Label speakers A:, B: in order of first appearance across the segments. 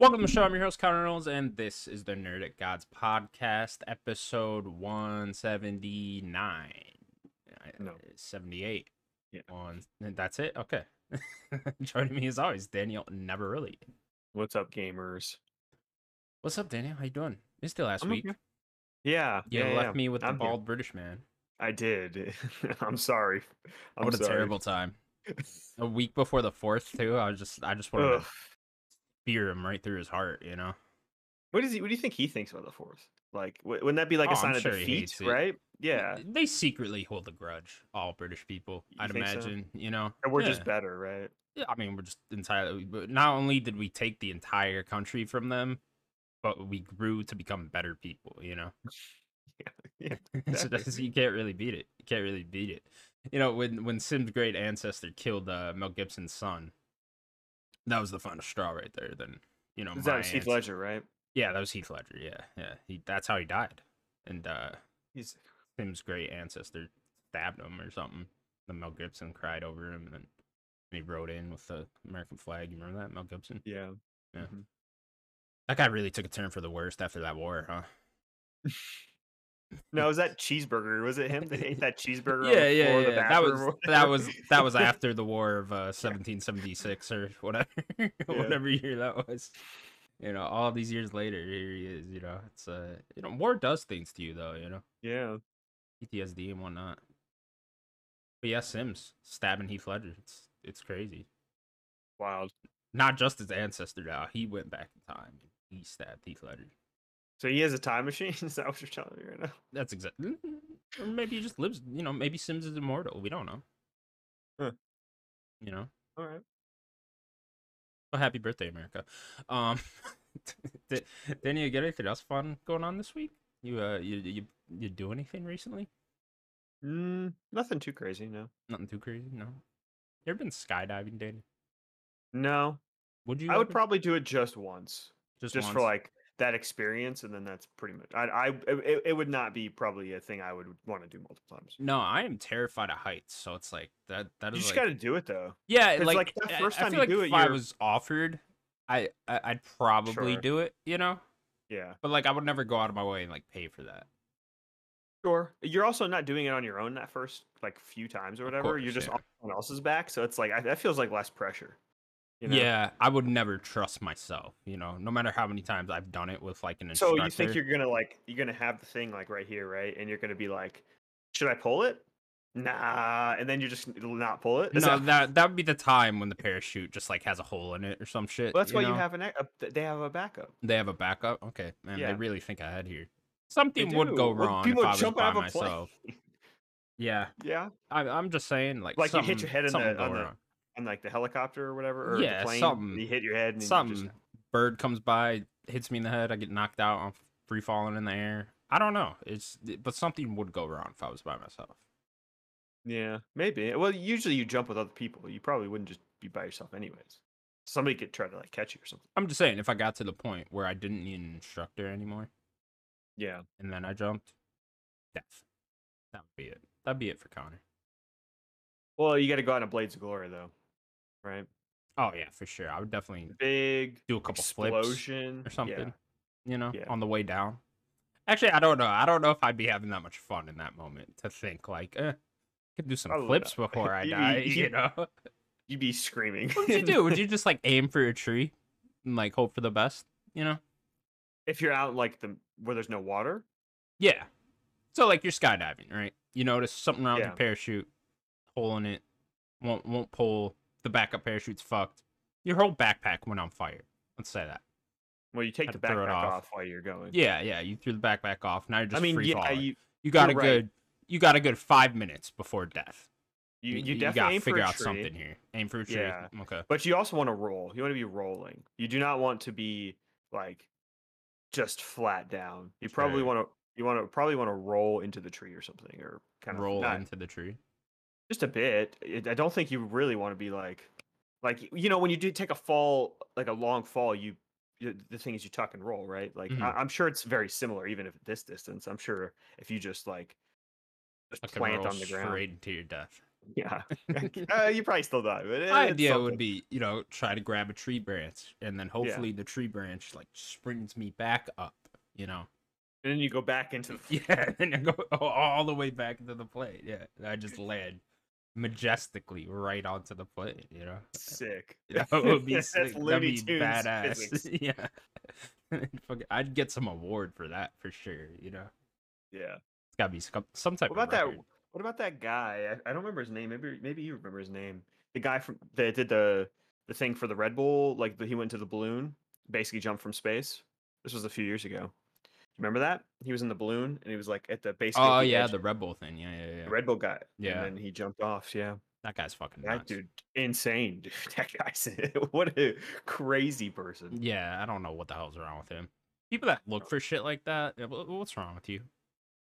A: Welcome to the show. I'm your host, Connor Reynolds, and this is the Nerd at Gods podcast, episode 179. Uh,
B: No.
A: 78.
B: Yeah.
A: One, that's it? Okay. Joining me as always, Daniel Never Really.
B: What's up, gamers?
A: What's up, Daniel? How you doing? Missed you last
B: I'm
A: week.
B: okay. Yeah,
A: You
B: yeah,
A: left
B: yeah.
A: me with the
B: I'm here.
A: bald British man.
B: I did. I'm sorry. I'm
A: what a
B: sorry.
A: terrible time. A week before the fourth, too. I was just I just wanted
B: Ugh.
A: to spear him right through his heart, you know.
B: What is he? What do you think he thinks about the Force? Like, wou- wouldn't that be like
A: Oh,
B: a
A: I'm
B: sign
A: sure
B: of
A: he
B: defeat,
A: hates it.
B: right? Yeah,
A: They secretly hold a grudge, all British people,
B: You
A: I'd
B: think so?
A: imagine, you know.
B: and we're
A: Yeah.
B: just better, right?
A: Yeah, I mean, we're just entirely. but Not only did we take the entire country from them, but we grew to become better people. You know,
B: Yeah,
A: so that's, you can't really beat it. You can't really beat it. You know, when when Sim's great ancestor killed uh, Mel Gibson's son, that was the final straw right there. Then you know,
B: Is
A: Oh, my
B: that Heath
A: ancestor-
B: Ledger, right?
A: Yeah, that was Heath Ledger. Yeah, yeah. He, that's how he died. And uh,
B: He's
A: Sim's great ancestor stabbed him or something. Then Mel Gibson cried over him, and, and he rode in with the American flag. You remember that, Mel Gibson?
B: yeah.
A: Yeah.
B: Mhm.
A: That guy really took a turn for the worst after that war, huh?
B: No, was that cheeseburger? Was it him that ate that cheeseburger?
A: Yeah,
B: on uh,
A: yeah,
B: the floor of
A: yeah.
B: the
A: That
B: bathroom
A: was
B: or
A: that was
B: whatever?
A: that was after the war of uh, 1776 or whatever, whatever year that was. You know, all these years later, here he is. You know, it's uh, you know, war does things to you though. You know,
B: yeah.
A: PTSD and whatnot. But yeah, Sims stabbing Heath Ledger. It's it's crazy.
B: Wild. Wow.
A: Not just his ancestor now. He went back in time. He stabbed Heath Ledger.
B: So he has a time machine. Is that what you're telling me right now?
A: That's exactly. Or maybe he just lives. You know, maybe Sims is immortal. We don't know.
B: Huh.
A: You know.
B: All right.
A: So happy birthday, America. Um, did, did you get anything else fun going on this week? You uh, you you you do anything recently?
B: Mm, nothing too crazy, no.
A: Nothing too crazy. No. You ever been skydiving, Danny?
B: No,
A: Would you?
B: I would
A: ever?
B: probably do it just once,
A: just,
B: just, for
A: once?
B: like that experience, and then that's pretty much. I, I, it, it would not be probably a thing I would want to do multiple times.
A: No, I am terrified of heights, so it's like that. Mm, That
B: You
A: is
B: just
A: like,
B: got to do it though.
A: Yeah,
B: 'Cause,
A: like,
B: like, that
A: I-
B: first
A: I
B: time
A: feel
B: you
A: like
B: do it,
A: if I
B: you're-
A: was offered, I, I I'd probably
B: Sure.
A: do it. You know,
B: Yeah,
A: but like I would never go out of my way and like pay for that.
B: sure. You're also not doing it on your own that first like few times or whatever. you're
A: course,
B: just
A: yeah.
B: on someone else's back, so it's like I, that feels like less pressure. You know?
A: Yeah, I would never trust myself. You know, no matter how many times I've done it with like an
B: So
A: instructor.
B: you think you're gonna like you're gonna have the thing like right here, right? And you're gonna be like, should I pull it? Nah, and then you just not pull it. Is
A: no, that that would be the time when the parachute just like has a hole in it or some shit.
B: Well, that's why you
A: know?
B: have an. e- A, th- they have a backup.
A: They have a backup. Okay, man,
B: Yeah.
A: they really think ahead here. Something would
B: do.
A: go
B: Well,
A: wrong if
B: people
A: I was
B: jump
A: by
B: out of a plane.
A: myself. Yeah,
B: Yeah,
A: I, I'm just saying, like,
B: Like, you hit your
A: something-
B: head in
A: something
B: the-
A: go
B: on the-
A: wrong.
B: and like the helicopter or whatever, or
A: Yeah,
B: the plane.
A: something-
B: You hit your head and you
A: something
B: Just,
A: bird comes by, hits me in the head, I get knocked out, I'm free falling in the air. I don't know. It's but something would go wrong if I was by myself.
B: yeah, maybe. Well, usually you jump with other people. You probably wouldn't just be by yourself, anyways. Somebody could try to like catch you or something.
A: I'm just saying, if I got to the point where I didn't need an instructor anymore
B: Yeah,
A: and then I jumped, death. That would be it. That'd be it for Connor.
B: Well, you got to go out in Blades of Glory though, right?
A: Oh yeah, for sure. I would definitely
B: Big
A: do a couple flips
B: explosion
A: or something.
B: Yeah.
A: You know,
B: Yeah.
A: on the way down. Actually, I don't know. I don't know if I'd be having that much fun in that moment to think like, eh, I could do some
B: Probably
A: flips
B: not.
A: before I
B: You-
A: die.
B: you-
A: you know.
B: You'd be screaming.
A: What would you do? Would you just like aim for a tree and like hope for the best? You know?
B: if you're out like the where there's no water?
A: Yeah. So like you're skydiving, right? You notice something wrong with
B: Yeah.
A: your parachute, hole in it, won't won't pull. The backup parachute's fucked. Your whole backpack went on fire. Let's say that.
B: Well, you take
A: Had
B: the
A: to throw it
B: backpack
A: off.
B: off. while you're going.
A: Yeah, yeah. You threw the backpack off. Now you're just
B: I mean,
A: free
B: yeah,
A: falling. You,
B: you
A: got a
B: you're right.
A: good. You got a good five minutes before death.
B: you,
A: Y-
B: you
A: gotta
B: definitely aim
A: figure
B: for a
A: out
B: tree.
A: something here. Aim for a tree.
B: Yeah.
A: Okay.
B: But you also want to roll. You want to be rolling. You do not want to be like just flat down. You probably
A: Sure.
B: want to you want to probably want to roll into the tree or something or kind of
A: Roll
B: not-
A: into the tree.
B: just a bit. It- I don't think you really want to be like like you know when you do take a fall like a long fall you you- the thing is you tuck and roll right like
A: Mhm.
B: I, i'm sure it's very similar even if at this distance i'm sure if you just like just
A: Fucking
B: plant
A: roll
B: on the ground
A: straight into your death.
B: Yeah, uh, you probably still die. But
A: My
B: it's
A: idea would
B: something.
A: be, you know, try to grab a tree branch, and then hopefully the tree branch like springs me back up. You know,
B: and then you go back into the
A: yeah, and I go all- all the way back into the plate. Yeah, and I just land majestically right onto the plate. You know,
B: sick.
A: that would be
B: That's
A: sick. That'd
B: Looney
A: be
B: Tunes physics.
A: badass. yeah, Fucking- I'd get some award for that for sure. You know,
B: Yeah.
A: it's gotta be some, some type
B: What about
A: of
B: that?
A: record.
B: What about that guy? I, I don't remember his name. Maybe maybe you remember his name. The guy from that did the the thing for the Red Bull. Like the, he went to the balloon, basically jumped from space. This was a few years ago. Remember that? He was in the balloon and he was like at the base.
A: Oh yeah, the Red Bull thing. Yeah, yeah, yeah.
B: Red Bull guy.
A: Yeah.
B: And then he jumped off. Yeah.
A: that guy's fucking
B: That
A: nuts.
B: dude, insane, dude. That guy's what a crazy person.
A: Yeah, I don't know what the hell's wrong with him. People that look for shit like that, yeah, wh- what's wrong with you?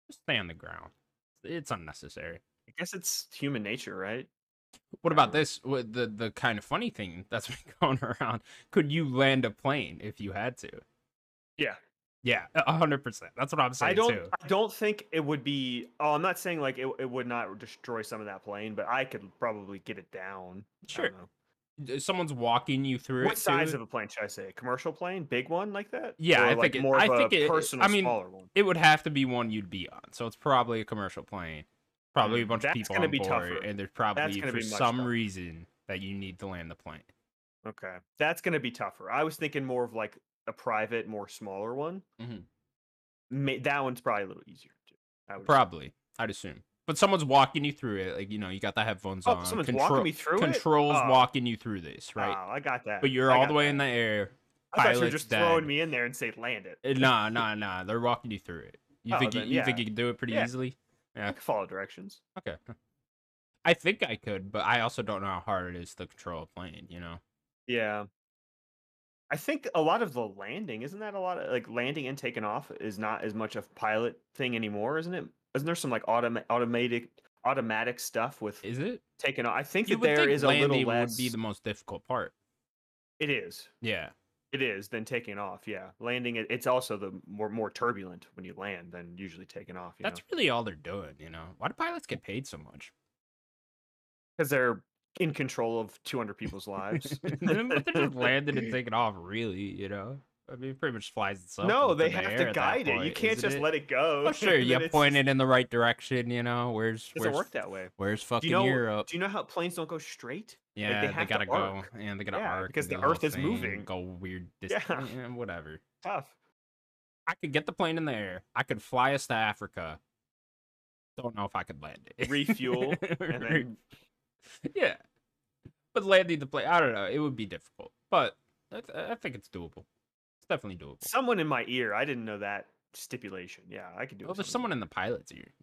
A: Just stay on the ground. It's unnecessary.
B: I guess it's human nature, right?
A: What about
B: Sure.
A: this? What the the kind of funny thing that's been going around? Could you land a plane if you had to?
B: Yeah.
A: Yeah, a hundred percent. That's what I'm saying
B: I don't.
A: too.
B: I don't think it would be. Oh, I'm not saying like it, it would not destroy some of that plane, but I could probably get it down. I
A: Sure.
B: don't know.
A: If Someone's walking you through.
B: What
A: it
B: size
A: too,
B: of a plane should I say? Commercial plane, big one like that?
A: Yeah,
B: Or,
A: I think
B: like
A: it-
B: more
A: I
B: of
A: think
B: a
A: it-
B: personal,
A: I mean,
B: smaller one.
A: it would have to be one you'd be on. So it's probably a commercial plane. Probably a
B: Mm,
A: bunch of
B: that's
A: people
B: gonna
A: on
B: be
A: board,
B: tougher.
A: and there's probably
B: gonna
A: for
B: be much
A: some
B: tougher.
A: reason that you need to land the plane.
B: Okay, that's gonna be tougher. I was thinking more of like a private, more smaller one.
A: Mhm.
B: May, that one's probably a little easier. To do, I would assume.
A: Probably, I'd assume. But someone's walking you through it, like you know, you got the headphones
B: Oh,
A: on.
B: someone's
A: control-
B: walking me through it.
A: Controls
B: Oh.
A: walking you through this, right?
B: Oh, I got that.
A: but you're
B: I
A: all
B: got
A: the way
B: that.
A: in the air.
B: I thought you were
A: pilot's
B: just
A: dead.
B: throwing me in there and say land it.
A: Eh, Nah, nah, nah. They're walking you through it. You
B: Oh,
A: think you,
B: then,
A: you think
B: yeah.
A: you can do it pretty
B: Yeah.
A: easily?
B: I can follow directions.
A: Okay. I think I could, but I also don't know how hard it is to control a plane. You know.
B: Yeah. I think a lot of the landing isn't that a lot of like landing and taking off is not as much a pilot thing anymore, isn't it? Isn't there some like autom- automatic automatic stuff with
A: Is it?
B: taking off? I think
A: You
B: that
A: would
B: there
A: think
B: is a little
A: landing
B: less.
A: would be the most difficult part.
B: It is.
A: Yeah.
B: It is than taking off. Yeah, landing. it- It's also the more more turbulent when you land than usually taking off. You
A: That's really all they're doing. You know. Why do pilots get paid so much?
B: because they're in control of 200 people's lives.
A: but they're just landing and taking off. Really, you know. I mean, it pretty much flies itself.
B: No,
A: up
B: they
A: in the
B: have
A: air
B: to
A: at that
B: guide it. You
A: point,
B: can't
A: isn't
B: just
A: it?
B: let it go.
A: Oh, sure.
B: and
A: You
B: then it's
A: point
B: just-
A: it in the right direction, you know. Where's
B: Doesn't
A: where's
B: work that way.
A: where's fucking
B: know-
A: Europe?
B: Do you know how planes don't go straight?
A: yeah, they,
B: have to
A: gotta go.
B: arc.
A: Yeah, they gotta
B: Yeah,
A: arc
B: because
A: and do
B: the
A: whole
B: Earth is
A: thing and
B: moving.
A: Go weird
B: Yeah.
A: distance. whatever.
B: Tough.
A: I could get the plane in the air. I could fly us to Africa. Don't know if I could land it.
B: Refuel, And then
A: yeah, but landing the plane, I don't know. It would be difficult, but I, th- I think it's doable. It's definitely doable.
B: someone in my ear. I didn't know that stipulation. Yeah, I could do.
A: Well,
B: it.
A: there's someone in the pilot's ear.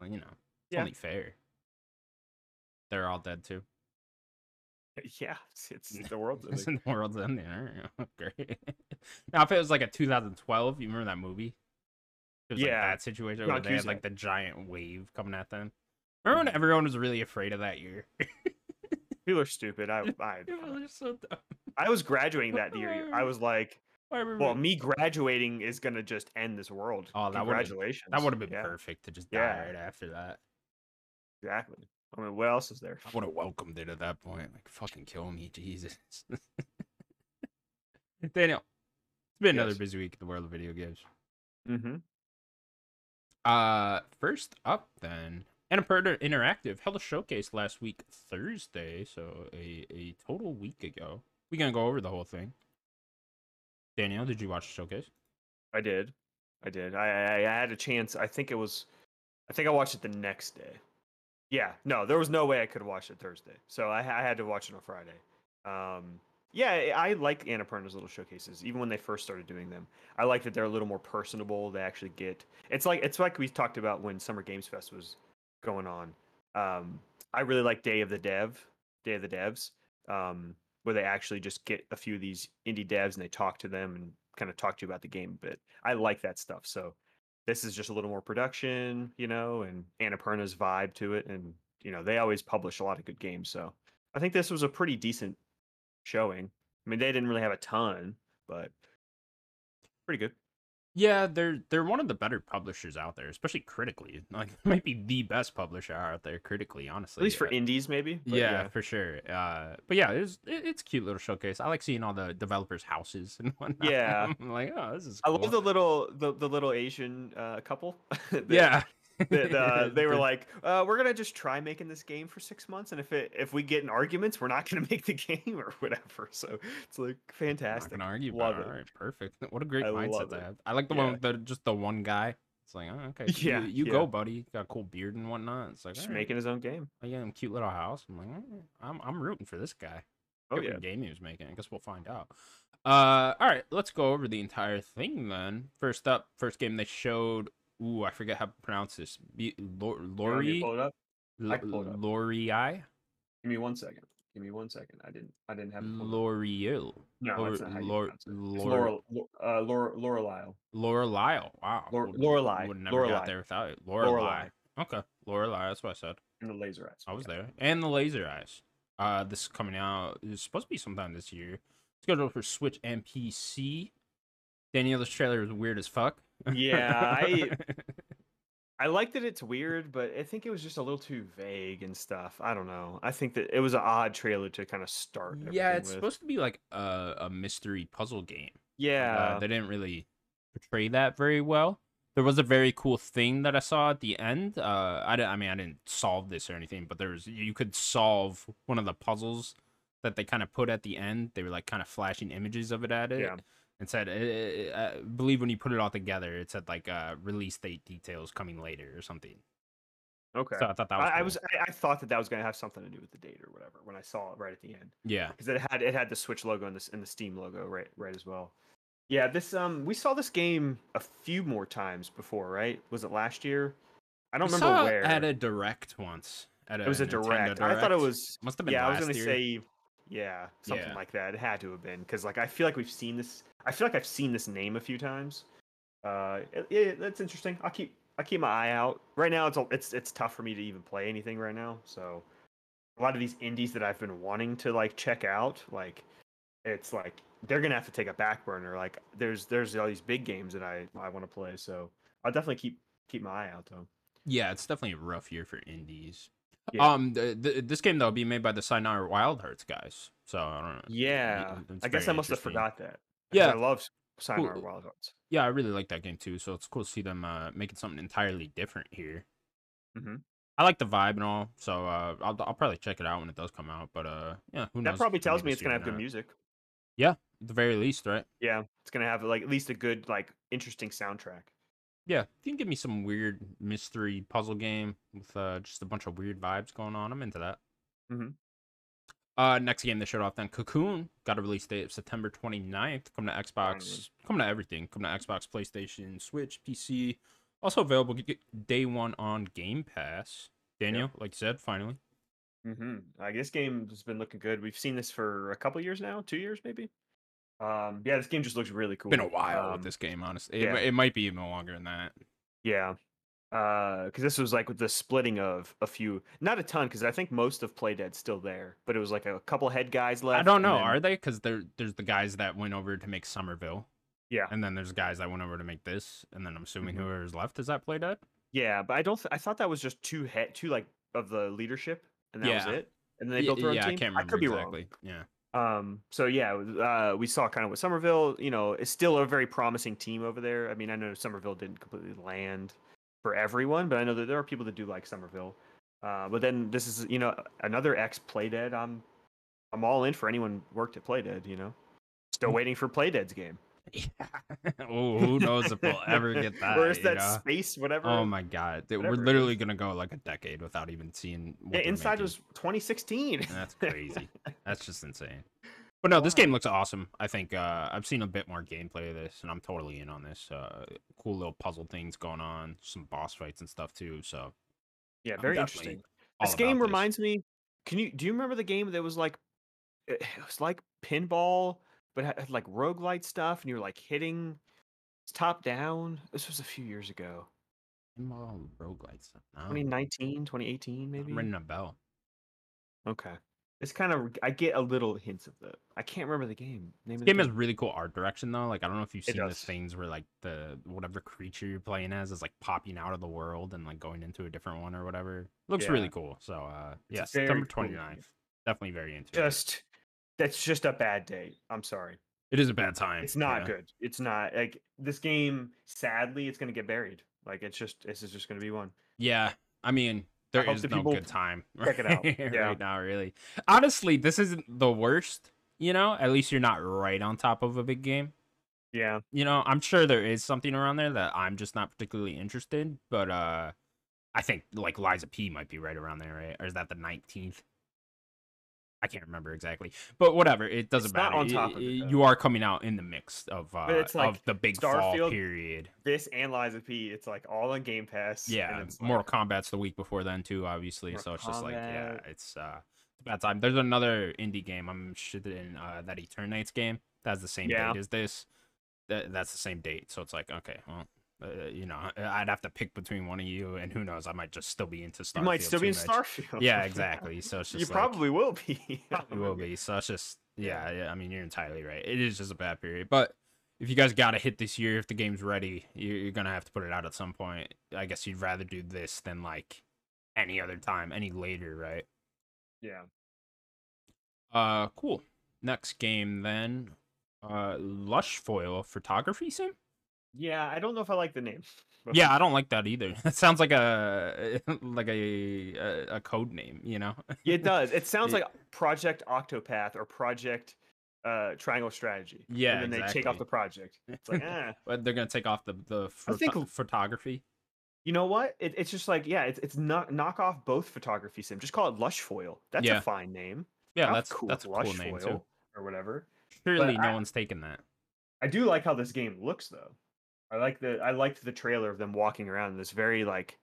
A: Well, you know, it's
B: Yeah.
A: only fair. They're all dead too.
B: Yeah, it's, it's the world.
A: It's in the world's end. Yeah, great. now, if it was like a 2012, you remember that movie? It was like
B: Yeah.
A: that situation where
B: Mount
A: they had
B: Cusack.
A: like the giant wave coming at them. Remember
B: Mm-hmm.
A: when everyone was really afraid of that year?
B: People are stupid. I, I,
A: People are so dumb.
B: I was graduating that year. I was like,
A: I remember.
B: well, me graduating is gonna just end this world.
A: Oh, that would've-
B: congratulations.
A: that would have been
B: Yeah,
A: perfect to just die
B: Yeah.
A: right after that.
B: Exactly. I mean, what else is there?
A: I would have welcomed it at that point. Like, fucking kill me, Jesus. Daniel, it's been another
B: Yes.
A: busy week in the world of video games.
B: Mm-hmm.
A: Uh, first up then, Annapurna Interactive held a showcase last week Thursday, so a a total week ago. We gonna go over the whole thing. Danielle, did you watch the showcase?
B: I did. I did. I, I I had a chance. I think it was. I think I watched it the next day. Yeah. No, there was no way I could watch it Thursday, so I, ha- I had to watch it on Friday. Um, yeah, I I like Annapurna's little showcases, even when they first started doing them. I like that they're a little more personable. They actually get. It's like it's like we talked about when Summer Games Fest was going on. Um, I really like Day of the Dev, Day of the Devs, um, where they actually just get a few of these indie devs and they talk to them and kind of talk to you about the game a bit. I like that stuff. So this is just a little more production, you know, and Annapurna's vibe to it. And, you know, they always publish a lot of good games. So I think this was a pretty decent showing. I mean, they didn't really have a ton, but pretty good.
A: Yeah, they're they're one of the better publishers out there, especially critically. Like they might be the best publisher out there critically, honestly.
B: At least for
A: Uh,
B: indies, maybe. but
A: yeah, for sure. Uh, but yeah, it was, it, it's a cute little showcase. I like seeing all the developers' houses and whatnot.
B: Yeah.
A: I'm like, oh, this is.
B: I
A: Cool.
B: love the little the, the little Asian uh, couple. that-
A: yeah.
B: that, uh, they were
A: The-
B: like, uh, "We're gonna just try making this game for six months, and if it if we get in arguments, we're not gonna make the game or whatever." So it's like
A: I'm
B: fantastic.
A: not gonna argue
B: Love
A: about it.
B: it.
A: All right, perfect. What a great
B: I
A: mindset
B: love
A: to
B: it.
A: have. I like the
B: Yeah.
A: one with the, just the one guy. It's like, oh, okay, you-
B: Yeah,
A: you,
B: yeah.
A: go, buddy. Got a cool beard and whatnot. It's like,
B: Just
A: all right.
B: making his own game.
A: I get him a cute little house. I'm like, "Mm, I'm I'm rooting for this guy.
B: Oh
A: Get
B: yeah,
A: what game he was making. I guess we'll find out. Uh, all right, let's go over the entire thing then. First up, first game they showed. Ooh, I forget how to pronounce this. B- Lor-
B: You want me to
A: Lori,
B: pull it up? I can pull it up.
A: Lorii,
B: Give me one second. Give me one second. I didn't. I didn't have. it pulled up.
A: Loriel,
B: No, that's
A: Lor-
B: not how you
A: Lor-
B: pronounce it. It's
A: Lor-
B: Laurel, Lor- uh, Laurel, Laurel,
A: Laura Lyle. Wow,
B: Lor-
A: Would-
B: Lorelei,
A: Would never got
B: Lorelei.
A: there without it. Lorelei.
B: Lorelei.
A: Okay, Lorelei. That's what I said.
B: and the laser eyes.
A: I was there. And the Laser Eyes. Uh, this is coming out. It's supposed to be sometime this year. Scheduled for Switch and PC. Daniela's trailer was weird as fuck.
B: Yeah, I I like that it's weird, but I think it was just a little too vague and stuff. I don't know. I think that it was an odd trailer to kind of start.
A: yeah,
B: everything
A: it's
B: with.
A: supposed to be like a, a mystery puzzle game.
B: Yeah,
A: Uh, they didn't really portray that very well. There was a very cool thing that I saw at the end. Uh, I, di- I mean, I didn't solve this or anything, but there was you could solve one of the puzzles that they kind of put at the end. They were like kind of flashing images of it at it,
B: Yeah.
A: and said, uh, uh, "I believe when you put it all together, it said like uh, release date details coming later or something."
B: okay.
A: So I thought that was.
B: I, I
A: cool.
B: was I, I thought that that was going to have something to do with the date or whatever when I saw it right at the end
A: yeah.
B: because it had it had the Switch logo and this and the Steam logo right right as well. Yeah, this um we saw this game a few more times before, right? Was it last year? I don't
A: We
B: remember
A: saw it
B: where.
A: at a direct once. At
B: it was a
A: Nintendo
B: direct. I thought it
A: Direct.
B: was
A: Must have been.
B: yeah, I was
A: last
B: gonna
A: year.
B: say yeah, something
A: Yeah.
B: like that. It had to have been because like I feel like we've seen this. I feel like I've seen this name a few times. Uh, it- yeah, that's interesting. I'll keep I keep my eye out. Right now, it's a- it's it's tough for me to even play anything right now. So a lot of these indies that I've been wanting to like check out, like it's like they're gonna have to take a back burner. Like there's there's all these big games that I I want to play. So I'll definitely keep keep my eye out though.
A: Yeah, it's definitely a rough year for indies.
B: Yeah.
A: Um, th- th- this game though will be made by the Sayonara Wild Hearts guys, so I don't know.
B: Yeah,
A: it's
B: I guess I
A: very
B: must have
A: interesting.
B: forgot that. 'cause
A: Yeah.
B: I love Sayonara
A: Cool.
B: Wild Hearts.
A: Yeah, I really like that game too. So it's cool to see them uh, making something entirely different here.
B: Mhm.
A: I like the vibe and all, so uh, I'll, I'll probably check it out when it does come out. But uh, yeah, who knows?
B: That probably
A: if it'll
B: tells
A: be
B: me
A: this
B: it's gonna
A: year or
B: have good
A: not.
B: music.
A: At the very least, right?
B: Yeah, it's gonna have like at least a good like interesting soundtrack.
A: Yeah, if you can give me some weird mystery puzzle game with uh, just a bunch of weird vibes going on, I'm into that.
B: Mhm.
A: Uh, next game they showed off then Cocoon got a release date of September 29th. Come to Xbox,
B: Finally.
A: come to everything. Come to Xbox, PlayStation, Switch, PC. Also available g- day one on Game Pass. Daniel, like you said, finally.
B: Mm-hmm. Like this game has been looking good. We've seen this for a couple years now, two years maybe. Um, yeah, this game just looks really cool.
A: Been a while
B: Um,
A: with this game, honestly. It,
B: yeah.
A: it might be even longer than that.
B: Yeah, because this was like with the splitting of a few, not a ton, because I think most of Playdead's still there, but it was like a couple head guys left.
A: I don't know.
B: and then-
A: Are they? Because there, there's the guys that went over to make Somerville.
B: Yeah.
A: And then there's guys that went over to make this. And then I'm assuming
B: Mhm.
A: whoever's left is that play dead.
B: Yeah, but I don't. Th- I thought that was just two head, two like of the leadership, and that
A: Yeah.
B: was it. And then
A: Y-
B: they built their own
A: yeah,
B: team.
A: I can't
B: I
A: remember
B: could be wrong.
A: exactly. Yeah.
B: Um, so yeah, uh, we saw kind of with Somerville, you know, it's still a very promising team over there. I mean, I know Somerville didn't completely land for everyone, but I know that there are people that do like Somerville. Uh, but then this is, you know, another ex Playdead. I'm, I'm all in for anyone worked at Playdead. You know, still waiting for Playdead's game.
A: Yeah. oh, Mm. who knows if we'll ever get that.
B: Where's
A: you
B: that
A: know?
B: space? Whatever.
A: Oh my god. Dude, We're
B: whatever it
A: literally
B: is.
A: gonna go like a decade without even seeing what
B: Yeah,
A: they're
B: Inside
A: making.
B: was 2016.
A: That's crazy. That's just insane. But no, this
B: Wow.
A: game looks awesome. I think uh, I've seen a bit more gameplay of this, and I'm totally in on this. Uh, cool little puzzle things going on, some boss fights and stuff too. So
B: yeah,
A: I'm
B: very
A: definitely
B: interesting.
A: all
B: this
A: about
B: game reminds me. Can you do you remember the game that was like it it was like pinball, but had had, like roguelite stuff, and you were like hitting it's top down. This was a few years ago,
A: Pinball
B: Oh.
A: roguelite stuff. No.
B: 2019, 2018, maybe.
A: I'm ringing a bell.
B: Okay, It's kind of I get a little hints of the. I can't remember the game. Name
A: This
B: of the
A: game has really cool art direction though. Like I don't know if you've
B: It
A: seen the
B: does.
A: things where like the whatever creature you're playing as is like popping out of the world and like going into a different one or whatever. Looks really
B: Yeah.
A: cool. So uh
B: It's a
A: yeah,
B: very
A: September
B: cool game.
A: 29th. Definitely very into
B: Just that's just a bad day. I'm sorry.
A: it. It is a bad time.
B: It's not
A: yeah.
B: good. It's not like this game. Sadly, it's gonna get buried. Like it's just this is just gonna be one.
A: Yeah, I mean, there
B: hope
A: is
B: the
A: no
B: people
A: good time.
B: check it out. Yeah.
A: right now, really. Honestly, this isn't the worst. You know, at least you're not right on top of a big game.
B: Yeah.
A: You know, I'm sure there is something around there that I'm just not particularly interested. But uh, I think like Liza P might be right around there, right? Or is that the 19th? I can't remember exactly, but whatever. It doesn't
B: It's not
A: matter.
B: on
A: Y-
B: top of
A: y-
B: it, though.
A: you are coming out in the mix of uh,
B: it's like
A: of the big fall
B: Starfield-
A: period.
B: This and Liza P. It's like all on Game Pass. and
A: Yeah,
B: it's like-
A: Mortal Kombat's the week before then too, obviously.
B: Mortal
A: so it's just like yeah,
B: Kombat.
A: it's uh it's about time. There's another indie game I'm interested in uh, that Eternites game. That's the same
B: Yeah.
A: date as this. That that's the same date. So it's like okay, well. Uh, you know, I'd have to pick between one of you, and who knows? I might just still be into Starfield.
B: you might still be in
A: too much.
B: Starfield.
A: Yeah, exactly. So it's just
B: you
A: like,
B: probably will be.
A: it will be. So it's just
B: Yeah.
A: yeah, yeah. I mean, you're entirely right. It is just a bad period. But if you guys got to hit this year, if the game's ready, you- you're gonna have to put it out at some point. I guess you'd rather do this than like any other time, any later, right?
B: Yeah.
A: Uh, cool. Next game then, uh, Lush Foil Photography Sim.
B: Yeah. I don't know if I like the name. but-
A: Yeah, I don't like that either. That sounds like a like a a, a code name, you know?
B: It does. It sounds
A: Yeah.
B: like Project Octopath or Project uh, Triangle Strategy.
A: Yeah,
B: And then they take off
A: exactly.
B: the project. It's like, eh.
A: But they're gonna take off the the
B: I think-
A: photo- photography.
B: You know what? It, it's just like, yeah, it's it's knock, knock off both photography sim. Just call it Lush Foil. That's
A: Yeah.
B: a fine name.
A: Yeah,
B: Not
A: that's that's a cool name too.
B: or whatever.
A: Surely no
B: I-
A: one's taken that.
B: I do like how this game looks though. I like the I liked the trailer of them walking around in this very like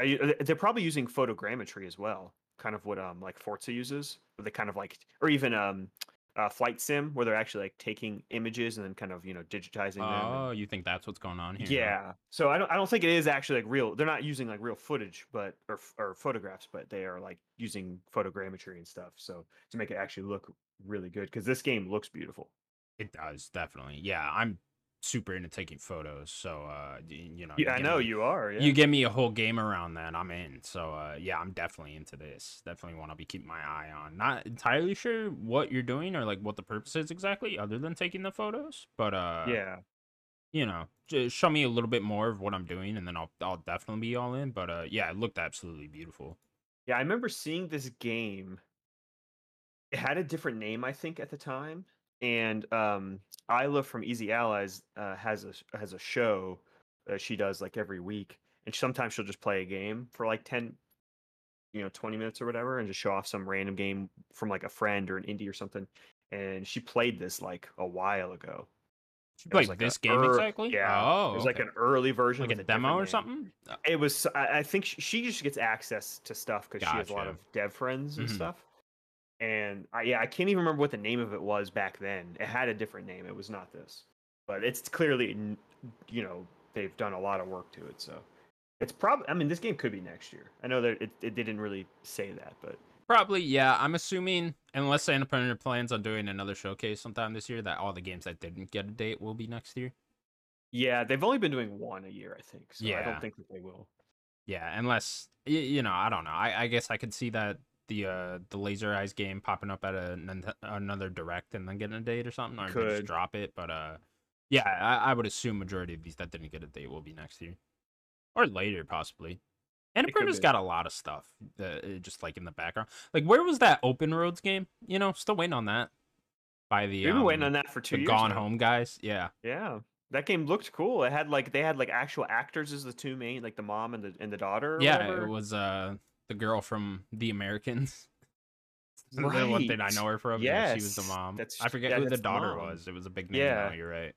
B: I, uh, they're probably using photogrammetry as well, kind of what um like Forza uses, where they kind of like or even um uh, flight sim where they're actually like taking images and then kind of you know digitizing
A: Oh,
B: them.
A: you think that's what's going on
B: and-
A: here?
B: yeah. So I don't I don't think it is actually like real. They're not using like real footage, but or f- or photographs, but they are like using photogrammetry and stuff. So to make it actually look really good because this game looks beautiful.
A: It does, definitely. Yeah, I'm super into taking photos. So, uh, y- you know.
B: Yeah, I
A: give
B: know
A: me-
B: you are. Yeah.
A: You give me a whole game around that, I'm in. So, uh, yeah, I'm definitely into this. Definitely want to be keeping my eye on. Not entirely sure what you're doing or like what the purpose is exactly, other than taking the photos. But, uh,
B: yeah.
A: you know, just show me a little bit more of what I'm doing, and then I'll I'll definitely be all in. But, uh, yeah, it looked absolutely beautiful.
B: Yeah, I remember seeing this game. It had a different name, I think, at the time. And um, Isla from Easy Allies uh, has a sh- has a show that she does like every week, and sometimes she'll just play a game for like ten, you know, twenty minutes or whatever, and just show off some random game from like a friend or an indie or something. And she played this like a while ago.
A: She
B: It was
A: played
B: like a
A: this game
B: ear-
A: exactly?
B: Yeah,
A: Oh,
B: it was like
A: okay.
B: an early version,
A: like
B: with
A: a
B: different
A: demo or
B: name
A: something?
B: it was i I think she, she just gets access to stuff because she has a lot
A: Gotcha.
B: of dev friends and
A: Mhm.
B: stuff and i yeah i can't even remember what the name of it was back then it had a different name it was not this but it's clearly n- you know they've done a lot of work to it so it's probably i mean this game could be next year i know that it, it didn't really say that but
A: Probably, yeah. I'm assuming, unless Annapurna plans on doing another showcase sometime this year, that all the games that didn't get a date will be next year.
B: yeah they've only been doing one a year i think so i
A: Yeah.
B: don't think that they will
A: Yeah, unless y- you know, I don't know. I, I guess I could see that the uh the Laser Eyes game popping up at a, nan- another direct and then getting a date or something, or they
B: Could.
A: just drop it. But uh, yeah, I, I would assume majority of these that didn't get a date will be next year or later, possibly.
B: could
A: Annapurna's
B: be.
A: got a lot of stuff, uh, uh, just like in the background. Like, where was that Open Roads game? You know, still waiting on that. By the
B: we've been waiting
A: um,
B: on that for two
A: the
B: years
A: Gone
B: now.
A: Home guys. Yeah,
B: Yeah, that game looked cool. It had like they had like actual actors as the two main, like the mom and the and the daughter. Or
A: yeah,
B: whatever.
A: it was uh the girl from The Americans. The one thing I
B: Right.
A: know her from. Yeah, she was the
B: Yes,
A: mom.
B: that's-
A: I forget
B: yeah,
A: who the
B: that's the
A: daughter
B: mom.
A: was. It was a big name.
B: Yeah.
A: though, you're right.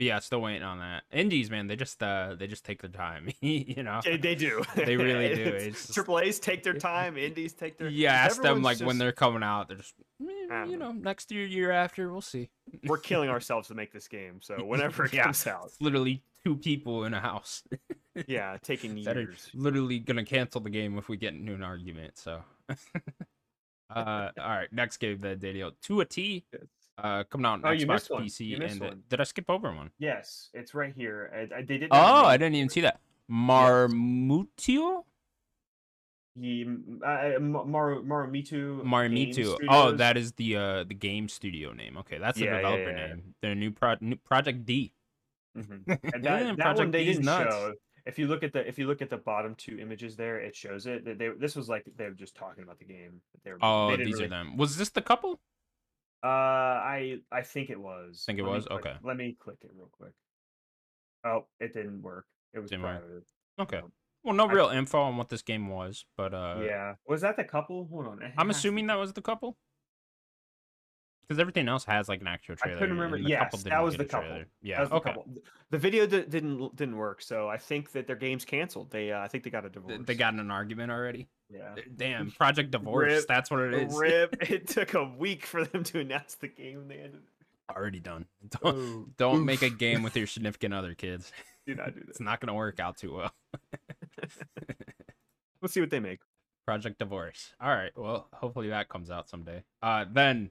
A: But yeah, still waiting on that. Indies, man, they just uh they just take their time. you know.
B: They, they do.
A: They really do.
B: It's-
A: It's just-
B: Triple A's take their time. Indies take their.
A: You ask them
B: everyone's
A: like when
B: just-
A: they're coming out, they're just "Eh,
B: I
A: you
B: don't know.
A: know next year, year after, we'll see.
B: we're killing ourselves to make this game. So whenever it
A: Yeah.
B: comes out,
A: It's literally two people in a house
B: yeah, taking
A: that are
B: years.
A: literally gonna cancel the game if we get into an argument. So Uh, all right, next game that Dadio to a T. Uh, coming out on
B: Oh, you
A: Xbox,
B: missed one. You
A: PC,
B: missed
A: and uh,
B: one.
A: did I skip over one?
B: Yes, it's right here. I, I, they did.
A: Oh, I didn't even see that. Marmutio,
B: He, uh, uh, Maru, Maru Mitu.
A: Marmitu. Oh, that is the uh the game studio name. Okay, that's the
B: Yeah, yeah,
A: developer
B: yeah.
A: name. Their new, pro- new Project D.
B: Mm-hmm. And that,
A: Yeah,
B: that one
A: Project
B: they
A: D's
B: didn't
A: nuts.
B: show. If you look at the if you look at the bottom two images there, it shows it. That they this was like they were just talking about the game. that They were,
A: Oh,
B: they
A: these
B: didn't
A: are
B: really-
A: them. Was this the couple?
B: Uh, I I think it was.
A: Think it
B: Let me
A: was?
B: click-
A: Okay.
B: Let me click it real quick. Oh, it didn't work. It was
A: Didn't work.
B: private.
A: Okay.
B: Um,
A: Well, no
B: I-
A: real info on what this game was, but uh,
B: yeah. Was that the couple? Hold on. it
A: I'm
B: has to
A: assuming that was the couple. Because everything else has like an actual
B: I
A: trailer.
B: couldn't remember-
A: and the
B: yes,
A: couple
B: that
A: didn't
B: was
A: get a
B: the couple.
A: trailer.
B: that
A: Yeah.
B: was the
A: okay.
B: couple. Th- The video di- didn't l- didn't work, so I think that their game's canceled. They uh, I think they got a
A: Th-
B: divorce.
A: They got in an argument already.
B: yeah.
A: Th- Damn, Project Divorce.
B: Rip.
A: That's what it is.
B: Rip! It took a week for them to announce the game. and They ended.
A: Already done. Don't,
B: Oh,
A: don't make a
B: oof.
A: game with your significant other, kids.
B: Do not do
A: It's
B: that.
A: not gonna work out too well.
B: Let's see what they make.
A: Project Divorce. All right. Well, hopefully that comes out someday. Uh, then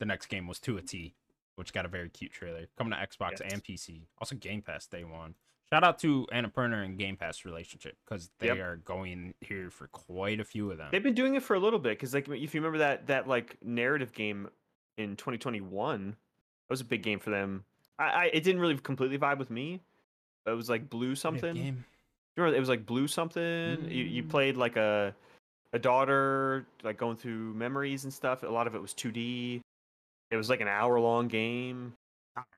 A: the next game was To a T, which got a very cute trailer coming to Xbox
B: Yes.
A: and PC. Also, Game Pass day one. Shout out to Annapurna and Game Pass relationship because they
B: Yep.
A: are going here for quite a few of them.
B: They've been doing it for a little bit because, like, if you remember that that like narrative game in 2021, that was a big game for them. I, I it didn't really completely vibe with me. It was like blue
A: What a
B: something.
A: game.
B: Remember, it was like blue something. You, you
A: Mm.
B: played like a a daughter, like going through memories and stuff. A lot of it was 2D. It was like an hour long game.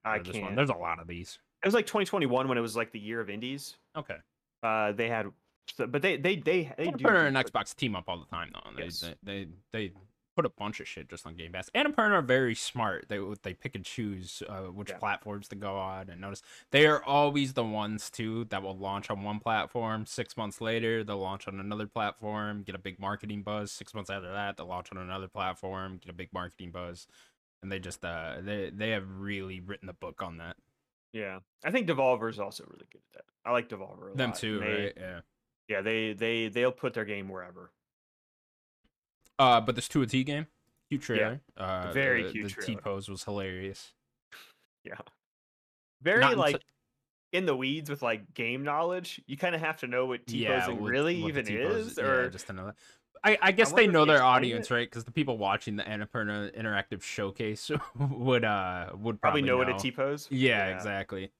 B: I
A: Or this one.
B: can't.
A: There's a lot of these.
B: It was like 2021 when it was like the year of indies.
A: Okay.
B: Uh, they had, so- but they they they they do
A: Annapurna and
B: things
A: Xbox team up all the time though. and They,
B: Yes.
A: they they they put a bunch of shit just on Game Pass. Annapurna are very smart. They they pick and choose uh, which
B: Yeah.
A: platforms to go on. And notice they are always the ones too that will launch on one platform. Six months later, they'll launch on another platform, get a big marketing buzz. Six months after that, they'll launch on another platform, get a big marketing buzz. And they just uh they they have really written the book on that.
B: Yeah, I think Devolver's also really good at that. I like Devolver. A
A: Them
B: lot.
A: too,
B: They-
A: right? Yeah.
B: Yeah, they they they'll put their game wherever.
A: Uh, but this two a T game, cute trailer. Uh,
B: very
A: the,
B: cute
A: The T
B: trailer.
A: pose was hilarious.
B: Very
A: Not until-
B: like in the weeds with like game knowledge. You kind of have to know what T posing
A: what-
B: really
A: what the
B: even
A: T-pose
B: is,
A: yeah,
B: or
A: just to know that. I, I guess they
B: wonder if
A: know
B: they
A: their
B: explained
A: audience, right? Because the people watching the Annapurna Interactive Showcase would uh would probably,
B: probably know what a T pose.
A: Yeah, exactly.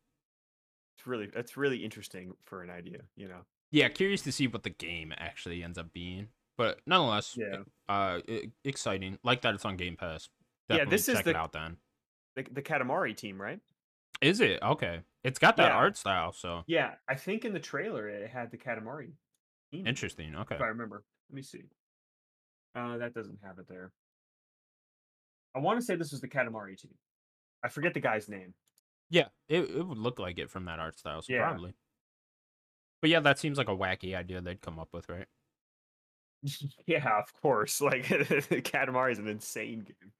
B: It's really that's really interesting for an idea. You know.
A: Yeah, curious to see what the game actually ends up being, but nonetheless,
B: Yeah.
A: uh, e- exciting. Like that, it's on Game Pass.
B: Yeah,
A: Definitely
B: this is
A: check it
B: the-
A: out then.
B: The, the Katamari team, right?
A: Is it okay? It's got that
B: Yeah.
A: art style, so
B: Yeah, I think in the trailer it had the Katamari. Team, in it,
A: interesting. Okay,
B: If I remember, let me see. Uh, that doesn't have it there. I want to say this was the Katamari team. I forget the guy's name.
A: Yeah, it, it would look like it from that art style, so
B: Yeah.
A: probably. But yeah, that seems like a wacky idea they'd come up with, right?
B: Yeah, of course. Like Katamari is an insane game.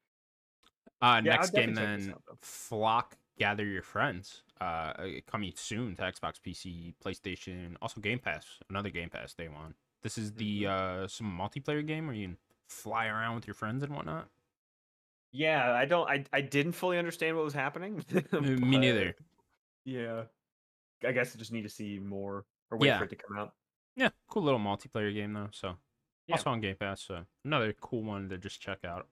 A: Uh
B: Yeah, I'll
A: next game
B: definitely check this
A: then
B: out, though.
A: Flock Gather Your Friends. Uh uh, coming soon to Xbox, PC, PlayStation, also Game Pass, another Game Pass day one. This is the
B: Mm-hmm.
A: uh some multiplayer game where you can fly around with your friends and whatnot.
B: Yeah, I don't. I I didn't fully understand what was happening.
A: Uh, Me neither.
B: but Yeah, I guess I just need to see more or wait
A: Yeah.
B: for it to come out.
A: Yeah, cool little multiplayer game though. So
B: Yeah.
A: also on Game Pass, so another cool one to just check out.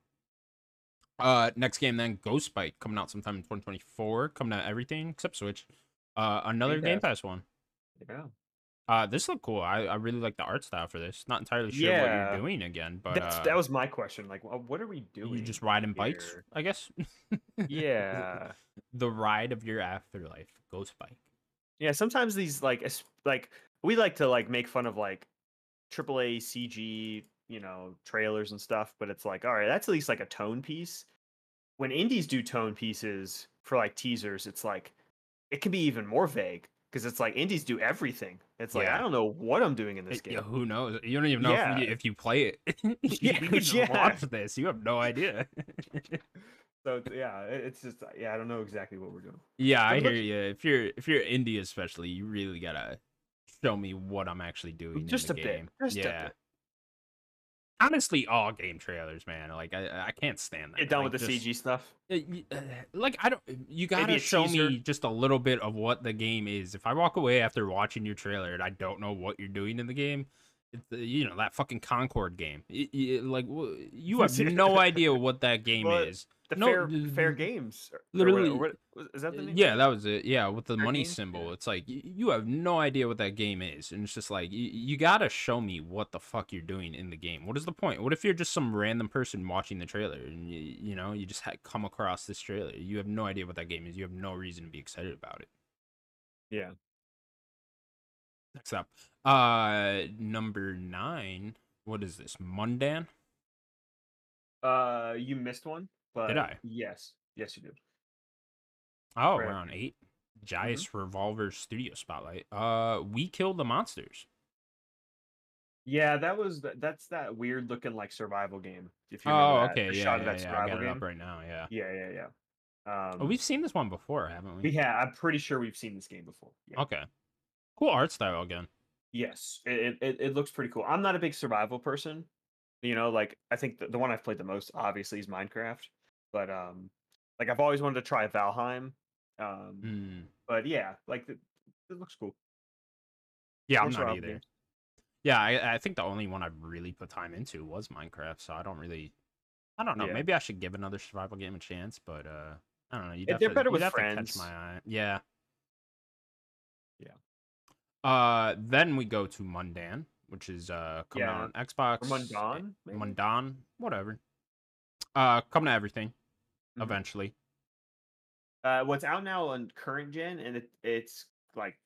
A: Uh, next game then Ghost Bike coming out sometime in 2024, coming out everything except Switch. Uh, another Game Pass one.
B: Yeah.
A: Uh, this looked cool. I, I really like the art style for this. Not entirely sure what
B: Yeah.
A: you're doing again, but
B: That's,
A: uh,
B: that was my question. Like, wha- what are we doing?
A: you just riding bikes,
B: here?
A: I guess.
B: yeah.
A: the ride of your afterlife, Ghost Bike.
B: Yeah, sometimes these like es- like we like to like make fun of like AAA CG, you know, trailers and stuff, but it's like, all right, that's at least like a tone piece. When indies do tone pieces for like teasers, it's like it can be even more vague because it's like indies do everything. It's like
A: Yeah.
B: I don't know what I'm doing in this
A: It- yeah,
B: game.
A: who knows? You don't even know if, you,
B: Yeah.
A: if you play it. you
B: Yeah,
A: could just
B: yeah.
A: watch this. You have no idea.
B: So it's- yeah, it- it's just yeah, I don't know exactly what we're doing.
A: Yeah, I
B: What
A: hear
B: about
A: you. If you're if you're indie especially, you really gotta show me what I'm actually doing.
B: Just
A: in
B: a
A: the
B: bit,
A: game.
B: just a
A: yeah.
B: bit.
A: honestly all game trailers, man. Like I I can't stand that.
B: Get done
A: Like,
B: with the
A: just-
B: CG stuff.
A: uh, y- uh, Like I don't. You gotta
B: a
A: show me
B: teaser.
A: just a little bit of what the game is. If I walk away after watching your trailer and I don't know what you're doing in the game, it's, uh, you know that fucking Concord game. Y- y- like wh- you have no idea what that game
B: Well,
A: is.
B: The
A: No,
B: fair
A: th-
B: fair
A: th-
B: games. or- or
A: literally- uh,
B: what- what- is that the name?
A: Yeah, that was it. Yeah, with the
B: Fair
A: money
B: game?
A: symbol,
B: Yeah.
A: it's like y- you have no idea what that game is, and it's just like you, you gotta show me what the fuck you're doing in the game. What is the point? What if you're just some random person watching the trailer and you, you know you just ha- come across this trailer? You have no idea what that game is. You have no reason to be excited about it.
B: Yeah.
A: Next up, uh, number nine. What is this? Mundan.
B: Uh, you missed one. But
A: I?
B: Yes. Yes, you did.
A: Oh, we're
B: Right. Mm-hmm.
A: on eight. Giants Revolver Studio Spotlight. Uh, we kill the monsters.
B: Yeah, that was th- that's that weird looking like survival game. If you remember
A: Oh,
B: that,
A: okay.
B: the
A: Yeah,
B: shot of
A: yeah,
B: that
A: yeah. I
B: survival
A: got it up
B: game.
A: right now. Yeah.
B: Yeah, yeah, yeah. Um,
A: Oh, we've seen this one before, haven't we?
B: we ha- I'm pretty sure we've seen this game before. Yeah.
A: Okay. Cool art style again.
B: Yes, it, it- it it looks pretty cool. I'm not a big survival person, you know. Like I think the, the one I've played the most obviously is Minecraft, but um, like I've always wanted to try Valheim. Um,
A: Mm.
B: but yeah, like the, it looks cool.
A: Yeah, I'm
B: More
A: not
B: survival
A: either.
B: games.
A: Yeah, I, I think the only one I've really put time into was Minecraft, so I don't really. I don't know.
B: Yeah.
A: Maybe I should give another survival game a chance, but uh, I don't know. You'd
B: Eh,
A: have
B: they're
A: to,
B: better
A: you'd
B: with
A: have
B: friends.
A: To catch my eye. Yeah.
B: Yeah.
A: Uh, then we go to Mundan, which is uh coming out on Xbox.
B: Or Mundan, maybe?
A: Mundan, whatever. Uh, coming to everything
B: Mhm.
A: eventually.
B: Uh, what's out now on current gen, and it, it's like,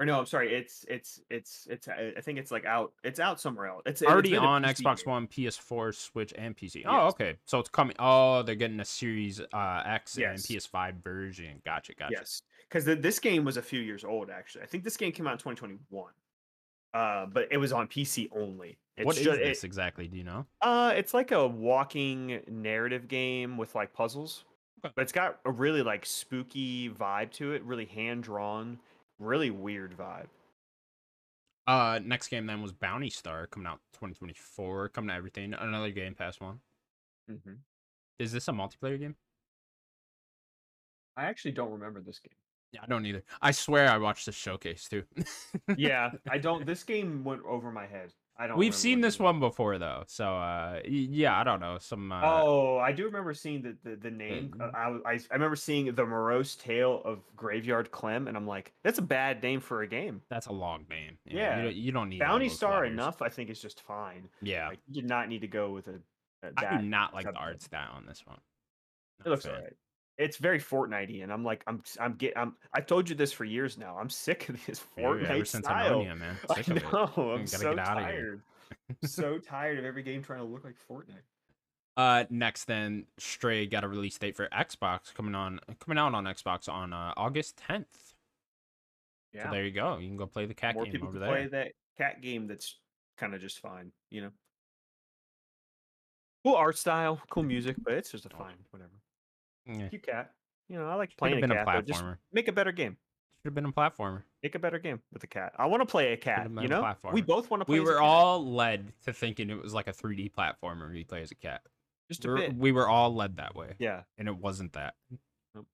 B: or no, I'm sorry, it's it's it's it's. I I think it's like out. It's out somewhere else. It's it's
A: already
B: been a
A: on
B: PC
A: Xbox
B: game.
A: One, PS4, Switch, and PC. Oh,
B: Yes.
A: okay. So it's coming. Oh, they're getting a Series uh, X
B: Yes.
A: and PS5 version. Gotcha, gotcha.
B: Yes, because this game was a few years old. Actually, I think this game came out in 2021. Uh, but it was on PC only. It's
A: What is
B: ju-
A: this
B: It,
A: exactly? Do you know?
B: uh, it's like a walking narrative game with like puzzles,
A: Okay.
B: but it's got a really like spooky vibe to it. Really hand drawn, really weird vibe.
A: Uh, next game then was Bounty Star coming out 2024. Coming to everything. Another Game Pass one.
B: Mm-hmm.
A: Is this a multiplayer game?
B: I actually don't remember this game.
A: Yeah, I don't either. I swear I watched the showcase too.
B: yeah, I don't. This game went over my head. I don't.
A: We've
B: remember
A: seen
B: what
A: this
B: it was.
A: one before though, so uh, y- yeah, I don't know. Some uh,
B: Oh, I do remember seeing the the, the name. uh,
A: Mhm.
B: I, was- I s- I remember seeing the morose tale of Graveyard Clem, and I'm like, that's a bad name for a game.
A: that's a long name. you know,
B: yeah.
A: you don't, you don't need all
B: Bounty
A: those
B: Star
A: letters.
B: enough, I think, is just fine.
A: Yeah,
B: Like, you did not need to go with a, a
A: I
B: that.
A: do not like the
B: something.
A: art style on this one. Not
B: It
A: a
B: looks
A: fan.
B: alright. It's very Fortnite-y, and I'm like, I'm s- I'm get I'm I've told you this for years now. I'm sick of this
A: Oh, Yeah,
B: Fortnite
A: ever since
B: style.
A: Ammonia, man.
B: I
A: Sick of it.
B: know. I'm
A: gotta
B: so
A: get outta here.
B: tired. so tired of every game trying to look like Fortnite.
A: Uh, next, then Stray got a release date for Xbox coming on coming out on Xbox on uh, August 10th.
B: Yeah.
A: So there you go. You can go play the cat
B: more
A: game
B: people
A: over
B: can
A: there.
B: play that cat game that's kind of just fine, you know. Cool art style, cool music, but it's just a
A: Oh.
B: fine, whatever.
A: Yeah.
B: Cute cat. You know, I like
A: Should
B: playing
A: have been
B: a
A: a
B: cat. though. Just
A: platformer.
B: make a better game.
A: Should have been a platformer.
B: Make a better game with a cat. I want to play a cat.
A: been
B: You
A: a
B: know, we
A: platformer.
B: both want to play.
A: We
B: as a
A: were
B: cat,
A: all led to thinking it was like a 3D platformer where you play as a cat.
B: just a
A: We're-
B: bit.
A: we were all led that way,
B: Yeah,
A: and it wasn't that.
B: Nope.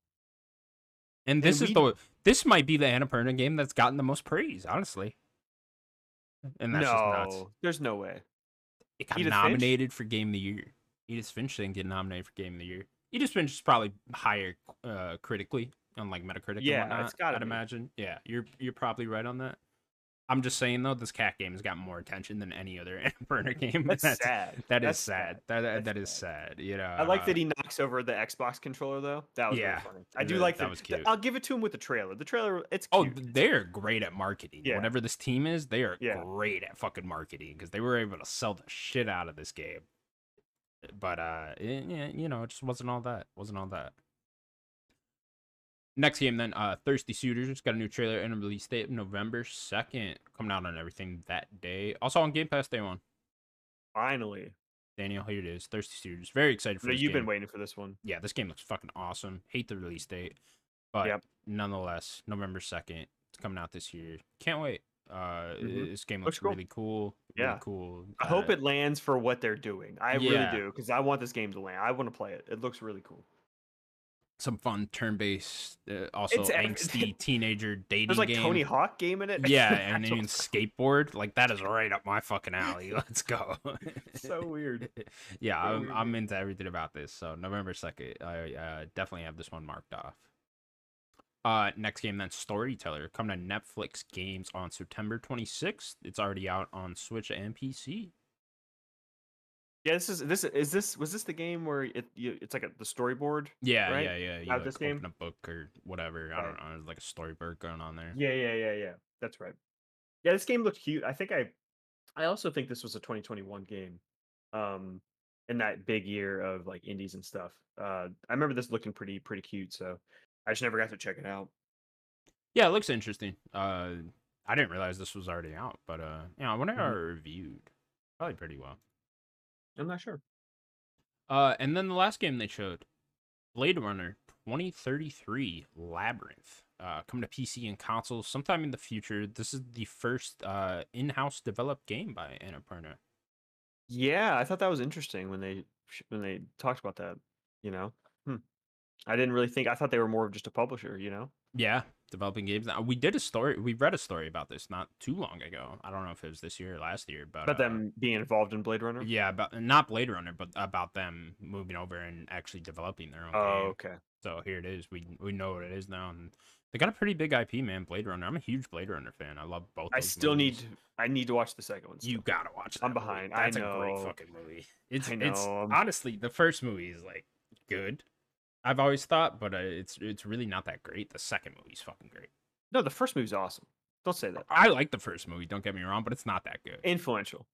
A: And this
B: And
A: is
B: we-
A: the this might be the Annapurna game that's gotten the most praise, honestly. And that's just nuts.
B: no, there's no way.
A: it got
B: Edith Finch?
A: nominated for Game of the Year. Edith Finch didn't get nominated for Game of the Year. Edith Finch is probably higher uh, critically on like Metacritic.
B: Yeah,
A: and
B: it's
A: whatnot,
B: gotta
A: I'd
B: be.
A: imagine. Yeah, you're you're probably right on that. I'm just saying though, this cat game has got more attention than any other Annapurna game.
B: That's,
A: That's-
B: sad.
A: that is
B: That's
A: sad. That that-
B: That's
A: that is
B: sad.
A: sad. You know.
B: I like that he knocks over the Xbox controller though. That was
A: yeah,
B: really funny. I do
A: that-
B: like
A: that
B: the-
A: was
B: the-
A: cute.
B: I'll give it to him with the trailer. The trailer, it's
A: Oh,
B: cute.
A: th- they're great at marketing.
B: Yeah.
A: Whatever this team is, they are
B: Yeah.
A: great at fucking marketing because they were able to sell the shit out of this game. But uh, eh, yeah, you know, it just wasn't all that. Wasn't all that. Next game then, uh, Thirsty Suitors got a new trailer and a release date of November second, coming out on everything that day. Also on Game Pass day one.
B: Finally,
A: Daniel, here it is, Thirsty Suitors. Very excited for.
B: No,
A: this
B: you've
A: game.
B: been waiting for this one.
A: yeah, this game looks fucking awesome. Hate the release date, but
B: Yep.
A: nonetheless, November second, it's coming out this year. Can't wait. Uh,
B: Mhm.
A: this game looks
B: Looks cool.
A: really cool.
B: Yeah.
A: really cool.
B: I hope
A: Uh,
B: it lands for what they're doing. I
A: yeah.
B: really do because I want this game to land. I want to play it. It looks really cool.
A: some fun turn-based, uh, also
B: It's ev-
A: angsty teenager dating
B: There's like
A: game.
B: Tony Hawk game in it.
A: yeah, and
B: That's
A: then
B: what's
A: skateboard. Like that is right up my fucking alley. Let's go.
B: so weird.
A: yeah,
B: so
A: I'm,
B: weird,
A: I'm
B: dude.
A: into everything about this. So November second, I uh, definitely have this one marked off. Uh, next game then Storyteller come to Netflix games on September 26th. It's already out on Switch and PC.
B: Yeah, this is this is this was this the game where it you, it's like a, the storyboard.
A: Yeah,
B: Right?
A: yeah, yeah. You
B: Out
A: like,
B: this
A: open
B: game?
A: a book or whatever. I
B: Right.
A: don't know. There's like a storyboard going on there.
B: Yeah, yeah, yeah, yeah. That's right. Yeah, this game looked cute. I think I, I also think this was a 2021 game, um, in that big year of like indies and stuff. Uh, I remember this looking pretty pretty cute. So I just never got to check it out.
A: Yeah, it looks interesting. Uh, I didn't realize this was already out, but uh, yeah, I wonder how
B: Mhm.
A: it reviewed. Probably pretty well.
B: I'm not sure.
A: Uh, and then the last game they showed, Blade Runner 2033 Labyrinth, uh, coming to PC and console sometime in the future. This is the first uh in-house developed game by Annapurna.
B: Yeah, I thought that was interesting when they sh- when they talked about that. You know, hmm. I didn't really think. I thought they were more of just a publisher. You know.
A: Yeah, developing games. Uh, We did a story. We read a story about this not too long ago. I don't know if it was this year or last year, but
B: About
A: uh,
B: them being involved in Blade Runner.
A: Yeah, about not Blade Runner, but about them moving over and actually developing their own
B: Oh,
A: game.
B: okay.
A: So here it is. We we know what it is now, and they got a pretty big IP, man. Blade Runner. I'm a huge Blade Runner fan. I love both.
B: I
A: those
B: still need.
A: movies.
B: to- I need to watch the second one.
A: You
B: still.
A: gotta watch. That
B: I'm
A: movie.
B: behind. I
A: That's a great
B: know.
A: fucking movie. It's
B: I
A: it's
B: know, I'm-
A: honestly the first movie is like good. I've always thought, but uh, it's it's really not that great. The second movie's fucking great.
B: No, the first movie's awesome. Don't say that.
A: I like the first movie. Don't get me wrong, but it's not that good.
B: Influential.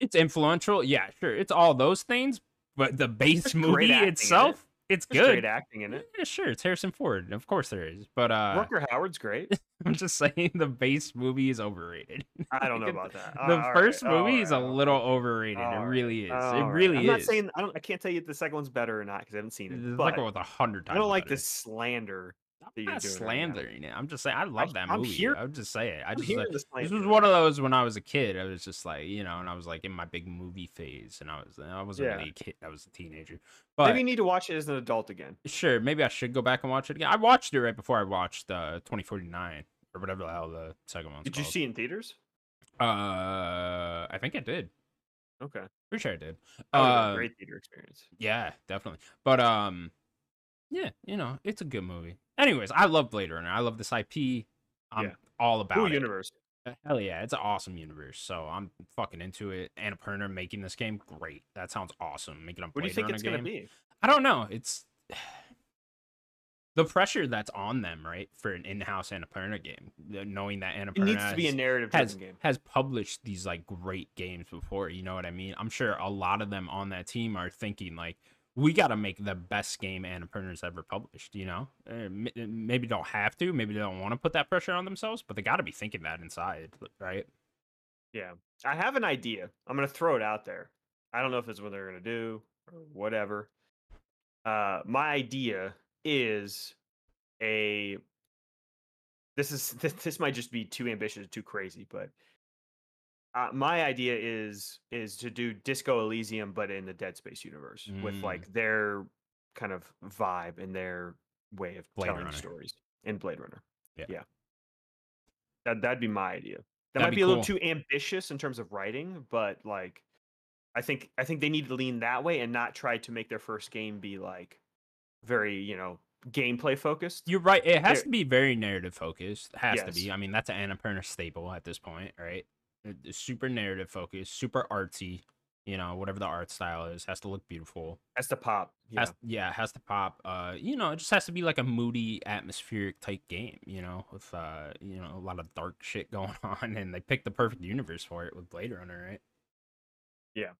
A: it's influential. Yeah, sure. It's all those things, but the base
B: There's great
A: movie
B: acting in it.
A: itself, it's
B: There's Great
A: good.
B: acting in it.
A: Yeah, sure. It's Harrison Ford. Of course there is. But uh
B: Rucker Howard's great.
A: I'm just saying the base movie is overrated.
B: I don't know
A: Like,
B: about that. Uh,
A: the
B: All right,
A: first
B: all
A: movie is a
B: right, all
A: little overrated.
B: all
A: it
B: right,
A: really is.
B: all
A: it
B: right.
A: really
B: I'm
A: is.
B: not saying I don't. I can't tell you if the second one's better or not because I haven't seen
A: it's
B: it.
A: like
B: But
A: with a hundred
B: I
A: times.
B: don't like
A: better.
B: this slander. that
A: I'm
B: you're
A: not
B: doing right now.
A: slandering it. I'm just saying I love that
B: I'm
A: movie.
B: here- uh
A: I'm just saying. I
B: I'm
A: just
B: hearing
A: like-
B: the
A: this
B: slander.
A: was one of those when I was a kid. I was just like you know, and I was like in my big movie phase, and I was I wasn't
B: Yeah.
A: really a kid. I was a teenager. But
B: Maybe you need to watch it as an adult again.
A: sure, maybe I should go back and watch it again. I watched it right before I watched uh 2049 or whatever the hell the second one's
B: Did you
A: called.
B: see it in theaters?
A: Uh, I think I did.
B: Okay.
A: Pretty sure I did.
B: That would've been a
A: Uh,
B: great theater experience.
A: yeah, definitely. But um, yeah, you know, it's a good movie. Anyways, I love Blade Runner. I love this IP. I'm
B: Yeah.
A: all about
B: Cool
A: it.
B: universe.
A: Uh, Hell yeah, it's an awesome universe. So I'm fucking into it. Annapurna making this game, great. That sounds awesome. Making a Blade
B: What do you think
A: Runner
B: it's
A: game.
B: gonna be?
A: I don't know. It's the pressure that's on them, right, for an in-house Annapurna game, the- knowing that Annapurna
B: It needs to be a
A: has,
B: narrative
A: has,
B: driven game.
A: has published these like great games before. You know what I mean? I'm sure a lot of them on that team are thinking like, we got to make the best game Annapurna's ever published. You know, Uh, m- maybe don't have to, maybe they don't want to put that pressure on themselves, but they got to be thinking that inside, right?
B: I have an idea. I'm gonna throw it out there. I don't know if it's what they're gonna do or whatever. Uh, my idea is a. This is this, this might just be too ambitious, too crazy, but uh, my idea is is to do Disco Elysium, but in the Dead Space universe with
A: Mm.
B: like their kind of vibe and their way of
A: Blade
B: telling
A: Runner.
B: stories in Blade Runner.
A: Yeah.
B: That that'd be my idea. That
A: That'd
B: might
A: be
B: be, a little
A: cool.
B: too ambitious in terms of writing, but like I think I think they need to lean that way and not try to make their first game be like very, you know, gameplay focused.
A: You're right. It has
B: There-
A: to be very narrative focused. Has to be.
B: Yes.
A: I mean, that's an Annapurna staple at this point, right? It- it's super narrative focused, super artsy. You know, whatever the art style is, has to look beautiful.
B: That's the pop. Yeah.
A: Has yeah, has to pop. Uh, you know, it just has to be like a moody, atmospheric type game. You know, with uh, you know, a lot of dark shit going on, and they picked the perfect universe for it with Blade Runner, right?
B: Yeah.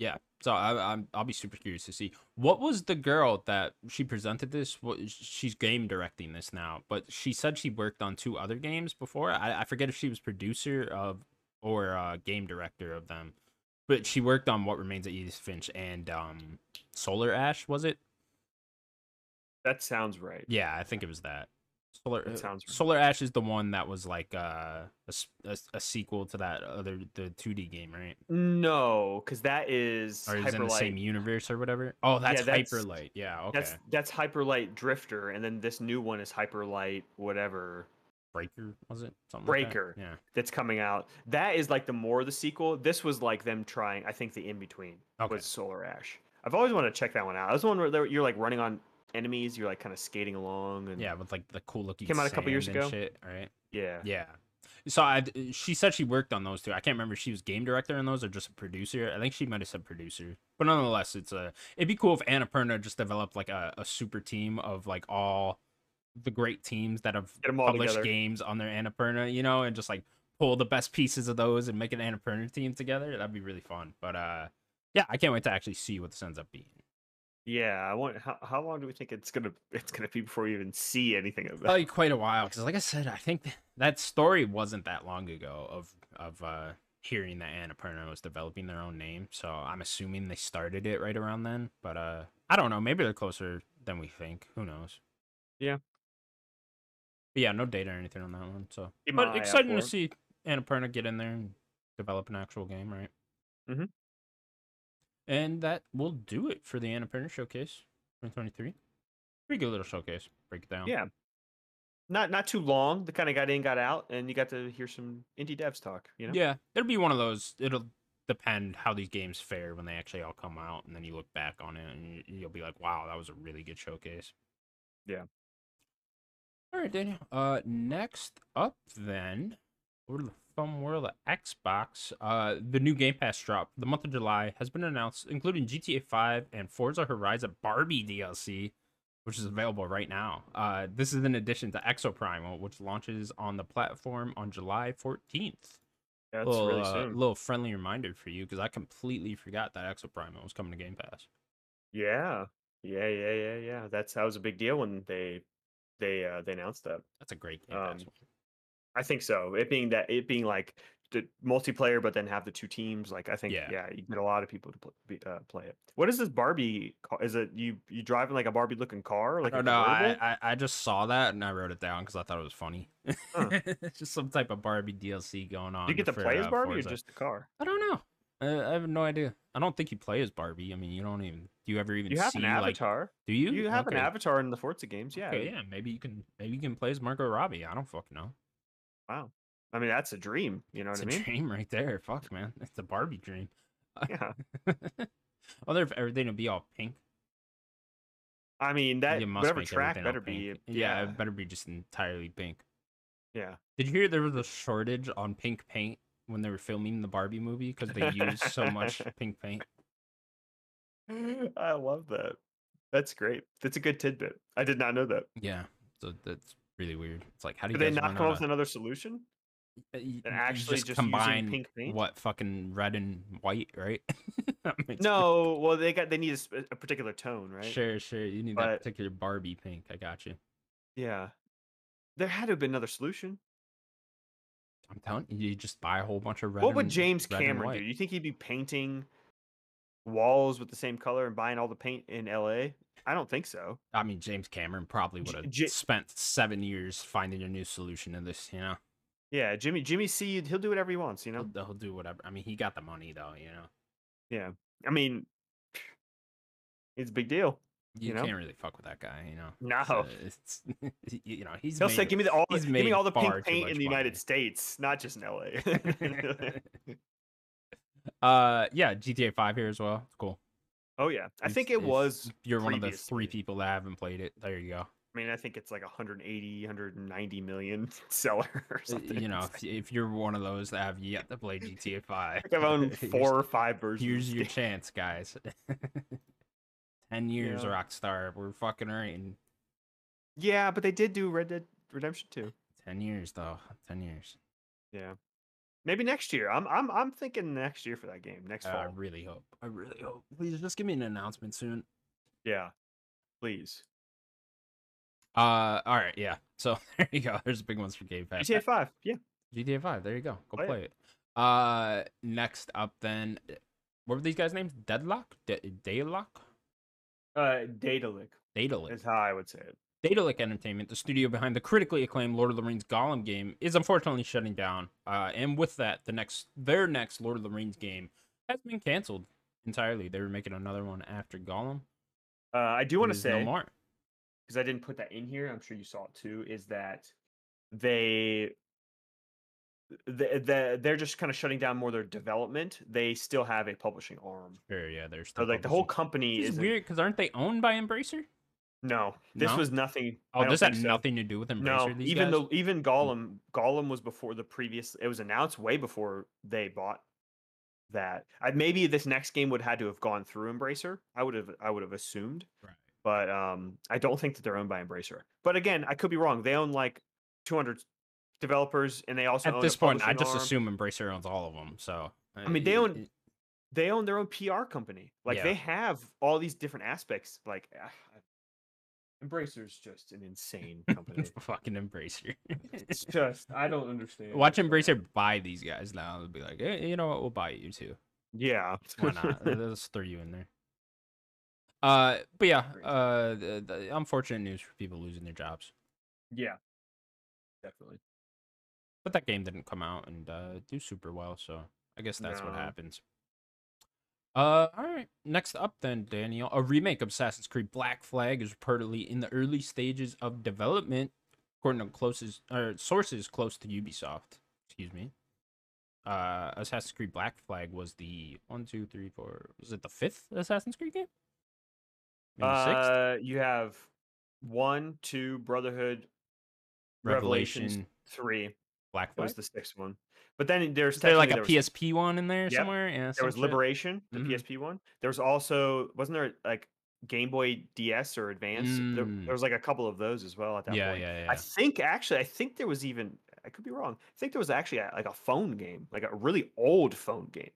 A: yeah. So I, I'm I'll be super curious to see what was the girl that she presented this. What she's game directing this now, but she said she worked on two other games before. I, I forget if she was producer of or uh, game director of them, but she worked on What Remains of Edith Finch and um, Solar Ash. Was it?
B: that sounds right.
A: Yeah, I think it was that. Solar
B: That
A: uh,
B: sounds right.
A: Solar Ash is the one that was like uh, a, s- a s- a sequel to that other the 2D game, right?
B: No, because that is
A: Or is in the same
B: Hyperlight.
A: universe or whatever. Oh, that's,
B: Yeah, that's-
A: Hyper Light. Yeah, okay.
B: That's that's Hyperlight Drifter, and then this new one is Hyperlight whatever
A: Breaker was it? Something
B: Breaker.
A: Like that?
B: that's coming out. That is like the more of the sequel. This was like them trying. I think the in between
A: Yeah. Okay.
B: was Solar Ash. I've always wanted to check that one out. That was the one where there- you're like running on enemies. You're like kind of skating along. And
A: Yeah, with like the cool looking
B: Came out a couple years
A: sand and
B: ago.
A: Shit, right?
B: yeah,
A: Yeah. So I, she said she worked on those two. I can't remember if she was game director on those or just a producer. I think she might have said producer. But nonetheless, it's a. It'd be cool if Annapurna just developed like a, a super team of like all the great teams that have
B: get them all
A: published
B: together.
A: games on their Annapurna, you know, and just like pull the best pieces of those and make an Annapurna team together. That'd be really fun. But uh, yeah, I can't wait to actually see what this ends up being.
B: Yeah, I want. How, how long do we think it's gonna it's gonna be before we even see anything of that?
A: probably quite a while because like i said i think th- that story wasn't that long ago of of uh hearing that annapurna was developing their own name so i'm assuming they started it right around then but uh i don't know maybe they're closer than we think who knows
B: Yeah.
A: but yeah no data or anything on that one so
B: Keep my eye
A: but
B: out
A: exciting
B: for
A: to
B: it.
A: see annapurna get in there and develop an actual game right
B: Mhm.
A: and that will do it for the annapurna showcase 2023 pretty good little showcase break it down
B: Yeah. Not not too long. The kind of got in, got out, and you got to hear some indie devs talk. You know.
A: Yeah, it'll be one of those. It'll depend how these games fare when they actually all come out, and then you look back on it and you- you'll be like, "Wow, that was a really good showcase."
B: Yeah.
A: All right, Daniel. Uh, next up, then, over to the fun world of Xbox. Uh, the new Game Pass drop, the month of July, has been announced, including GTA 5 and Forza Horizon Barbie DLC which is available right now. Uh, this is in addition to Exoprimal, which launches on the platform on July 14th.
B: Yeah, that's
A: little,
B: really
A: uh,
B: soon.
A: little friendly reminder for you because I completely forgot that Exoprimal was coming to Game Pass.
B: Yeah. Yeah, yeah, yeah, yeah. That's that was a big deal when they they uh they announced that.
A: That's a great Game Pass.
B: Um,
A: one.
B: I think so. It being that it being like the multiplayer, but then have the two teams. Like I think,
A: Yeah.
B: yeah, you get a lot of people to pl- be, uh, play it. What is this Barbie? ca- Is it you? You driving like a Barbie looking car? Like
A: I
B: a
A: don't know. I,
B: convertible?
A: I, I just saw that and I wrote it down because I thought it was funny. It's just some type of Barbie DLC going on.
B: Do you get to
A: for,
B: play as
A: uh,
B: Barbie
A: Forza.
B: or just the car?
A: I don't know. Uh, I have no idea. I don't think you play as Barbie. I mean, you don't even. Do you ever even
B: You have
A: see
B: an
A: like?
B: avatar.
A: Do you?
B: you have an
A: Okay.
B: avatar in the Forza games. Yeah.
A: Okay, yeah, maybe you can maybe you can play as Margot Robbie. I don't fucking know.
B: Wow. I mean, that's a dream. You know
A: It's
B: what
A: a
B: I mean?
A: dream right there. Fuck, man, it's a Barbie dream.
B: Yeah.
A: Other if everything would be all pink.
B: I mean that
A: you must
B: whatever
A: make
B: track
A: everything all
B: better be.
A: pink. yeah,
B: Yeah.
A: it better be just entirely pink.
B: Yeah.
A: Did you hear there was a shortage on pink paint when they were filming the Barbie movie because they used so much pink paint?
B: I love that. That's great. That's a good tidbit. I did not know that.
A: Yeah, so that's really weird. It's like how do you
B: Did they
A: guys
B: not
A: run
B: come up
A: out
B: with another solution
A: of- uh, you-
B: than
A: you
B: actually just,
A: combine
B: using pink paint?
A: what fucking red and white, right? That makes
B: No, well they got they need a, sp- a particular tone, right?
A: Sure, sure. You need that
B: But-
A: particular Barbie pink. I got you.
B: Yeah. There had to have been another solution.
A: I'm telling you, you just buy a whole bunch of red.
B: what would
A: and-
B: James
A: red and
B: Cameron
A: white.
B: do? You think he'd be painting walls with the same color and buying all the paint in LA? I don't think so.
A: I mean, James Cameron probably
B: J-
A: would have
B: J-
A: spent seven years finding a new solution to this. You know,
B: Yeah, Jimmy Jimmy C he'll do whatever he wants, you know.
A: he'll, he'll do whatever. I mean, he got the money though. You know,
B: Yeah. I mean it's a big deal.
A: you,
B: You know?
A: can't really fuck with that guy. You know,
B: No.
A: So it's you- you know he's
B: He'll
A: made
B: say, "Give me the all,
A: he's
B: give me
A: made
B: all the
A: far
B: pink
A: too
B: paint
A: much
B: in the United
A: money."
B: States, not just in LA."
A: uh, yeah, GTA Five here as well. It's cool.
B: oh yeah, I
A: It's-
B: think it
A: it's-
B: was.
A: You're one of the three
B: previously.
A: people that haven't played it. There you go.
B: I mean, I think it's like 180, 190 million seller or
A: Uh,
B: something.
A: You know,
B: It's
A: if, if you're one of those that have yet to play GTA Five,
B: like- I think I've owned
A: here's-
B: four or five versions.
A: Here's
B: of
A: your
B: this
A: chance, guys. Ten years,
B: Yeah.
A: Rockstar. We're fucking writing.
B: game. Yeah, but they did do Red Dead Redemption 2.
A: Ten years, though. Ten years.
B: Yeah, maybe next year. I'm I'm I'm thinking next year for that game. Next
A: Uh, I
B: fall.
A: really hope. I really hope. Please just give me an announcement soon.
B: Yeah, please.
A: Uh, all right, yeah. So there you go. There's big ones for Game Pass.
B: GTA 5. Yeah.
A: GTA Five. There you go. Go
B: Play
A: play,
B: it.
A: it. Uh, next up, then, what were these guys' names? Deadlock, De- Daylock,
B: Uh, Datalic
A: Datalic.
B: is how I would say it.
A: Daedalic Entertainment, the studio behind the critically acclaimed Lord of the Rings Gollum game, is unfortunately shutting down. Uh, and with that, the next their next Lord of the Rings game has been canceled entirely. They were making another one after Gollum.
B: Uh, I do
A: There
B: want to
A: is no
B: say
A: more.
B: because I didn't put that in here. I'm sure you saw it too. Is that they the, the, they're just kind of shutting down more their development. They still have a publishing arm.
A: Sure, yeah, there's
B: So
A: still
B: like the whole
A: publishing.
B: company
A: This
B: is
A: is weird because aren't they owned by Embracer?
B: No, this
A: No?
B: was nothing. I
A: Oh,
B: don't
A: this had
B: think so.
A: nothing to do with Embracer.
B: No,
A: these guys?
B: even
A: Hmm.
B: though even Gollum Gollum was before the previous. It was announced way before they bought that. I, maybe this next game would had to have gone through Embracer. I would have I would have assumed,
A: Right.
B: but um, I don't think that they're owned by Embracer. But again, I could be wrong. They own like 200 developers, and they also own
A: at
B: a
A: this point, I
B: publishing
A: just
B: arm.
A: assume Embracer owns all of them. So uh, I
B: mean, they own- they own their own PR company. Like
A: Yeah.
B: they have all these different aspects. Like. ah, Embracer's just an insane company.
A: fucking Embracer.
B: it's just I don't understand.
A: Watch Embracer buy these guys now. They'll be like, "Eh, you know what? We'll buy you too.
B: Yeah.
A: Why not? Let- Let's throw you in there. Uh, but yeah,
B: Crazy.
A: uh, the, the unfortunate news for people losing their jobs.
B: yeah. Definitely.
A: But that game didn't come out and uh, do super well, so I guess that's what
B: No.
A: happens. Uh, all right. Next up, then Daniel, a remake of Assassin's Creed Black Flag is reportedly in the early stages of development, according to closest or sources close to Ubisoft. Excuse me. Uh, Assassin's Creed Black Flag was the one, two, three, four. Was it the fifth Assassin's Creed game? Maybe sixth.
B: Uh, you have one, two, Brotherhood,
A: Revelation,
B: Revelations, three.
A: Black
B: That
A: Flag.
B: was the sixth one. But then there's
A: Is there like a
B: technically
A: PSP one in there
B: Yep,
A: somewhere? Yeah,
B: there
A: some
B: was, there was
A: shit.
B: Liberation, the
A: Mhm.
B: PSP one. There was also wasn't there like Game Boy DS or Advance? There,
A: Mm.
B: there was like a couple of those as well at that
A: Yeah,
B: point.
A: yeah, yeah.
B: I think actually, I think there was even I could be wrong. I think there was actually a, like a phone game, like a really old phone game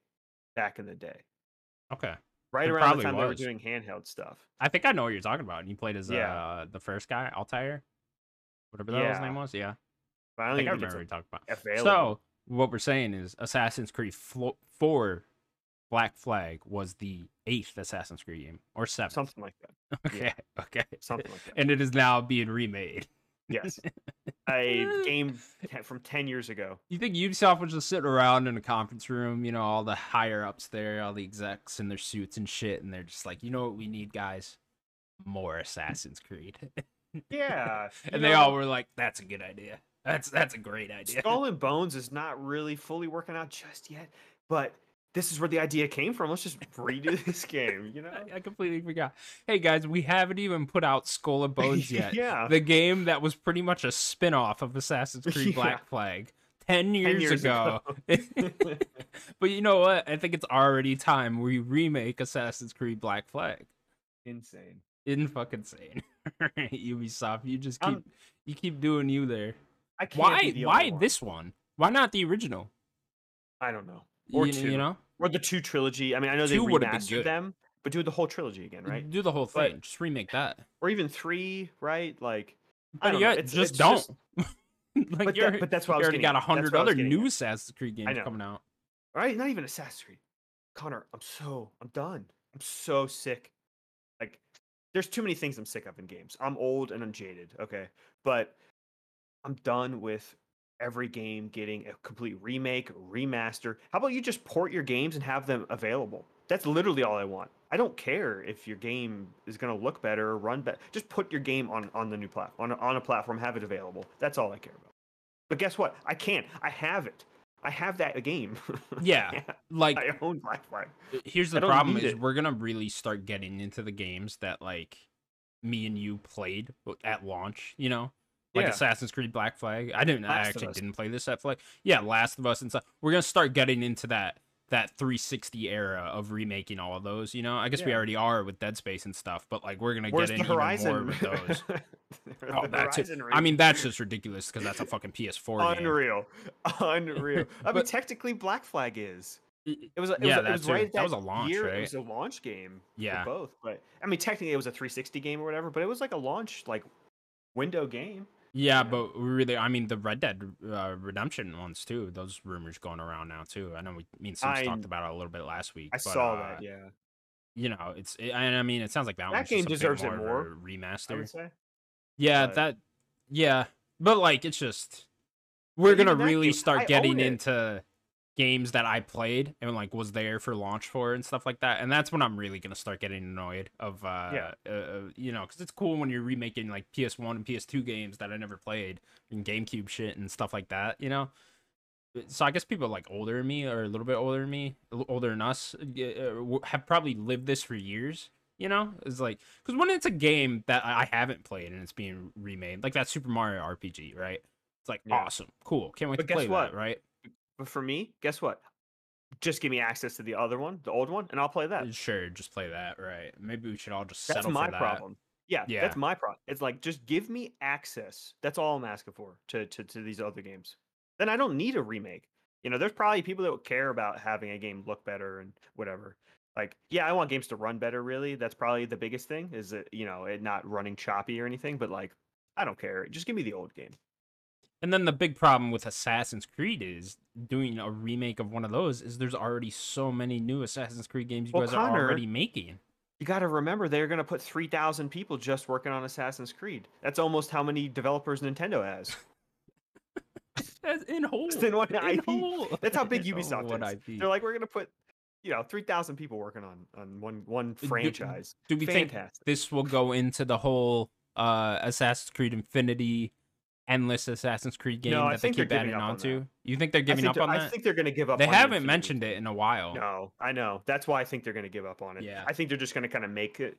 B: back in the day,
A: Okay.
B: right
A: There
B: around the
A: probably
B: time they were
A: was.
B: doing handheld stuff.
A: I think I know what you're talking about. And you played as
B: Yeah.
A: uh, the first guy, Altair, whatever the hell his
B: Yeah.
A: name was. Yeah,
B: But I
A: I
B: don't
A: think I
B: even
A: remember
B: think
A: what you're
B: it's
A: talking about.
B: available.
A: So what we're saying is, Assassin's Creed Flo- Four, Black Flag was the eighth Assassin's Creed game or seventh.
B: something like that.
A: okay, okay.
B: Something like that.
A: And it is now being remade.
B: yes, a game te- from ten years ago.
A: You think Ubisoft was just sitting around in a conference room, you know, all the higher ups there, all the execs in their suits and shit, and they're just like, you know what we need, guys? More Assassin's Creed.
B: Yeah, you
A: and they
B: know,
A: all were like, "That's a good idea. That's that's a great idea."
B: Skull and Bones is not really fully working out just yet, but this is where the idea came from. Let's just redo this game. You know?
A: I, I completely forgot. Hey guys, we haven't even put out Skull and Bones yet.
B: yeah.
A: The game that was pretty much a spin-off of Assassin's Creed
B: Yeah.
A: Black Flag 10 years,
B: years
A: ago. but you know what? I think it's already time we remake Assassin's Creed Black Flag.
B: Insane.
A: In fucking sane. Ubisoft, you just keep
B: Um,
A: you keep doing you there.
B: I can't
A: Why
B: be the only
A: why
B: one.
A: this one? Why not the original?
B: I don't know. Or
A: you,
B: two.
A: you know?
B: Or the two trilogy. I mean, I know they
A: Two would've been
B: remastered
A: good. Mm-hmm.
B: them, but do the whole trilogy again, right?
A: Do the whole
B: But-
A: thing. just remake that.
B: Or even three, right? Like, I
A: But
B: don't
A: yeah,
B: know. It's,
A: just
B: it's
A: don't. like
B: but,
A: you're,
B: that, but that's what
A: you
B: I was
A: already
B: getting
A: got
B: at.
A: a
B: That's
A: hundred
B: what I was
A: other
B: getting at.
A: new Assassin's Creed games
B: know.
A: coming out.
B: right? Not even Assassin's Creed. Connor, I'm so I'm done. I'm so sick. Like, there's too many things I'm sick of in games. I'm old and I'm jaded. Okay, but I'm done with every game getting a complete remake, remaster. How about you just port your games and have them available? That's literally all I want. I don't care if your game is gonna look better or run better. Just put your game on on the new platform on a, on a platform, have it available. That's all I care about. But guess what? I can't. I have it. I have that game.
A: Yeah. Like
B: I own Black Flag.
A: here's
B: I
A: the
B: don't
A: problem
B: need
A: is
B: it.
A: we're gonna really start getting into the games that like me and you played w- at launch, you know? Like
B: Yeah.
A: Assassin's Creed Black Flag. I didn't
B: Last
A: I
B: of
A: actually
B: Us.
A: didn't play this at Flag. Yeah, Last of Us and stuff. We're gonna start getting into that that 360 era of remaking all of those, you know. I guess we
B: Yeah.
A: already are with Dead Space and stuff, but like we're gonna
B: Where's
A: get
B: the
A: in even more
B: Horizon?
A: with those.
B: There's
A: Oh,
B: the
A: that's it.
B: Horizon
A: I
B: remake.
A: mean, that's just ridiculous because that's a fucking PS4 game.
B: unreal, unreal. I mean,
A: But-
B: technically, Black Flag is.
A: Y-
B: It was. a- It
A: yeah,
B: was, a-
A: that
B: it was
A: too.
B: right at
A: That was a launch,
B: year.
A: right?
B: It was a launch game. for
A: Yeah.
B: both, but I mean, technically, it was a 360 game or whatever, but it was like a launch like window game.
A: Yeah,
B: Yeah.
A: but really, I mean, the Red Dead uh, Redemption ones too. Those rumors going around now too. I know we me and Sims
B: I-
A: talked about it a little bit last week.
B: I
A: but,
B: saw
A: uh,
B: that. Yeah,
A: You know, it's it, and I mean, it sounds like that,
B: That
A: one's
B: game
A: just a bit
B: deserves it
A: more of a
B: more, I
A: remaster.
B: would say.
A: Yeah,
B: But-
A: that. Yeah, but like it's just we're
B: even
A: gonna
B: that
A: really
B: game, I
A: start
B: own
A: getting
B: it.
A: into games that I played and like was there for launch for and stuff like that, and that's when I'm really gonna start getting annoyed of uh,
B: Yeah.
A: uh, uh you know because it's cool when you're remaking like PS1 and PS2 games that I never played and GameCube shit and stuff like that, you know. So I guess people like older than me or a little bit older than me, a little older than us, uh, w- have probably lived this for years. You know, it's like because when it's a game that I I haven't played and it's being remade, like that Super Mario RPG, right? It's like
B: Yeah.
A: awesome, cool. Can't wait
B: But
A: to play
B: guess what?
A: that, right?
B: But for me, guess what? Just give me access to the other one, the old one, and I'll play that.
A: Uh, Sure, just play that, right? Maybe we should all just
B: That's
A: settle
B: my
A: for that.
B: problem. Yeah,
A: Yeah.
B: that's my problem. It's like just give me access. That's all I'm asking for to, to to these other games. Then I don't need a remake. You know, there's probably people that would care about having a game look better and whatever. Like, yeah, I want games to run better. Really, that's probably the biggest thing. Is that you know it not running choppy or anything. But like, I don't care. Just give me the old game.
A: And then the big problem with Assassin's Creed is doing a remake of one of those is there's already so many new Assassin's Creed games you
B: Well,
A: guys are
B: Connor-
A: already making.
B: You got to remember they're going to put 3,000 people just working on Assassin's Creed. That's almost how many developers Nintendo has.
A: That's in whole.
B: Just in one
A: in
B: IP.
A: whole.
B: That's how big
A: In
B: Ubisoft
A: one
B: is.
A: IP.
B: They're like we're going to put you know 3,000 people working on on one one
A: do-
B: franchise.
A: Do we think
B: Fantastic.
A: this will go into the whole uh Assassin's Creed Infinity endless Assassin's Creed game
B: No, I
A: that they
B: think they're
A: keep adding
B: giving up on
A: onto?
B: that.
A: You think they're
B: I
A: giving
B: think
A: up
B: they're-
A: on
B: I
A: that?
B: think they're going to give up
A: They
B: on
A: haven't
B: Infinity.
A: mentioned it in a while.
B: No, I know. That's why I think they're going to give up on it.
A: Yeah.
B: I think they're just going to kind of make it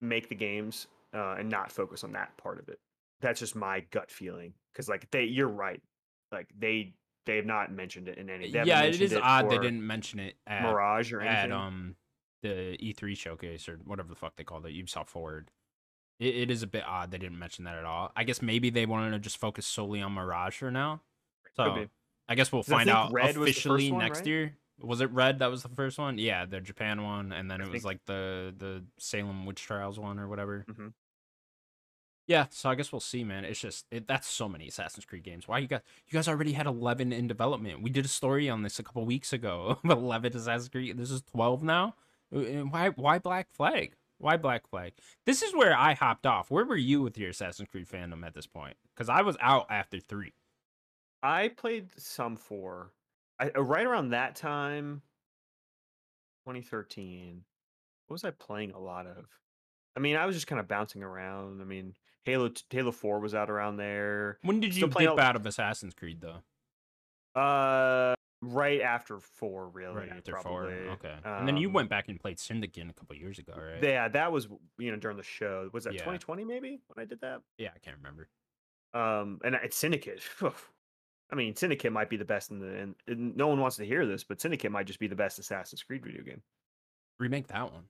B: make the games uh, and not focus on that part of it. That's just my gut feeling cuz like they you're right. Like they they have not mentioned it in any they haven't
A: yeah, it
B: mentioned
A: is odd they
B: for
A: didn't mention it at,
B: Mirage or
A: at
B: anything.
A: um the E3 showcase or whatever the fuck they called it, Ubisoft Forward. It, it is a bit odd they didn't mention that at all. I guess maybe they wanted to just focus solely on Mirage for now.
B: Could
A: So
B: be.
A: I guess we'll
B: 'Cause I
A: find
B: think
A: out
B: Red was the first
A: officially
B: one,
A: next
B: right?
A: year. Was it Red that was the first one? Yeah, the Japan one, and then
B: I
A: it was
B: think-
A: like the the Salem witch trials one or whatever.
B: Mhm.
A: Yeah, so I guess we'll see, man. It's just it, that's so many Assassin's Creed games. Why you guys you guys already had eleven in development? We did a story on this a couple weeks ago. of eleven Assassin's Creed. This is twelve now. Uh, uh, Why why Black Flag? Why Black Flag? This is where I hopped off. Where were you with your Assassin's Creed fandom at this point? Because I was out after three.
B: I played some four. I, uh, right around that time, 2013. What was I playing a lot of? I mean, I was just kind of bouncing around. I mean, Halo t- Halo Four was out around there.
A: When did you
B: Still playing
A: dip
B: a-
A: out of Assassin's Creed though?
B: Uh, right after four, really.
A: Right after
B: probably.
A: four. Okay. and then you
B: Um,
A: went back and played Syndicate a couple years ago, right?
B: Yeah, that was you know during the show. Was that
A: Yeah.
B: 2020 maybe when I did that?
A: yeah, I can't remember.
B: Um, and it's Syndicate. I mean, Syndicate might be the best in the. In, in, no one wants to hear this, but Syndicate might just be the best Assassin's Creed video game.
A: Remake that one.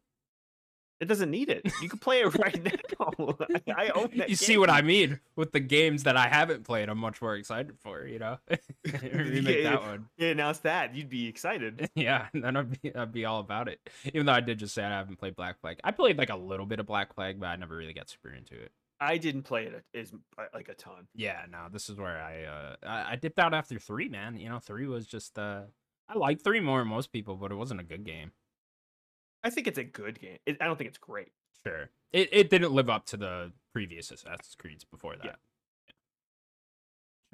B: It doesn't need it. You can play it right now. I, I own
A: you
B: that.
A: see what I
B: game.
A: mean with the games that I haven't played. I'm much more excited for. You know, remake
B: Yeah,
A: that one.
B: You announce that, you'd be excited.
A: Yeah, and then I'd be, I'd be all about it. Even though I did just say I haven't played Black Flag. I played like a little bit of Black Flag, but I never really got super into it.
B: I didn't play it a- as uh, like a ton.
A: yeah no this is where i uh I, I dipped out after three man you know three was just uh i like three more than most people but it wasn't a good game
B: I think it's a good game. It, I don't think it's great.
A: sure it, it didn't live up to the previous assassin's creeds before that
B: Yeah.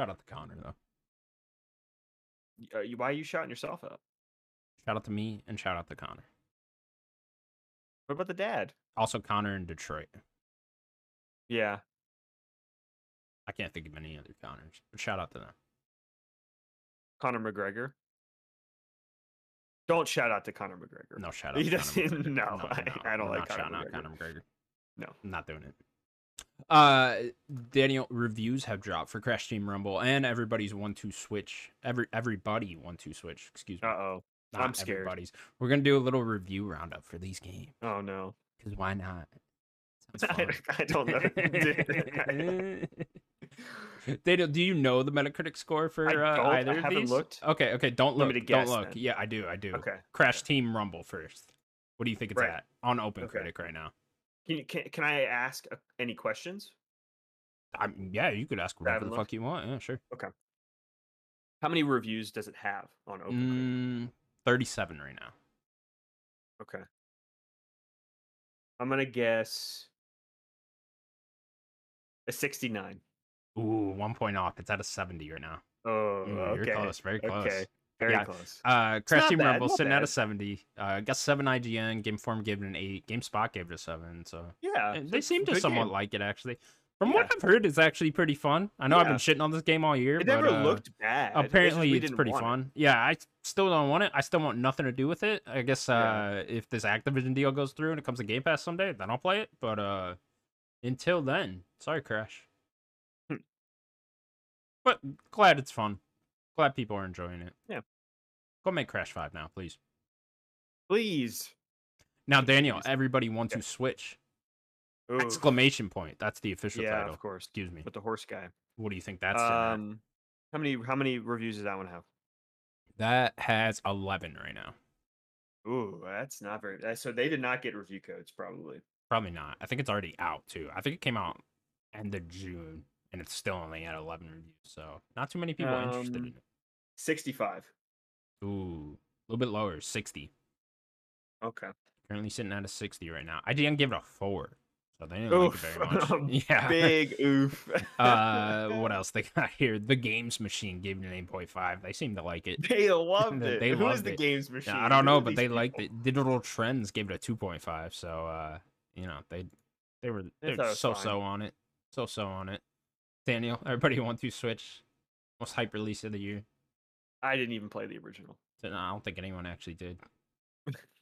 A: shout out to connor though
B: Y- Uh, you, why are you shouting yourself out?
A: shout out to me and shout out to connor
B: What about the dad?
A: also connor in detroit
B: Yeah,
A: i can't think of any other connors but shout out to them
B: Conor McGregor. Don't shout out to Conor McGregor.
A: no shout out
B: He
A: to Conor
B: doesn't-
A: McGregor.
B: no, I- I don't
A: I'm not
B: like Conor
A: shouting out
B: McGregor.
A: Conor McGregor.
B: No.
A: I'm not doing it. Uh, Daniel, reviews have dropped for Crash Team Rumble and everybody's one two switch. Every everybody one two switch. Excuse
B: Uh
A: me.
B: oh.
A: not
B: I'm scared.
A: Everybody's. We're gonna do a little review roundup for these games
B: Oh no.
A: because why not? Sounds
B: I,
A: fun.
B: I don't know. Dude,
A: Daniel, do you know the Metacritic score for
B: I
A: uh,
B: don't, I
A: either of
B: haven't
A: these?
B: looked.
A: Okay, okay. Don't
B: Want
A: look.
B: me to
A: don't
B: guess,
A: look.
B: then?
A: Yeah, I do. I do.
B: okay.
A: Crash Team Rumble first. What do you think it's
B: Right.
A: at on Open
B: Okay.
A: Critic right now?
B: Can, you, can can I ask uh, any questions?
A: I mean, yeah, you could ask
B: I
A: whatever
B: haven't
A: the
B: looked.
A: fuck you want. Yeah, sure.
B: How many reviews does it have on
A: Mm,
B: OpenCritic?
A: Thirty-seven right now.
B: Okay. I'm gonna guess A 69.
A: Ooh, one point off. It's at a 70 right now.
B: Oh,
A: Ooh,
B: okay.
A: Mm, You're close. Very close.
B: Okay. Very
A: Yeah.
B: close.
A: Uh, Crash
B: not
A: Team
B: bad,
A: Rumble
B: not
A: sitting at a
B: bad.
A: 70. Uh, got 7 IGN. GameForm gave it an 8. GameSpot gave it a 7. So
B: yeah.
A: And they seem to
B: Uh, good
A: somewhat
B: game.
A: like it, actually. From what I've heard, it's actually pretty fun. I know I've been shitting on this game all year.
B: It
A: but,
B: never
A: uh,
B: looked bad. it's just
A: Apparently,
B: we
A: it's
B: didn't
A: pretty
B: want it.
A: fun. Yeah, I s- still don't want it. I still want nothing to do with it. I guess uh,
B: Yeah.
A: if this Activision deal goes through and it comes to Game Pass someday, then I'll play it. But uh, until then, sorry, Crash.
B: Hmm.
A: But glad it's fun. Glad people are enjoying it.
B: Yeah.
A: Go make Crash 5 now, please.
B: Please.
A: Now, Daniel,
B: Please.
A: everybody wants
B: Yeah.
A: to switch.
B: Ooh,
A: Exclamation point. That's the official
B: yeah,
A: title.
B: of course.
A: Excuse me.
B: With the horse guy.
A: What do you think that's? uh, sitting at?
B: Um, how many how many reviews does that one have?
A: That has 11 right now.
B: Ooh, that's not very. that- So they did not get review codes, probably.
A: Probably not. I think it's already out too. I think it came out end of June and it's still only at 11 reviews. So not too many people interested in
B: Um,
A: it.
B: Sixty-five.
A: Ooh, a little bit lower, 60.
B: Okay.
A: Currently sitting at a 60 right now. I didn't give it a four. So they didn't like it
B: Oof.
A: very
B: Um,
A: much. Yeah.
B: Big oof.
A: Uh, what else they got here? The Games Machine gave it an 8.5. They seem to like it.
B: They loved
A: They
B: it. Who is
A: loved
B: the
A: it.
B: games machine?
A: Yeah, I don't
B: Who
A: know,
B: are
A: but
B: these
A: they liked
B: people?
A: it. Digital Trends gave it a 2.5. So, uh, you know, they they were they
B: thought it
A: were
B: was
A: so
B: fine.
A: so on it, so so on it. Daniel, everybody want to switch most hype release of the year.
B: I didn't even play the original.
A: So, no, I don't think anyone actually did.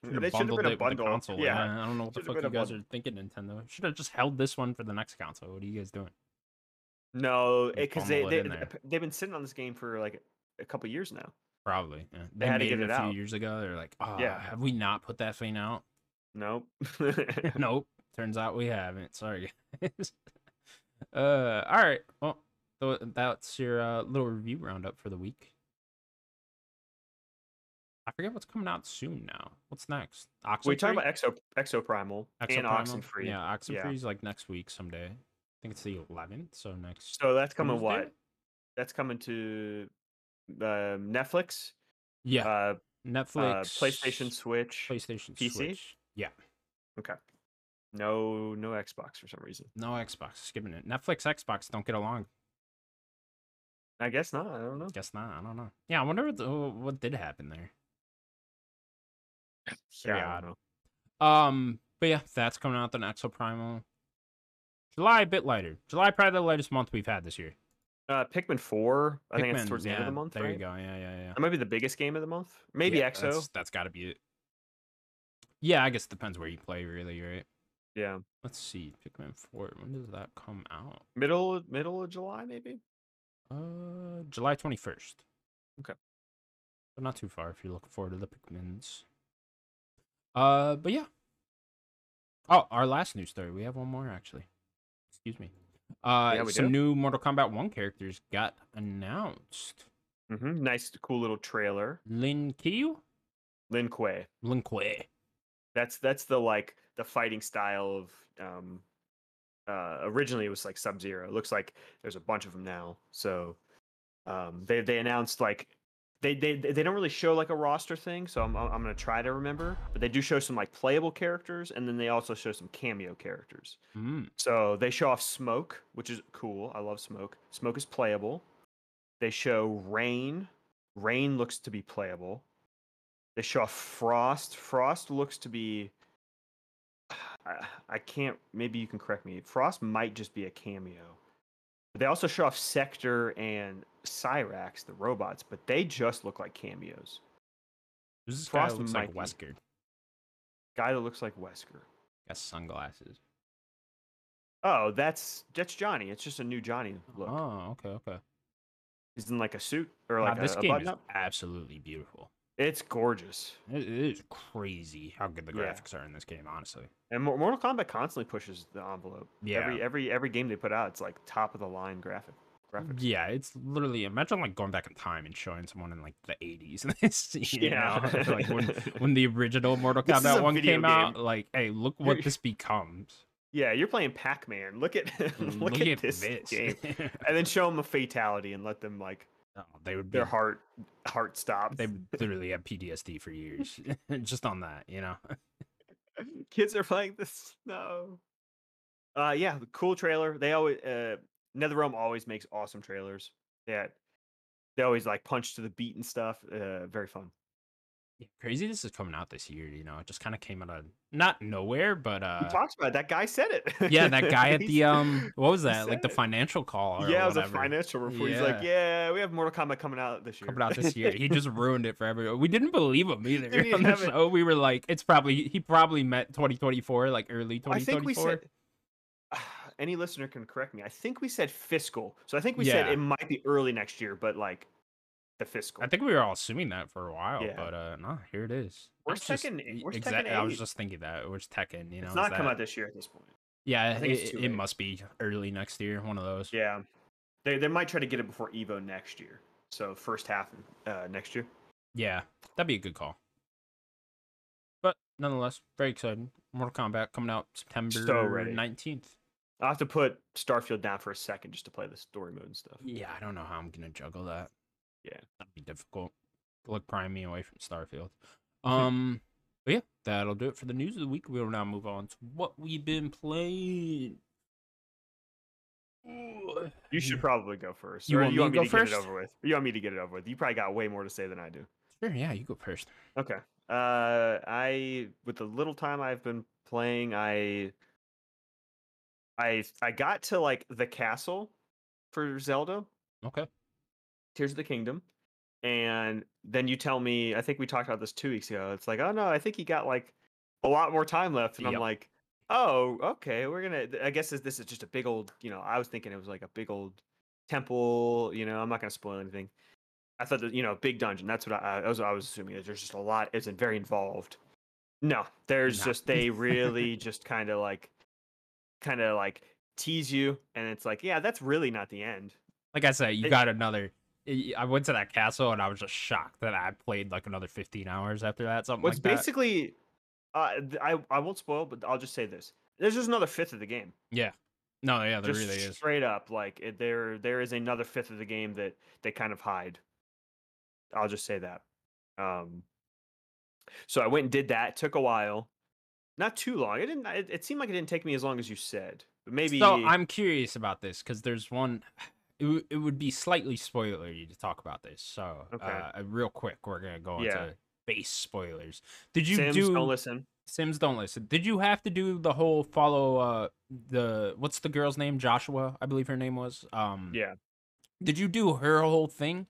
A: Should've
B: They should have been
A: it with
B: a
A: the
B: bundle.
A: console. Yeah.
B: Yeah.
A: I don't know what the
B: Should've
A: fuck
B: been
A: you
B: a
A: guys are
B: bundle.
A: thinking, Nintendo. Should have just held this one for the next console. What are you guys doing?
B: No,
A: They
B: because they,
A: bundle it
B: they
A: in there.
B: ap- they've been sitting on this game for like a couple years now.
A: Probably. Yeah. They,
B: had to
A: made
B: get
A: it a
B: it
A: few
B: out.
A: years ago. They're like, oh,
B: Yeah.
A: have we not put that thing out?
B: Nope.
A: nope. Turns out we haven't. Sorry, guys. uh, all right. Well, tho- that's your uh, little review roundup for the week. I forget what's coming out soon now. What's next? Oxenfree.
B: we talking about Exo Exoprimal, and
A: Exoprimal?
B: Oxenfree.
A: Yeah,
B: Yeah.
A: Oxenfree's like next week someday. I think it's the 11th. So next.
B: So that's coming
A: Tuesday?
B: what? That's coming to uh, Netflix,
A: Yeah.
B: uh, uh,
A: Netflix.
B: PlayStation, Switch.
A: PlayStation.
B: PC?
A: Switch. Yeah.
B: Okay. No, no Xbox for some reason.
A: No Xbox. Skipping it. Netflix, Xbox don't get along.
B: I guess not. I don't know.
A: Guess not. I don't know. Yeah, I wonder what, the, what did happen there.
B: Yeah,
A: Yeah,
B: I don't know.
A: Um, but yeah, that's coming out then Exoprimal. July a bit lighter. July probably the lightest month we've had this year.
B: Uh, Pikmin Four. I think
A: Pikmin,
B: it's towards the end of the
A: yeah,
B: month.
A: There
B: right?
A: you go. Yeah, yeah, yeah.
B: That might be the biggest game of the month. Maybe
A: Yeah,
B: Exo.
A: that's- that's got to be it. Yeah, I guess it depends where you play, really, right?
B: Yeah,
A: Let's see, Pikmin Four. When does that come out?
B: middle middle of July maybe.
A: Uh, July twenty first.
B: Okay.
A: So not too far if you're looking forward to the Pikmin's. Uh, but yeah. Oh, our last news story. We have one more actually. Excuse me. Uh,
B: Yeah, we
A: some
B: do?
A: new Mortal Kombat One characters got announced.
B: hmm Nice, cool little trailer.
A: Lin Qiu,
B: Lin Kuei.
A: Lin Kuei.
B: That's that's the like the fighting style of. Um, uh, originally it was like Sub Zero. It looks like there's a bunch of them now. So, um, they they announced like. They, they, they don't really show like a roster thing, so I'm, I'm gonna try to remember. But they do show some like playable characters, and then they also show some cameo characters.
A: Mm.
B: So they show off Smoke, which is cool. I love Smoke. Smoke is playable. They show Rain. Rain looks to be playable. They show off Frost. Frost looks to be. I- I can't. Maybe you can correct me. Frost might just be a cameo. But they also show off Sector and Cyrax, the robots, but they just look like cameos.
A: This guy
B: Frost
A: looks like
B: might
A: Wesker.
B: Guy that looks like Wesker.
A: Got sunglasses.
B: Oh, that's that's Johnny. It's just a new Johnny look.
A: Oh, okay, okay.
B: He's in like a suit or
A: Wow,
B: like a,
A: this
B: a
A: game is
B: button-up.
A: absolutely beautiful.
B: It's gorgeous.
A: It it is crazy how good the
B: Yeah.
A: graphics are in this game, honestly.
B: And Mor- Mortal Kombat constantly pushes the envelope.
A: Yeah.
B: Every every every game they put out, it's like top of the line graphic graphics.
A: Yeah, it's literally imagine like going back in time and showing someone in like the 80s and this, you
B: Yeah.
A: know, like when, when the original Mortal
B: This is
A: Kombat
B: a
A: one
B: video
A: came out,
B: game.
A: like, hey, look what this becomes.
B: Yeah, you're playing Pac-Man. Look at
A: Mm,
B: look, at, this, game. And then show them a fatality and let them like
A: Oh, they would be,
B: their heart heart stop.
A: they would literally have PTSD for years just on that, you know.
B: Kids are playing this. No. Uh, yeah, the cool trailer. They always uh, NetherRealm always makes awesome trailers. Yeah, they always like punch to the beat and stuff. Uh, very fun.
A: Yeah, crazy this is coming out this year, you know. It just kind of came out of not nowhere, but
B: He
A: uh
B: talks about it. that guy said it.
A: yeah, that guy at
B: He
A: the
B: s-
A: um what was
B: he
A: that? Like the
B: said it.
A: financial call or
B: Yeah, it was a
A: whatever.
B: financial report. He's like, yeah, we have Mortal Kombat coming out this year.
A: coming out this year. He just ruined it for everyone. We didn't believe him either.
B: Dude, he
A: on the
B: haven't-
A: show, we were like, it's probably he probably met 2024, like early 2024.
B: I think we said. Any listener can correct me. I think we said fiscal. So I think we said
A: Yeah.
B: it might be early next year, but like the fiscal.
A: I think we were all assuming that for a while,
B: Yeah.
A: but uh, no, here it is.
B: Where's
A: That's just-
B: Tekken-
A: y-
B: where's Tekken
A: exactly. I was
B: 8?
A: just thinking that. Where's Tekken? You know,
B: it's
A: is
B: not come
A: that-
B: out this year at this point.
A: Yeah,
B: I think it's
A: it,
B: too
A: it
B: late.
A: must be early next year. One of those.
B: Yeah, they they might try to get it before Evo next year. So first half uh, next year.
A: Yeah, that'd be a good call. But nonetheless, very exciting. Mortal Kombat coming out September
B: ready.
A: 19th.
B: I will have to put Starfield down for a second just to play the story mode and stuff.
A: Yeah, I don't know how I'm gonna juggle that.
B: Yeah.
A: that'd be difficult. Look, prying me away from Starfield. Um, but yeah, that'll do it for the news of the week. We will now move on to what we've been playing. Ooh.
B: You should probably go first.
A: Hmm. You
B: or
A: want me to
B: me,
A: go
B: to get
A: first?
B: it over with? You want me to get it over with? You probably got way more to say than I do.
A: Sure, yeah, you go first.
B: Okay. Uh, I with the little time I've been playing, I I I got to like the castle for Zelda
A: Okay.
B: Tears of the Kingdom, and then you tell me. I think we talked about this two weeks ago. It's like, oh no, I think he got like a lot more time left, and
A: Yep.
B: I'm like, oh okay, we're gonna. th- I guess this, this is just a big old. You know, I was thinking it was like a big old temple. You know, I'm not gonna spoil anything. I thought that you know, big dungeon. That's what I, I was. I was assuming that there's just a lot. Isn't very involved. No, there's
A: Nah.
B: just they really just kind of like, kind of like tease you, and it's like, yeah, that's really not the end.
A: Like I said, you
B: It-
A: got another. I I went to that castle and I was just shocked that I played like another 15 hours after that. Something
B: What's
A: like that.
B: basically, uh, th- I I won't spoil, but I'll just say this: there's just another fifth of the game.
A: No, yeah, Oh, there
B: just
A: really is.
B: straight up, like it, there there is another fifth of the game that they kind of hide. I'll just say that. Um, so I went and did that. Took a while, not too long. It didn't. It, it seemed like it didn't take me as long as you said, but maybe.
A: So I'm curious about this because there's one. It, w- it would be slightly spoilery to talk about this. So,
B: Okay.
A: uh, real quick, we're gonna go
B: Yeah.
A: into base spoilers. Did you
B: Sims,
A: do
B: don't listen.
A: Sims? Don't listen. Did you have to do the whole follow? Uh, the what's the girl's name? Joshua, I believe her name was. Um,
B: Yeah.
A: Did you do her whole thing?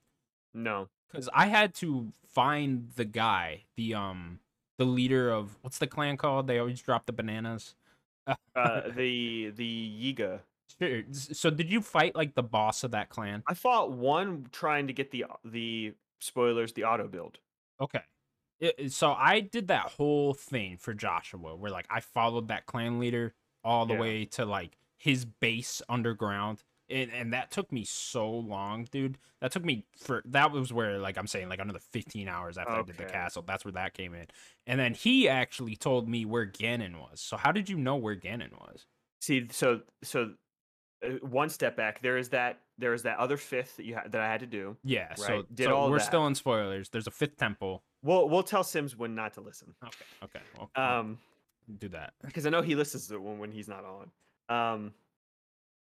B: No.
A: Because I had to find the guy, the um, the leader of what's the clan called? They always drop the bananas.
B: Uh, the the Yiga.
A: Sure. S- So did you fight like the boss of that clan?
B: I fought one trying to get the the spoilers the auto build.
A: Okay. It- it- so I did that whole thing for Joshua where like I followed that clan leader all the
B: Yeah.
A: way to like his base underground. And, and that took me so long, dude. That took me for that was where like I'm saying like another 15 hours after I did the
B: Okay.
A: castle. That's where that came in. And then he actually told me where Ganon was. So how did you know where Ganon was?
B: See, so so uh, one step back. There is that. There is that other fifth that you ha- that I had to do.
A: Yeah, so,
B: Right, did
A: so
B: all
A: we're
B: that.
A: still in spoilers. There's a fifth temple.
B: We'll we'll tell Sims when not to listen.
A: Okay, okay. Well, I'll
B: Um,
A: do that.
B: because I know he listens to it when, when he's not on. Um,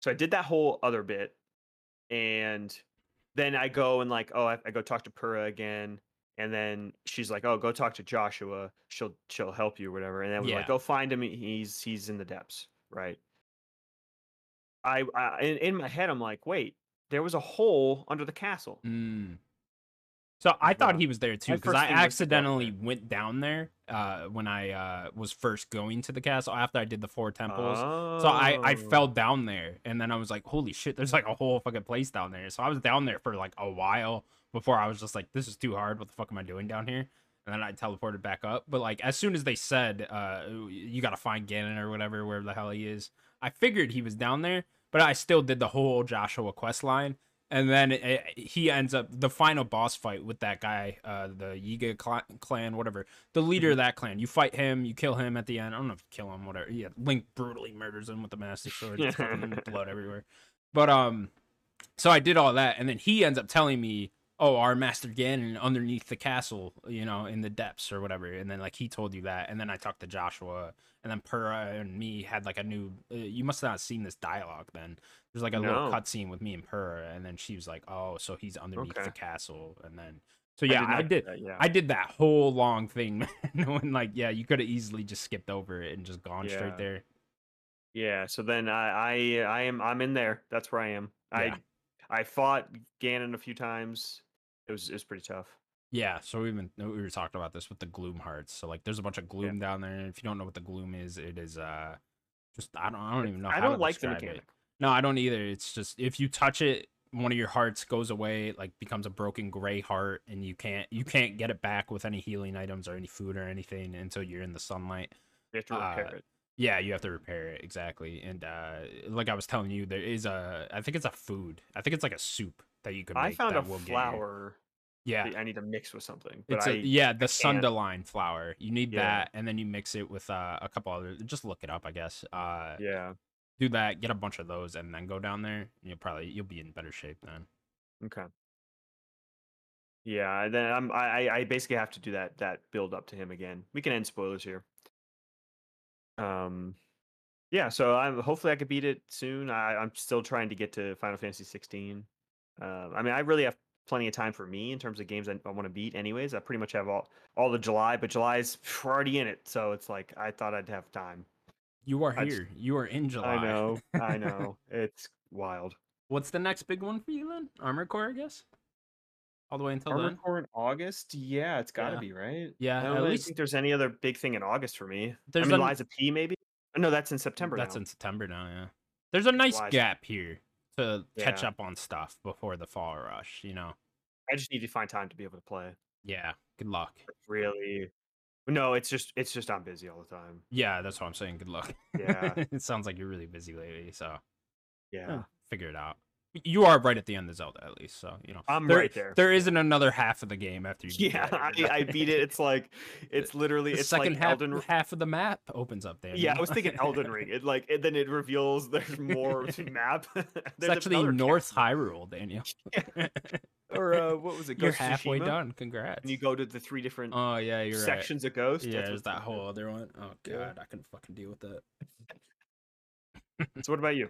B: so I did that whole other bit, and then I go and like, oh, I, I go talk to Pura again, and then she's like, oh, go talk to Joshua. She'll she'll help you, or whatever. And then we're
A: Yeah.
B: like, go find him. He's he's in the depths, right? I, I in, in my head, I'm like, wait, there was a hole under the castle.
A: Mm. So I
B: As
A: thought
B: well.
A: he was there too
B: My
A: because
B: first
A: I
B: thing was to go up
A: accidentally
B: there.
A: went down there uh, when I uh, was first going to the castle after I did the four temples. So I, I
B: Oh.
A: fell down there and then I was like, holy shit, there's like a whole fucking place down there. So I was down there for like a while before I was just like, this is too hard. What the fuck am I doing down here? And then I teleported back up. But like as soon as they said, uh, you gotta find Ganon or whatever, wherever the hell he is, I figured he was down there, but I still did the whole Joshua quest line. And then it, it- he ends up the final boss fight with that guy, uh, the Yiga cl- clan, whatever, the leader of that clan. You fight him, you kill him at the end. I don't know if you kill him, whatever. Yeah, Link brutally murders him with the Master Sword. It's fucking blood everywhere. But um, so I did all that, and then he ends up telling me oh, our master Ganon underneath the castle, you know, in the depths or whatever. And then like he told you that, and then I talked to Joshua, and then Pura and me had like a new. Uh, you must not have seen this dialogue then. There's like a little
B: No.
A: cutscene with me and Pura, and then she was like, oh, so he's underneath
B: Okay.
A: the castle, and then so yeah,
B: not
A: I
B: do
A: did.
B: that, yeah.
A: I did that whole long thing, man. Knowing like, yeah, you could have easily just skipped over it and just gone
B: Yeah.
A: straight there.
B: Yeah, so then I I I am I'm in there. That's where I am.
A: Yeah.
B: I I fought Ganon a few times. It was it was pretty tough.
A: Yeah, so we've been we were talking about this with the gloom hearts. So like, there's a bunch of gloom down there. And if you don't know what the gloom is, it is uh, just I don't I don't even know.
B: I
A: how
B: don't
A: to
B: like the
A: describe it.
B: mechanic.
A: No, I don't either. It's just if you touch it, one of your hearts goes away, like becomes a broken gray heart, and you can't you can't get it back with any healing items or any food or anything until you're in the sunlight.
B: You have to repair
A: Uh,
B: it.
A: Yeah, you have to repair it exactly. And uh like I was telling you, there is a I think it's a food. I think it's like a soup that you can make.
B: I found a
A: that will get you-
B: flower
A: Yeah.
B: that I need to mix with something. But
A: It's
B: I
A: a, yeah, the
B: can't-
A: sundaline flour. You need
B: Yeah.
A: that, and then you mix it with uh, a couple other. Just look it up, I guess. Uh,
B: yeah.
A: Do that, get a bunch of those, and then go down there. and You'll probably you'll be in better shape then.
B: Okay. Yeah, and then I'm I I- I basically have to do that that build up to him again. We can end spoilers here. Um yeah, so I'm hopefully I could beat it soon. I, I'm still trying to get to Final Fantasy 16. Um, I mean, I really have plenty of time for me in terms of games I, I want to beat. Anyways, I pretty much have all all the July, but July's already in it, so it's like I thought I'd have time.
A: You are
B: I just-
A: here. You are in July.
B: I know, I know, it's wild.
A: What's the next big one for you then? Armor Core, I guess. All the way until
B: Armored
A: then.
B: Core in August? Yeah, it's got to
A: Yeah.
B: be right.
A: Yeah,
B: I don't
A: at
B: really
A: least
B: think there's any other big thing in August for me.
A: There's
B: I mean,
A: an- Mm,
B: Liza P maybe. Oh, No, that's in September.
A: That's
B: now.
A: in September now, yeah. There's a nice
B: Wise.
A: gap here to catch
B: Yeah.
A: up on stuff before the fall rush, you know.
B: I just need to find time to be able to play.
A: Yeah, good luck.
B: That's really. No, it's just it's just I'm busy all the time.
A: Yeah, that's what I'm saying. Good luck.
B: Yeah,
A: it sounds like you're really busy lately, so
B: yeah.
A: yeah. figure it out. Y- You are right at the end of Zelda, at least, so you know.
B: I'm right there.
A: There isn't another half of the game after you. beat
B: Yeah,
A: that, you
B: I,
A: know?
B: I beat it. It's like it's literally
A: the
B: it's
A: second
B: like
A: half,
B: Elden. Ring-
A: half of the map opens up there. you
B: Yeah, I
A: know?
B: was thinking Elden Ring. It like it, then it reveals there's more to map.
A: It's
B: There's
A: actually
B: another
A: North
B: castle.
A: Hyrule, Daniel.
B: or uh, what was it?
A: you're
B: Ghost of
A: halfway
B: Tsushima?
A: done. Congrats.
B: And you go to the three different
A: oh yeah, you're right.
B: sections of Ghost.
A: Yeah,
B: that's
A: there's
B: what's
A: that
B: in there.
A: whole other one. Oh
B: Yeah.
A: god, I couldn't fucking deal with that.
B: So what about you?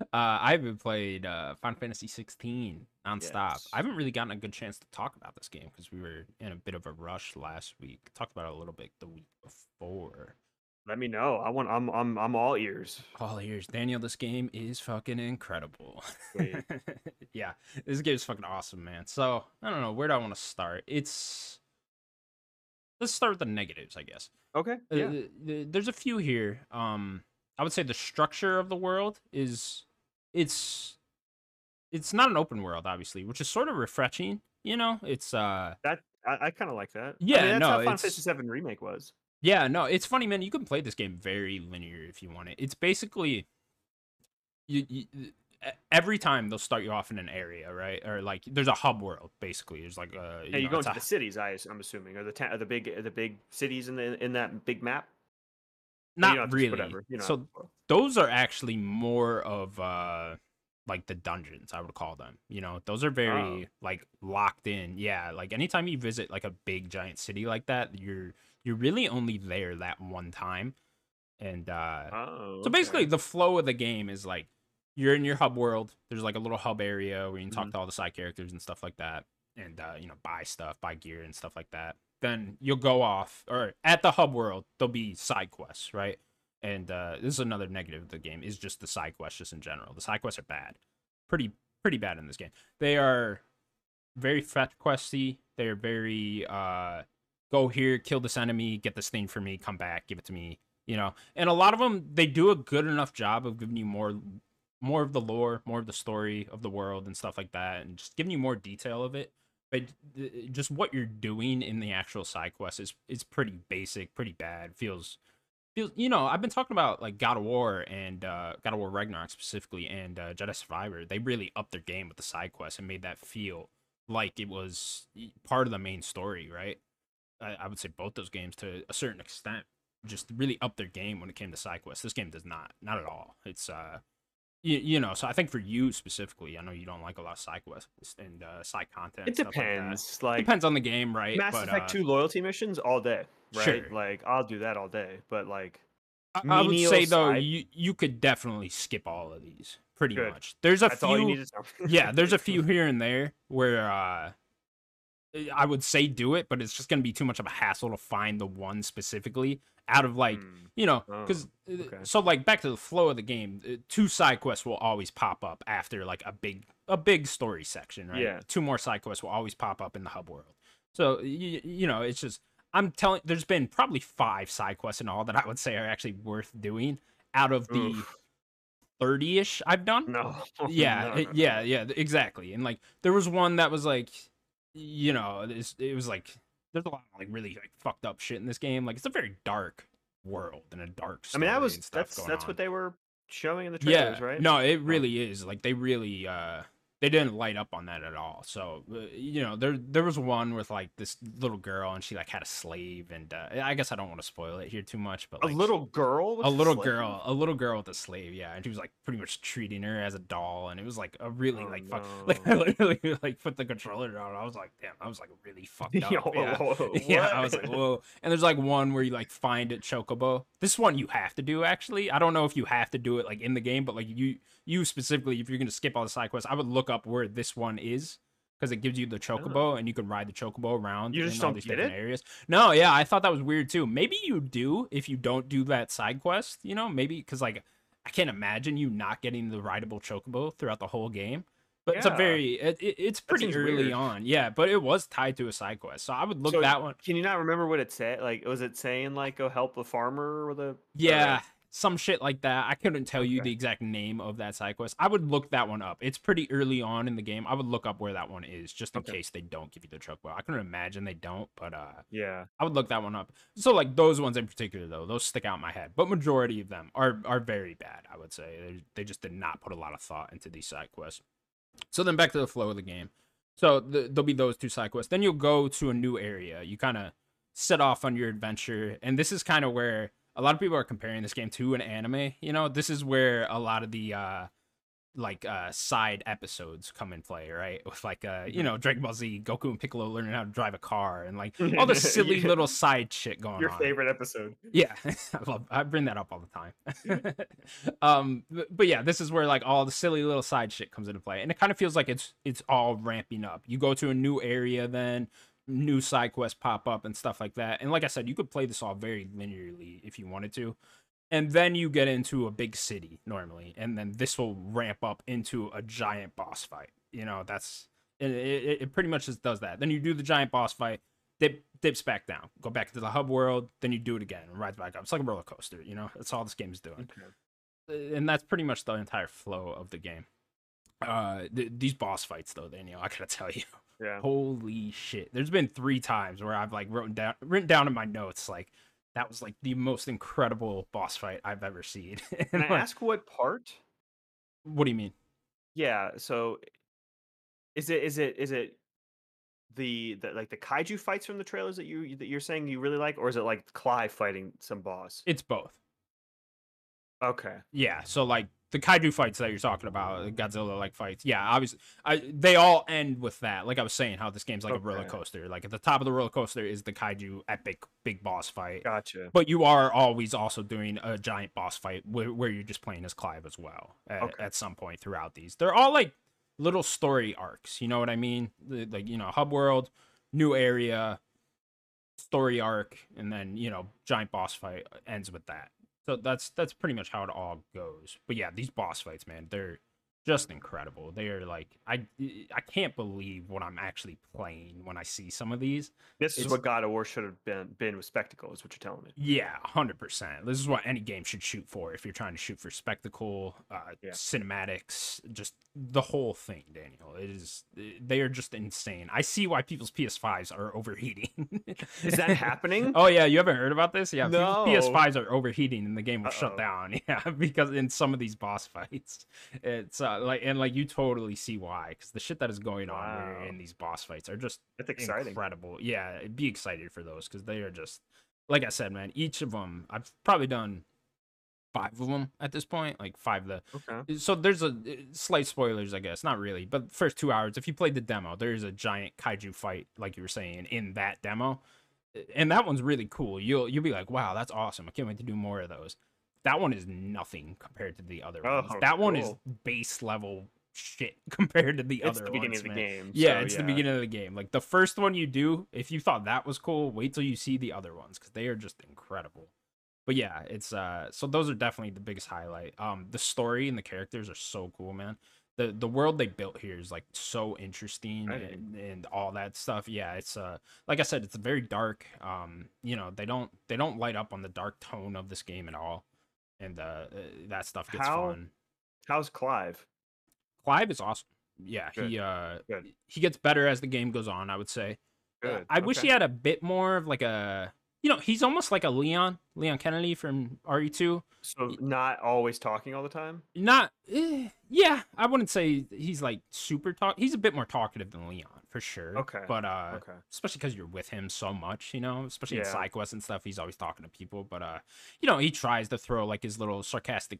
A: Uh, I haven't played uh, Final Fantasy 16 nonstop.
B: Yes.
A: I haven't really gotten a good chance to talk about this game because we were in a bit of a rush last week. Talked about it a little bit the week before.
B: Let me know. I want. I'm. I'm. I'm all ears.
A: All ears, Oh, Daniel. This game is fucking incredible.
B: Sweet.
A: yeah, this game is fucking awesome, man. So I don't know where do I want to start. It's let's start with the negatives, I guess.
B: Okay.
A: Uh, th- th- there's a few here. Um, I would say the structure of the world is it's it's not an open world, obviously, which is sort of refreshing. You know, it's uh,
B: That I, I kind of like that.
A: Yeah,
B: I mean, that's
A: no,
B: how Final
A: it's-
B: Fantasy VII remake was.
A: yeah, no, it's funny, man. You can play this game very linear if you want it. It's basically you, you e- every time they'll start you off in an area, right? Or like there's a hub world, basically. There's like uh,
B: Yeah, you,
A: know,
B: go
A: it's
B: into
A: a-
B: the cities. I, am assuming, or the ta- or the big the big cities in the in that big map. Or you
A: not
B: don't have to-
A: really.
B: Whatever. You know.
A: so those are actually more of uh like the dungeons i would call them you know those are very like locked in yeah like anytime you visit like a big giant city like that you're you're really only there that one time and uh
B: oh.
A: so basically
B: okay.
A: the flow of the game is like you're in your hub world there's like a little hub area where you can talk to all the side characters and stuff like that and uh, you know buy stuff buy gear and stuff like that then you'll go off or at the hub world there'll be side quests right and uh, this is another negative of the game is just the side quests just in general the side quests are bad pretty pretty bad in this game they are very fetch questy they are very uh go here kill this enemy get this thing for me come back give it to me you know and a lot of them they do a good enough job of giving you more more of the lore more of the story of the world and stuff like that and just giving you more detail of it but th- just what you're doing in the actual side quest is is pretty basic pretty bad feels feels you know i've been talking about like god of war and uh god of war ragnarok specifically and uh jedi survivor they really upped their game with the side quests and made that feel like it was e, part of the main story right i, I would say both those games to a certain extent just really upped their game when it came to side quests. This game does not, not at all. It's uh, you, you know, so I think for you specifically, I know you don't like a lot of side quests and uh, side content. and
B: It
A: stuff like that.
B: depends. Like,
A: depends on the game, right?
B: Mass
A: but,
B: Effect
A: uh,
B: Two loyalty missions all day, right?
A: Sure.
B: Like, I'll do that all day. But like,
A: I, I would
B: menial
A: say though,
B: side-
A: you you could definitely skip all of these pretty
B: Good.
A: much. There's a
B: that's
A: few.
B: all you need to know.
A: yeah, there's a few here and there where uh I would say do it, but it's just gonna be too much of a hassle to find the one specifically out of like
B: Hmm.
A: you know
B: Oh,
A: because
B: okay.
A: so like back to the flow of the game uh, two side quests will always pop up after like a big a big story section right
B: Yeah.
A: two more side quests will always pop up in the hub world so you, you know it's just i'm telling there's been probably five side quests in all that i would say are actually worth doing out of the
B: Oof.
A: 30ish i've done
B: no.
A: yeah,
B: No,
A: it-
B: no, no.
A: yeah, yeah, th- exactly. And like there was one that was like, you know, it's, it was like there's a lot of like really like fucked up shit in this game. Like it's a very dark world and a dark.
B: I
A: Story
B: mean, that
A: and
B: was
A: stuff
B: that's
A: going
B: that's
A: on.
B: what they were showing in the
A: yeah,
B: trailers, right?
A: No, it really is. Like they really uh they didn't light up on that at all. So uh, you know, there there was one with like this little girl and she like had a slave and uh, I guess I don't want to spoil it here too much, but
B: a
A: like,
B: little girl. with
A: a little
B: slave?
A: girl, a little girl with a slave, yeah, and she was like pretty much treating her as a doll, and it was like a really
B: Oh,
A: like fuck, like I
B: no.
A: literally like put the controller down. I was like, damn, I was like really fucked up.
B: Yo,
A: yeah.
B: whoa,
A: Yeah, I was
B: what?
A: like, whoa. And there's like one where you like find it chocobo. This one you have to do actually. I don't know if you have to do it like in the game, but like you you specifically, if you're gonna skip all the side quests, I would look up where this one is because it gives you the chocobo and you can ride the chocobo around
B: Oh. You
A: in
B: just
A: all
B: don't
A: these
B: get
A: different
B: it?
A: areas. No, yeah, I thought that was weird too. Maybe you do if you don't do that side quest. You know, maybe because like I can't imagine you not getting the rideable chocobo throughout the whole game. But it's a
B: Yeah.
A: very it, it- it's pretty
B: seems
A: early
B: weird.
A: on, yeah. But it was tied to a side quest, so I would look
B: So
A: that one.
B: Can you not remember what it said? Like, was it saying like go help the farmer with a?
A: Yeah, some shit like that. I couldn't tell you
B: Oh, Okay.
A: the exact name of that side quest. I would look that one up. It's pretty early on in the game. I would look up where that one is just in
B: Okay.
A: case they don't give you the truck well. I can imagine they don't, but uh
B: Yeah.
A: I would look that one up. So like those ones in particular though, those stick out in my head. But majority of them are are very bad, I would say. They, they just did not put a lot of thought into these side quests. So then back to the flow of the game. So th there'll be those two side quests. Then you'll go to a new area. You kind of set off on your adventure, and this is kind of where a lot of people are comparing this game to an anime. You know, this is where a lot of the uh, like uh, side episodes come in play, right? With like uh, you know Dragon Ball Z, Goku and Piccolo learning how to drive a car, and like all the silly
B: Yeah.
A: little side shit going
B: Your
A: on.
B: favorite episode.
A: Yeah, I love. I bring that up all the time. um, but, but yeah, this is where like all the silly little side shit comes into play, and it kind of feels like it's it's all ramping up. You go to a new area, then new side quests pop up and stuff like that. And like I said, you could play this all very linearly if you wanted to, and then you get into a big city normally, and then this will ramp up into a giant boss fight. You know, that's and it, it- it pretty much just does that. Then you do the giant boss fight dip, dips back down, go back into the hub world, then you do it again and rides back up. It's like a roller coaster, you know? That's all this game is doing. Uh, And that's pretty much the entire flow of the game. Uh, th- these boss fights, though, Daniel, I gotta tell you,
B: Yeah.
A: holy shit! There's been three times where I've like written down, written down in my notes, like that was like the most incredible boss fight I've ever seen.
B: Can
A: And,
B: I
A: like,
B: ask what part?
A: what do you mean?
B: Yeah. So, is it is it is it the, the like the kaiju fights from the trailers that you that you're saying you really like, or is it like Clive fighting some boss?
A: It's both.
B: Okay.
A: yeah so like the kaiju fights that you're talking about godzilla like fights yeah obviously I, they all end with that like i was saying how this game's like a roller
B: Okay.
A: coaster like at the top of the roller coaster is the kaiju epic big boss fight
B: Gotcha.
A: but you are always also doing a giant boss fight where, where you're just playing as clive as well at,
B: Okay.
A: at some point throughout these they're all like little story arcs you know what i mean The- like you know hub world new area story arc and then you know giant boss fight ends with that so that's that's pretty much how it all goes but yeah these boss fights man they're just incredible they are like i i can't believe what i'm actually playing when i see some of these
B: This is
A: it's-
B: what God of War should have been been with spectacle. Is what you're telling me.
A: yeah, hundred percent. This is what any game should shoot for if you're trying to shoot for spectacle, uh,
B: Yeah.
A: cinematics, just the whole thing. Daniel, it is eh, they are just insane. I see why people's PS5s are overheating.
B: Is that happening?
A: Oh yeah, you haven't heard about this? Yeah, people's
B: No.
A: PS5s are overheating and the game will shut
B: Uh-oh.
A: down. Yeah, because in some of these boss fights, it's uh, like and like you totally see why because the shit that is going on here
B: Wow.
A: in these boss fights are just
B: That's exciting.
A: incredible. Yeah, be excited for those because they are just like I said, man. Each of them, I've probably done five of them at this point, like five of the
B: Okay.
A: so there's a slight spoilers i guess not really but first two hours if you played the demo there's a giant kaiju fight like you were saying in that demo and that one's really cool you'll you'll be like wow that's awesome i can't wait to do more of those that one is nothing compared to the other ones
B: Oh,
A: that one is
B: cool.
A: base level shit compared to the
B: It's
A: other
B: the beginning
A: ones,
B: of the
A: man.
B: game.
A: yeah
B: so
A: it's the beginning of the game like the first one you do if you thought that was cool wait till you see the other ones because they are just incredible but yeah it's uh so those are definitely the biggest highlight um the story and the characters are so cool man the the world they built here is like so interesting
B: Right.
A: and, and all that stuff yeah it's uh like i said it's very dark um you know they don't they don't light up on the dark tone of this game at all and uh uh, that stuff gets
B: How-
A: fun
B: How's Clive?
A: clive is awesome yeah
B: Good.
A: he uh
B: Good.
A: he gets better as the game goes on i would say uh,
B: Good.
A: I wish he had a bit more of like a you know, he's almost like a Leon, Leon Kennedy from E RE2.
B: So not always talking all the time.
A: Not eh, yeah, I wouldn't say he's like super talk he's a bit more talkative than Leon for sure.
B: Okay,
A: But uh
B: Okay.
A: especially because you're with him so much, you know, especially in
B: Yeah.
A: side quests and stuff. He's always talking to people, but uh, you know, he tries to throw like his little sarcastic,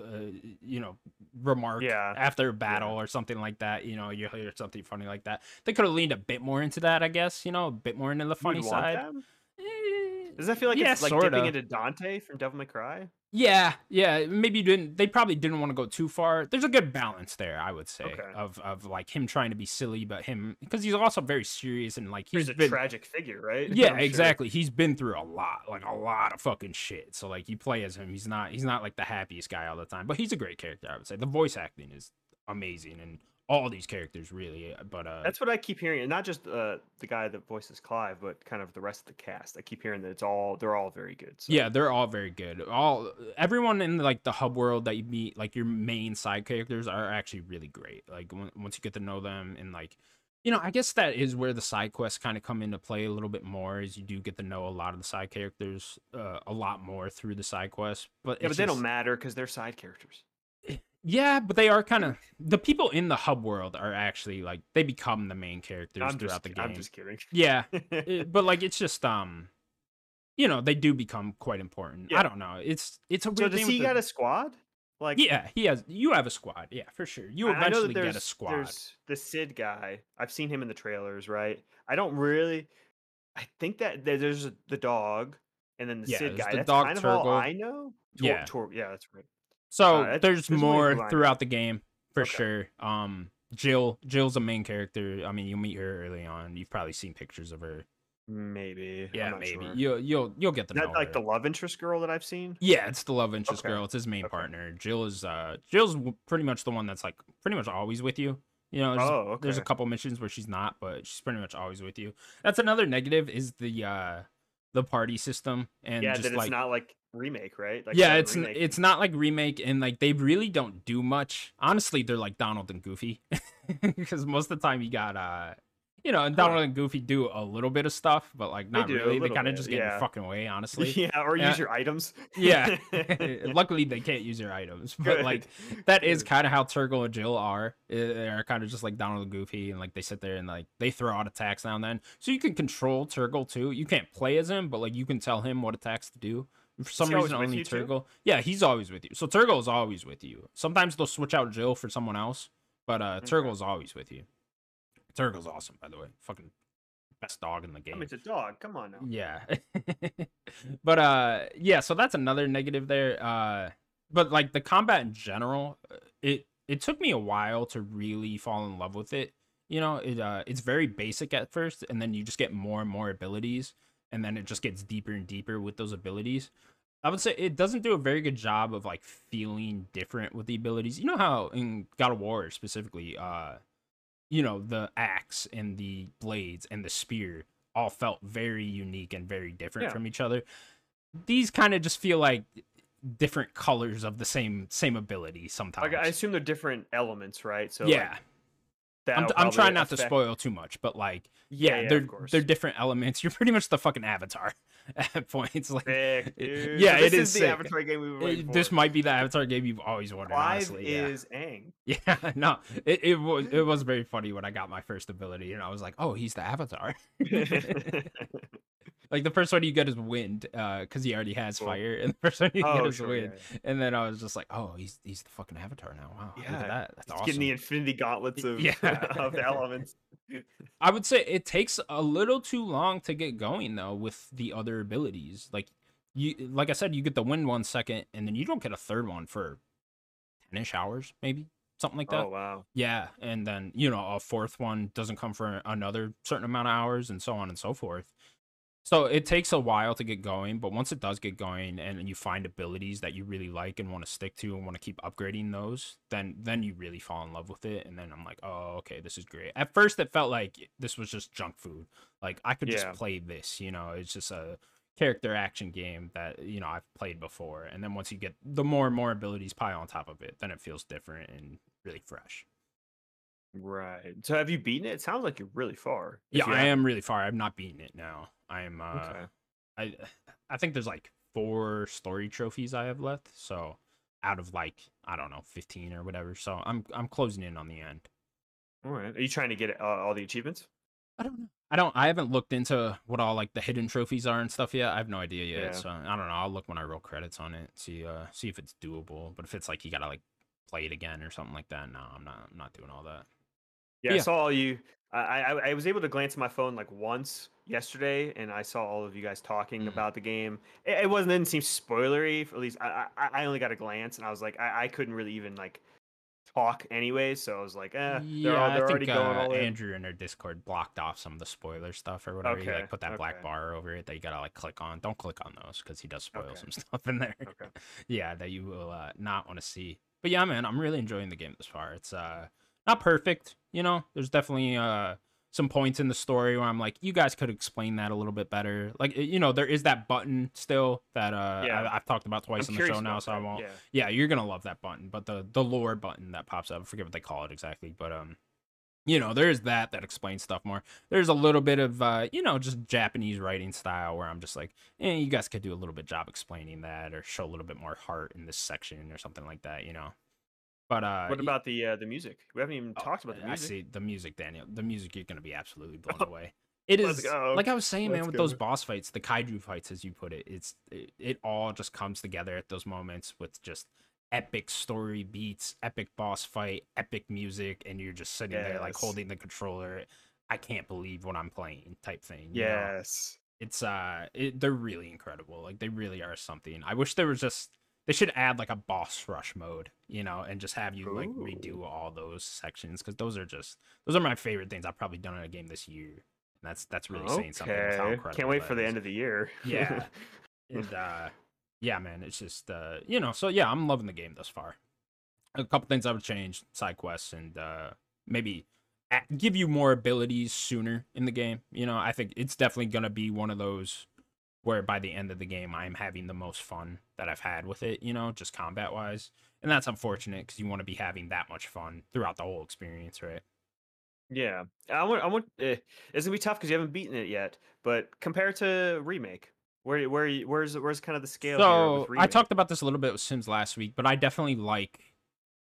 A: uh, you know, remark
B: Yeah,
A: after a battle or something like that. You know, you hear something funny like that. They could have leaned a bit more into that, I guess. You know, a bit more into the funny
B: You'd want
A: side.
B: that?
A: Eh,
B: Does that feel like
A: Yeah,
B: it's like
A: sorta.
B: dipping into Dante from Devil May Cry?
A: Yeah, yeah. Maybe you didn't. They probably didn't want to go too far. There's a good balance there, I would say,
B: Okay.
A: of of like him trying to be silly, but him because he's also very serious and like
B: He's a
A: been
B: tragic figure, right?
A: yeah
B: I'm sure.
A: exactly he's been through a lot like a lot of fucking shit so like you play as him he's not he's not like the happiest guy all the time but he's a great character i would say the voice acting is amazing and all these characters really but uh
B: That's what I keep hearing, and not just uh, the guy that voices Clive, but kind of the rest of the cast. I keep hearing that it's all they're all very good. So.
A: yeah they're all very good all everyone in like the hub world that you meet like your main side characters are actually really great like on- once you get to know them and like you know i guess that is where the side quests kind of come into play a little bit more is you do get to know a lot of the side characters uh, a lot more through the side quests but
B: yeah, but
A: it's
B: they
A: just-
B: don't matter because they're side characters.
A: Yeah, but they are kind of the people in the hub world are actually like they become the main characters
B: I'm
A: throughout
B: just,
A: the game.
B: I'm just kidding.
A: Yeah, it- but like it's just um, you know, they do become quite important. I
B: Yeah.
A: don't know. It's it's a
B: so
A: weird
B: does
A: thing with
B: he
A: the-
B: got a squad? Like
A: yeah, he has. You have a squad. Yeah, for sure. You
B: I- I know that
A: eventually get a
B: there's-
A: squad.
B: There's the Sid guy. I've seen him in the trailers, right? I don't really. I think that there- there's a- the dog, and then the
A: Yeah,
B: Id
A: there's
B: guy.
A: the
B: That's
A: dog
B: kind of all
A: Turgle.
B: I know.
A: Yeah.
B: Tor- yeah, that's right.
A: So
B: Oh, that's-
A: there's
B: there's more people
A: more
B: I know.
A: throughout the game for
B: Okay.
A: sure. Um, Jill. Jill's a main character. I mean, you'll meet her early on. You've probably seen pictures of her.
B: Maybe. I'm
A: Yeah,
B: not
A: maybe
B: sure.
A: you'll you'll you'll get to
B: Is that
A: know
B: like
A: her.
B: the love interest girl that I've seen?
A: Yeah, it's the love interest
B: Okay.
A: girl. It's his main
B: Okay.
A: partner. Jill is uh Jill's w- pretty much the one that's like pretty much always with you. You know, there's,
B: oh, okay.
A: there's a couple missions where she's not, but she's pretty much always with you. That's another negative is the uh the party system and
B: yeah,
A: just
B: that
A: like
B: it's not like remake, right? Like
A: yeah,
B: not
A: it's n-
B: remake.
A: it's not like remake, and like they really don't do much. Honestly, they're like Donald and Goofy, because most of the time you got uh, you know, and
B: Huh.
A: Donald and Goofy do a little bit of stuff, but like not
B: do a
A: really. They
B: little
A: kind of
B: bit,
A: just get in your
B: yeah.
A: fucking way, honestly.
B: yeah, or
A: yeah.
B: use your items.
A: Yeah. Luckily, they can't use your items, but like that is kind of how Turgle and Jill are. Uh, They are kind of just like Donald and Goofy, and like they sit there and like they throw out attacks now and then. So you can control Turgle too. You can't play as him, but like you can tell him what attacks to do. For some
B: he always
A: reason,
B: with
A: only
B: you too?
A: Turgle. Yeah, he's always with you. So Turgle is always with you. Sometimes they'll switch out Jill for someone else, but uh,
B: Okay.
A: Turgle is always with you. Turgle's awesome, by the way. Fucking best dog in the
B: I
A: game.
B: mean, it's a dog. Come on now.
A: Yeah. but uh yeah, so that's another negative there. Uh but like the combat in general, uh, it it took me a while to really fall in love with it. You know, it uh it's very basic at first and then you just get more and more abilities and then it just gets deeper and deeper with those abilities. I would say it doesn't do a very good job of like feeling different with the abilities. You know how in God of War specifically, uh you know, the axe and the blades and the spear all felt very unique and very different
B: Yeah.
A: from each other. These kind of just feel like different colors of the same same ability sometimes.
B: Like I assume they're different elements, right? So like,
A: yeah, I'm,
B: that'll
A: I'm
B: probably
A: trying not to
B: affect-
A: spoil too much, but like
B: Yeah,
A: yeah,
B: yeah,
A: they're
B: of course.
A: they're different elements. You're pretty much the fucking avatar at points. Like
B: Sick,
A: Yeah,
B: dude.
A: yeah,
B: this
A: it is
B: the
A: sick.
B: Avatar game we've been
A: it-
B: waiting
A: this
B: for.
A: might be the avatar game you've always wanted.
B: Clive
A: honestly, yeah.
B: is Aang.
A: Yeah, no, it, it was it was very funny when I got my first ability, and I was like, "Oh, he's the Avatar." Like the first one you get is wind, uh, because he already has
B: Cool.
A: fire, and the first one you get
B: Oh,
A: is
B: sure, yeah,
A: wind.
B: yeah.
A: And then I was just like, oh, he's he's the fucking Avatar now. Wow, look
B: Yeah,
A: at that. That's
B: He's
A: awesome.
B: getting the infinity gauntlets of,
A: Yeah.
B: of the elements.
A: I would say it takes a little too long to get going though with the other abilities. Like you, like I said, you get the wind one second, and then you don't get a third one for ten-ish hours, maybe something like that.
B: Oh wow.
A: Yeah, and then you know a fourth one doesn't come for another certain amount of hours, and so on and so forth. So it takes a while to get going, but once it does get going, and you find abilities that you really like and want to stick to and want to keep upgrading those, then then you really fall in love with it. And then I'm like, oh, okay, this is great. At first, it felt like this was just junk food. Like I could
B: Yeah.
A: just play this, you know. It's just a character action game that you know I've played before. And then once you get the more and more abilities pile on top of it, then it feels different and really fresh.
B: Right. So have you beaten it? It sounds like you're really far. if
A: Yeah,
B: you
A: I
B: have-
A: am really far. I'm not beating it now. I'm uh
B: Okay.
A: I I think there's like four story trophies I have left. So out of like I don't know, 15 or whatever. So I'm I'm closing in on the end.
B: All right. Are you trying to get uh, all the achievements?
A: I don't know. I don't I haven't looked into what all like the hidden trophies are and stuff yet. I have no idea yet.
B: Yeah.
A: So I don't know. I'll look when I roll credits on it. See uh see if it's doable. But if it's like you got to like play it again or something like that, no, I'm not I'm not doing all that.
B: Yeah, I
A: Yeah.
B: saw all you. I, I I was able to glance at my phone like once yesterday, and I saw all of you guys talking
A: Mhm.
B: about the game. It, it wasn't didn't seem spoilery. At least I, I I only got a glance, and I was like I, I couldn't really even like talk anyway. So I was like, eh, they're, all,
A: I
B: they're already going
A: uh,
B: all in.
A: Andrew in our Discord blocked off some of the spoiler stuff or whatever. He
B: Okay,
A: like put that
B: okay.
A: black bar over it that you gotta like click on. Don't click on those because he does spoil
B: Okay.
A: some stuff in there.
B: Okay.
A: yeah, that you will uh, not want to see. But yeah, man, I'm really enjoying the game this far. It's uh not perfect, you know. There's definitely uh some points in the story where I'm like, you guys could explain that a little bit better. Like, you know, there is that button still that uh
B: Yeah.
A: I, I've talked about
B: I'm
A: twice on the
B: curious
A: show now,
B: about
A: so I
B: that,
A: won't
B: Yeah.
A: yeah, you're gonna love that button, but the the lore button that pops up, I forget what they call it exactly, but um, you know, there's that that explains stuff more. There's a little bit of uh, you know, just Japanese writing style where I'm just like, eh, you guys could do a little bit job explaining that or show a little bit more heart in this section or something like that, you know. But uh,
B: What
A: y-
B: about the uh, the music? We haven't even
A: oh,
B: talked about the
A: I
B: music.
A: see the music, Daniel. The music, you're gonna be absolutely blown away. It
B: let's
A: is
B: go.
A: like I was saying, man.
B: Let's
A: With
B: go.
A: those boss fights, the kaiju fights, as you put it, it's it, it all just comes together at those moments with just epic story beats, epic boss fight, epic music, and you're just sitting there like
B: Yes.
A: holding the controller. I can't believe what I'm playing, type thing. you know?
B: Yes.
A: it's uh it, they're really incredible like they really are something i wish there was just they should add like a boss rush mode you know and just have you like redo
B: Ooh.
A: all those sections because those are just those are my favorite things i've probably done in a game this year and that's that's really saying something with how
B: Okay,
A: incredible
B: Can't wait
A: that
B: for the
A: is.
B: end of the year.
A: Yeah. and uh yeah man it's just uh you know so yeah i'm loving the game thus far a couple things i would change side quests and uh maybe a- give you more abilities sooner in the game you know i think it's definitely gonna be one of those where by the end of the game i'm having the most fun that i've had with it you know just combat wise and that's unfortunate because you want to be having that much fun throughout the whole experience right
B: Yeah, I want. I want. Uh, it's gonna be tough because you haven't beaten it yet. But compare to remake, where where you- where's where's kind of the scale? here
A: So
B: with
A: I
B: Remake?
A: talked about this a little bit with Sims last week, but I definitely like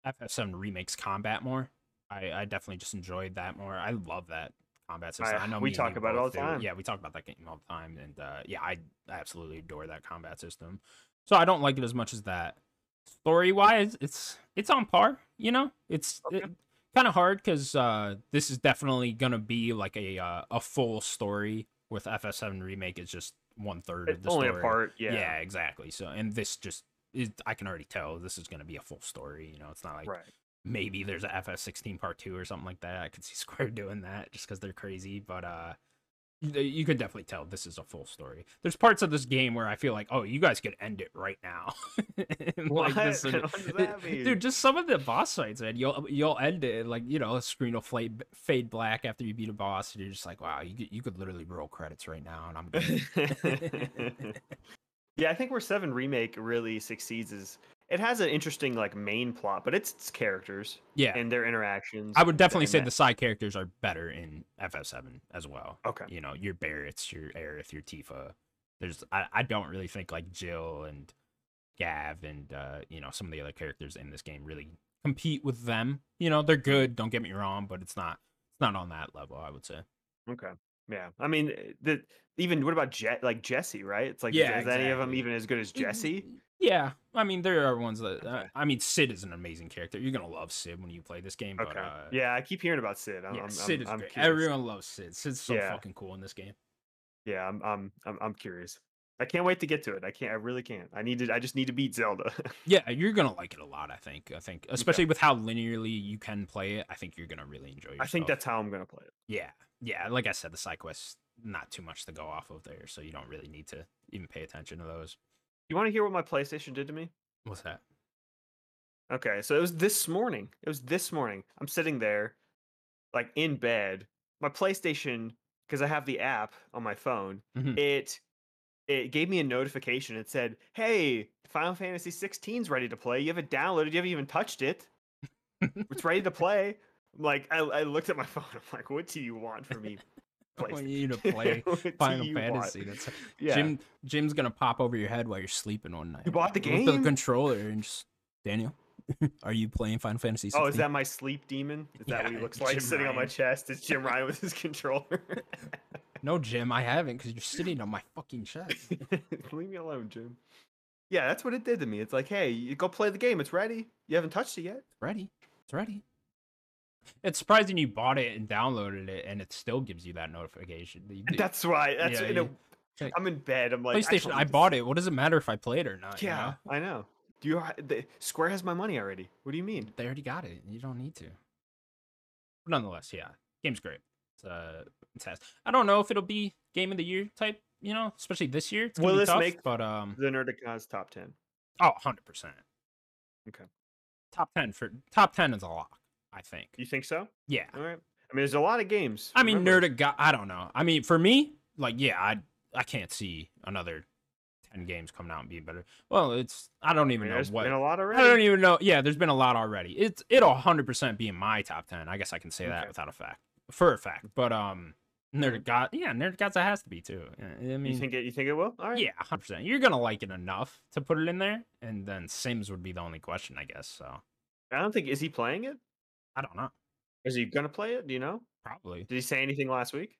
A: FF7 remakes combat more. I, I definitely just enjoyed that more. I love that combat system.
B: I-
A: I know
B: we
A: me and
B: talk
A: you
B: about it all
A: both
B: the
A: do.
B: time.
A: Yeah, we talk about that game all the time, and uh, yeah, I absolutely adore that combat system. So I don't like it as much as that. Story wise, it's it's on par. You know, it's
B: Okay.
A: kind of hard because uh, this is definitely gonna be like a uh, a full story with FF7 remake is just one third of
B: It's
A: the
B: only
A: story.
B: a part.
A: Yeah.
B: Yeah.
A: exactly. So, and this just is, I can already tell this is going to be a full story. You know, it's not like
B: Right.
A: maybe there's a FS16 part two or something like that. I could see Square doing that just because they're crazy, but uh, you- you could definitely tell this is a full story. There's parts of this game where I feel like, oh, you guys could end it right now. And, would-
B: What? What does that mean?
A: Dude, just some of the boss fights, man. You'll you'll end it like you know, a screen will fade, fade black after you beat a boss, and you're just like, wow, you could, you could literally roll credits right now, and I'm good.
B: yeah, I think where Seven Remake really succeeds is it has an interesting like main plot, but it's its characters
A: Yeah,
B: and their interactions.
A: I would definitely
B: and
A: say
B: that-
A: the side characters are better in FF7 as well.
B: Okay.
A: You know, your Barrett's, your Aerith, your Tifa. There's, I, I don't really think like Jill and Gav and uh, you know some of the other characters in this game really compete with them. You know, they're good. Don't get me wrong, but it's not it's not on that level. I would say.
B: Okay. Yeah, I mean, eh, the even what about Jet like Jesse? Right? It's like
A: Yeah,
B: is any of them
A: exactly.
B: even as good as Jesse?
A: Yeah, I mean there are ones that uh,
B: Okay.
A: I mean Sid is an amazing character. You're gonna love Sid when you play this game.
B: Okay.
A: But, uh,
B: yeah, I keep hearing about Sid. I'm,
A: yeah,
B: I'm,
A: Sid is
B: I'm, I'm
A: great.
B: curious.
A: Everyone loves Sid. Sid's so
B: Yeah.
A: fucking cool in this game.
B: Yeah, I'm, I'm, I'm, I'm curious. I can't wait to get to it. I can't. I really can't. I need to. I just need to beat Zelda.
A: Yeah, you're gonna like it a lot. I think. I think, especially with how linearly you can play it, I think you're gonna really enjoy. Yourself.
B: I think that's how I'm gonna play it.
A: yeah, yeah. Like I said, the side quests not too much to go off of there, so you don't really need to even pay attention to those.
B: You want to hear what my PlayStation did to me?
A: What's that?
B: Okay, so it was this morning. It was this morning. I'm sitting there, like in bed. My PlayStation, because I have the app on my phone,
A: Mhm.
B: it it gave me a notification. It said, "Hey, Final Fantasy 16's ready to play. You haven't downloaded. You haven't even touched it. It's ready to play." I'm like, I, I looked at my phone. I'm like, "What do you want from me?"
A: I want
B: PlayStation?
A: you to play
B: What do
A: Final
B: you want?"
A: Fantasy. That's
B: yeah.
A: Jim. Jim's gonna pop over your head while you're sleeping one night.
B: You bought the
A: With the
B: game?
A: controller and just Daniel. Are you playing Final Fantasy? 16?
B: Oh, is that my sleep demon? Is that what he
A: Yeah,
B: looks like
A: Jim
B: sitting on my
A: Ryan.
B: chest? It's Jim Ryan with his controller.
A: no, Jim? I haven't because you're sitting on my fucking chest.
B: Leave me alone, Jim. Yeah, that's what it did to me. It's like, hey, you go play the game. It's ready. You haven't touched it yet.
A: ready. It's ready. It's surprising you bought it and downloaded it, and it still gives you that notification. You- you-
B: That's why. That's
A: Yeah,
B: you know,
A: you- check.
B: I'm in bed. I'm like
A: PlayStation. I, bought it. What does it matter if I play it or not? you
B: Yeah,
A: know?
B: I know. Do you? ha- The, Square has my money already. What do you mean?
A: they already got it. and You don't need to. But nonetheless, yeah, game's great. It's uh, fantastic. I don't know if it'll be game of the year type. You know, especially this year. It's gonna
B: Will
A: be
B: this
A: tough,
B: make-
A: But um,
B: The Nerdicon's top ten.
A: oh, 100 percent.
B: Okay.
A: Top ten for top ten is a lock. I think.
B: You think so?
A: Yeah.
B: All right. I mean, there's a lot of games.
A: I mean,
B: remember.
A: nerd got. I don't know. I mean, for me, like, yeah, I I can't see another ten games coming out and being better. Well, it's I don't
B: I
A: even
B: mean,
A: know
B: there's
A: what.
B: been a lot already.
A: I don't even know. Yeah, there's been a lot already. It's it'll 100% be in my top 10. I guess I can say that
B: Okay.
A: without a fact, for a fact. But um, nerd god, yeah, nerd gods, it has to be too. I I mean,
B: you think it? You think it will? All right.
A: yeah, 100%. You're gonna like it enough to put it in there, and then Sims would be the only question, I guess. So
B: I don't think. Is he playing it?
A: I don't know.
B: Is he gonna play it? Do you know?
A: Probably.
B: Did he say anything last week?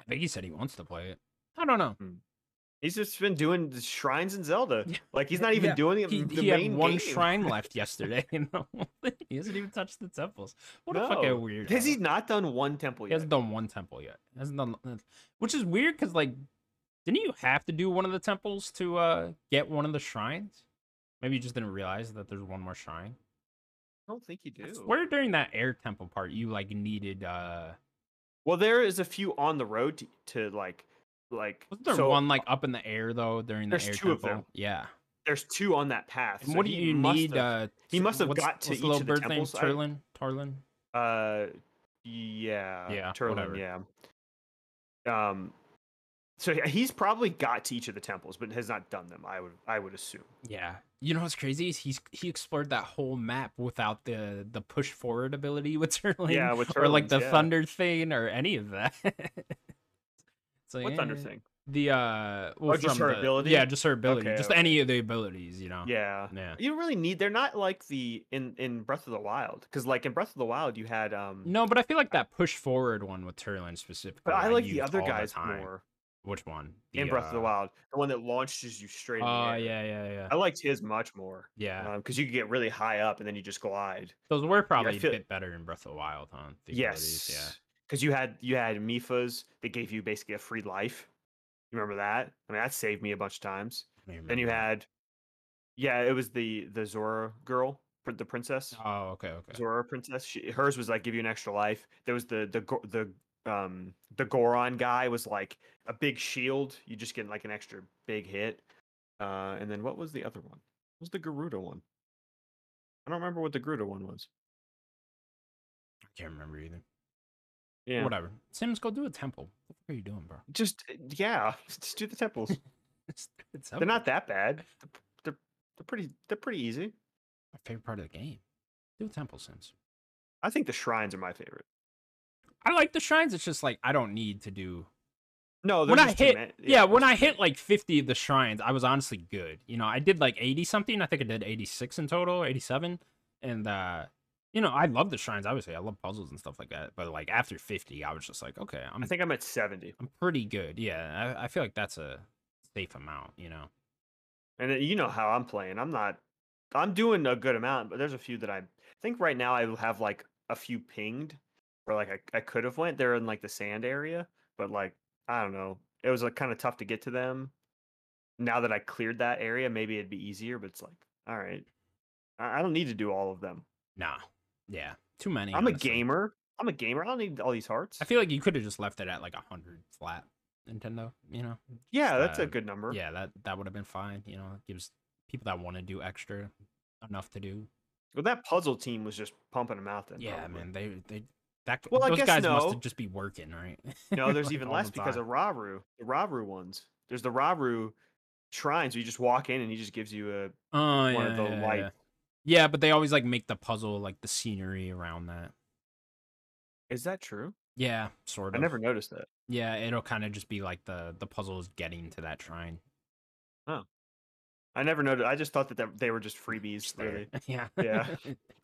A: I think he said he wants to play it. I don't know.
B: He's just been doing the shrines in Zelda.
A: Yeah.
B: Like he's not even
A: Yeah.
B: doing it.
A: He,
B: the
A: he
B: main
A: had one
B: game.
A: shrine left yesterday. You know, he hasn't even touched the temples. What a
B: No.
A: fucking weird.
B: Has he not done one temple
A: He
B: yet?
A: hasn't done one temple yet. Hasn't done, which is weird because like, didn't you have to do one of the temples to uh get one of the shrines? Maybe you just didn't realize that there's one more shrine.
B: I don't think he
A: I
B: did.
A: swear during that air temple part, you like needed uh,
B: Well, there is a few on the road to, to like, like.
A: wasn't there
B: so uh,
A: one like up in the air though during the
B: There's
A: air
B: two
A: temple?
B: of them.
A: Yeah.
B: There's two on that path.
A: And
B: so
A: what do
B: he
A: you
B: must
A: need?
B: have-
A: uh
B: he
A: t-
B: must have
A: what's-
B: got to
A: what's
B: each
A: the little
B: of the
A: bird's name?
B: temples. I-
A: Turlin. Tarlin.
B: uh, yeah,
A: Yeah,
B: Turlin,
A: whatever.
B: yeah. Um, so he- he's probably got to each of the temples, but has not done them. I would, I would assume.
A: Yeah. You know what's crazy? Is he's he explored that whole map without the the push forward ability with Turlin.
B: yeah, with
A: or like
B: Turlins,
A: the
B: yeah.
A: thunder thing or any of that. so,
B: What thunder
A: yeah,
B: thing?
A: The uh well,
B: just
A: from
B: her
A: the-
B: ability?
A: Yeah, just her ability.
B: Okay,
A: just
B: okay.
A: any of the abilities, you know.
B: Yeah.
A: Yeah.
B: You don't really need. They're not like the in in Breath of the Wild because like in Breath of the Wild you had um.
A: No, but I feel like that push forward one with Turlin specifically.
B: but I like the
A: used
B: other
A: all
B: guys
A: time.
B: more
A: Which one?
B: in Breath of the
A: uh,
B: Wild, the one that launches you straight. in the
A: Oh
B: air.
A: yeah, yeah, yeah.
B: I liked his much more
A: Yeah.
B: because you could get really high up and then you just glide.
A: Those were probably
B: feel-
A: a bit better in Breath of the Wild, huh? The abilities,
B: yes. Because you had you had Mifas that gave you basically a free life. You remember that? I mean, that saved me a bunch of times.
A: Yeah. I don't
B: Then you
A: remember.
B: had, yeah, it was the the Zora girl, pr- the princess.
A: Oh, okay, okay.
B: Zora princess. She, hers was like give you an extra life. There was the the Go- the um the Goron guy was like a big shield. You just get like an extra big hit. Uh, and then what was the other one? What was the Garuda one? I don't remember what the Garuda one was.
A: I can't remember either.
B: Yeah,
A: Whatever. Sims, go do a temple. What the fuck are you doing, bro?
B: just eh, yeah, just do the temples.
A: It's
B: they're not that bad. They're, p- they're they're pretty they're pretty easy.
A: my favorite part of the game. Do temple sims.
B: I think the shrines are my favorite.
A: I like the shrines. It's just like I don't need to do.
B: No,
A: when
B: they're
A: I
B: just too
A: hit,
B: ma-
A: yeah, when
B: there's
A: I
B: too
A: hit
B: many.
A: like fifty of the shrines, I was honestly good. You know, I did like eighty something. I think I did eighty six in total, eighty seven, and uh You know, I love the shrines. Obviously, I love puzzles and stuff like that. But like after fifty, I was just like, okay, I'm
B: I think I'm at 70.
A: I'm pretty good. Yeah, I, I feel like that's a safe amount. You know.
B: And then you know how I'm playing. I'm not. I'm doing a good amount, but there's a few that I I think right now I will have like a few pinged, or like I, I could have went. They're in like the sand area, but like I don't know. It was like kind of tough to get to them. Now that I cleared that area, maybe it'd be easier. But it's like, all right, I, I don't need to do all of them.
A: Nah. Yeah. Too many.
B: I'm a
A: honestly.
B: gamer. I'm a gamer. I don't need all these hearts.
A: I feel like you could have just left it at like hundred flat. Nintendo. You know.
B: yeah, that's
A: uh,
B: a good number.
A: Yeah, that that would have been fine. You know, it gives people that want to do extra enough to do.
B: But that puzzle team was just pumping them out then.
A: yeah,
B: probably.
A: man. They they that.
B: Well, I
A: those
B: guess
A: guys
B: no.
A: must just be working, right?
B: No, there's
A: Like,
B: even
A: all
B: less
A: the
B: because
A: time.
B: of Raru. The Raru ones. There's the Raru shrines. Where you just walk in and he just gives you a.
A: Oh yeah,
B: one of the
A: yeah,
B: light-
A: yeah. Yeah, but they always like make the puzzle like the scenery around that.
B: Is that true?
A: Yeah, sort
B: I
A: of.
B: never noticed that.
A: Yeah, it'll kind of just be like the the puzzle is getting to that shrine.
B: I never noticed. I just thought that that- they were just freebies.
A: Just there.
B: really.
A: Yeah.
B: Yeah.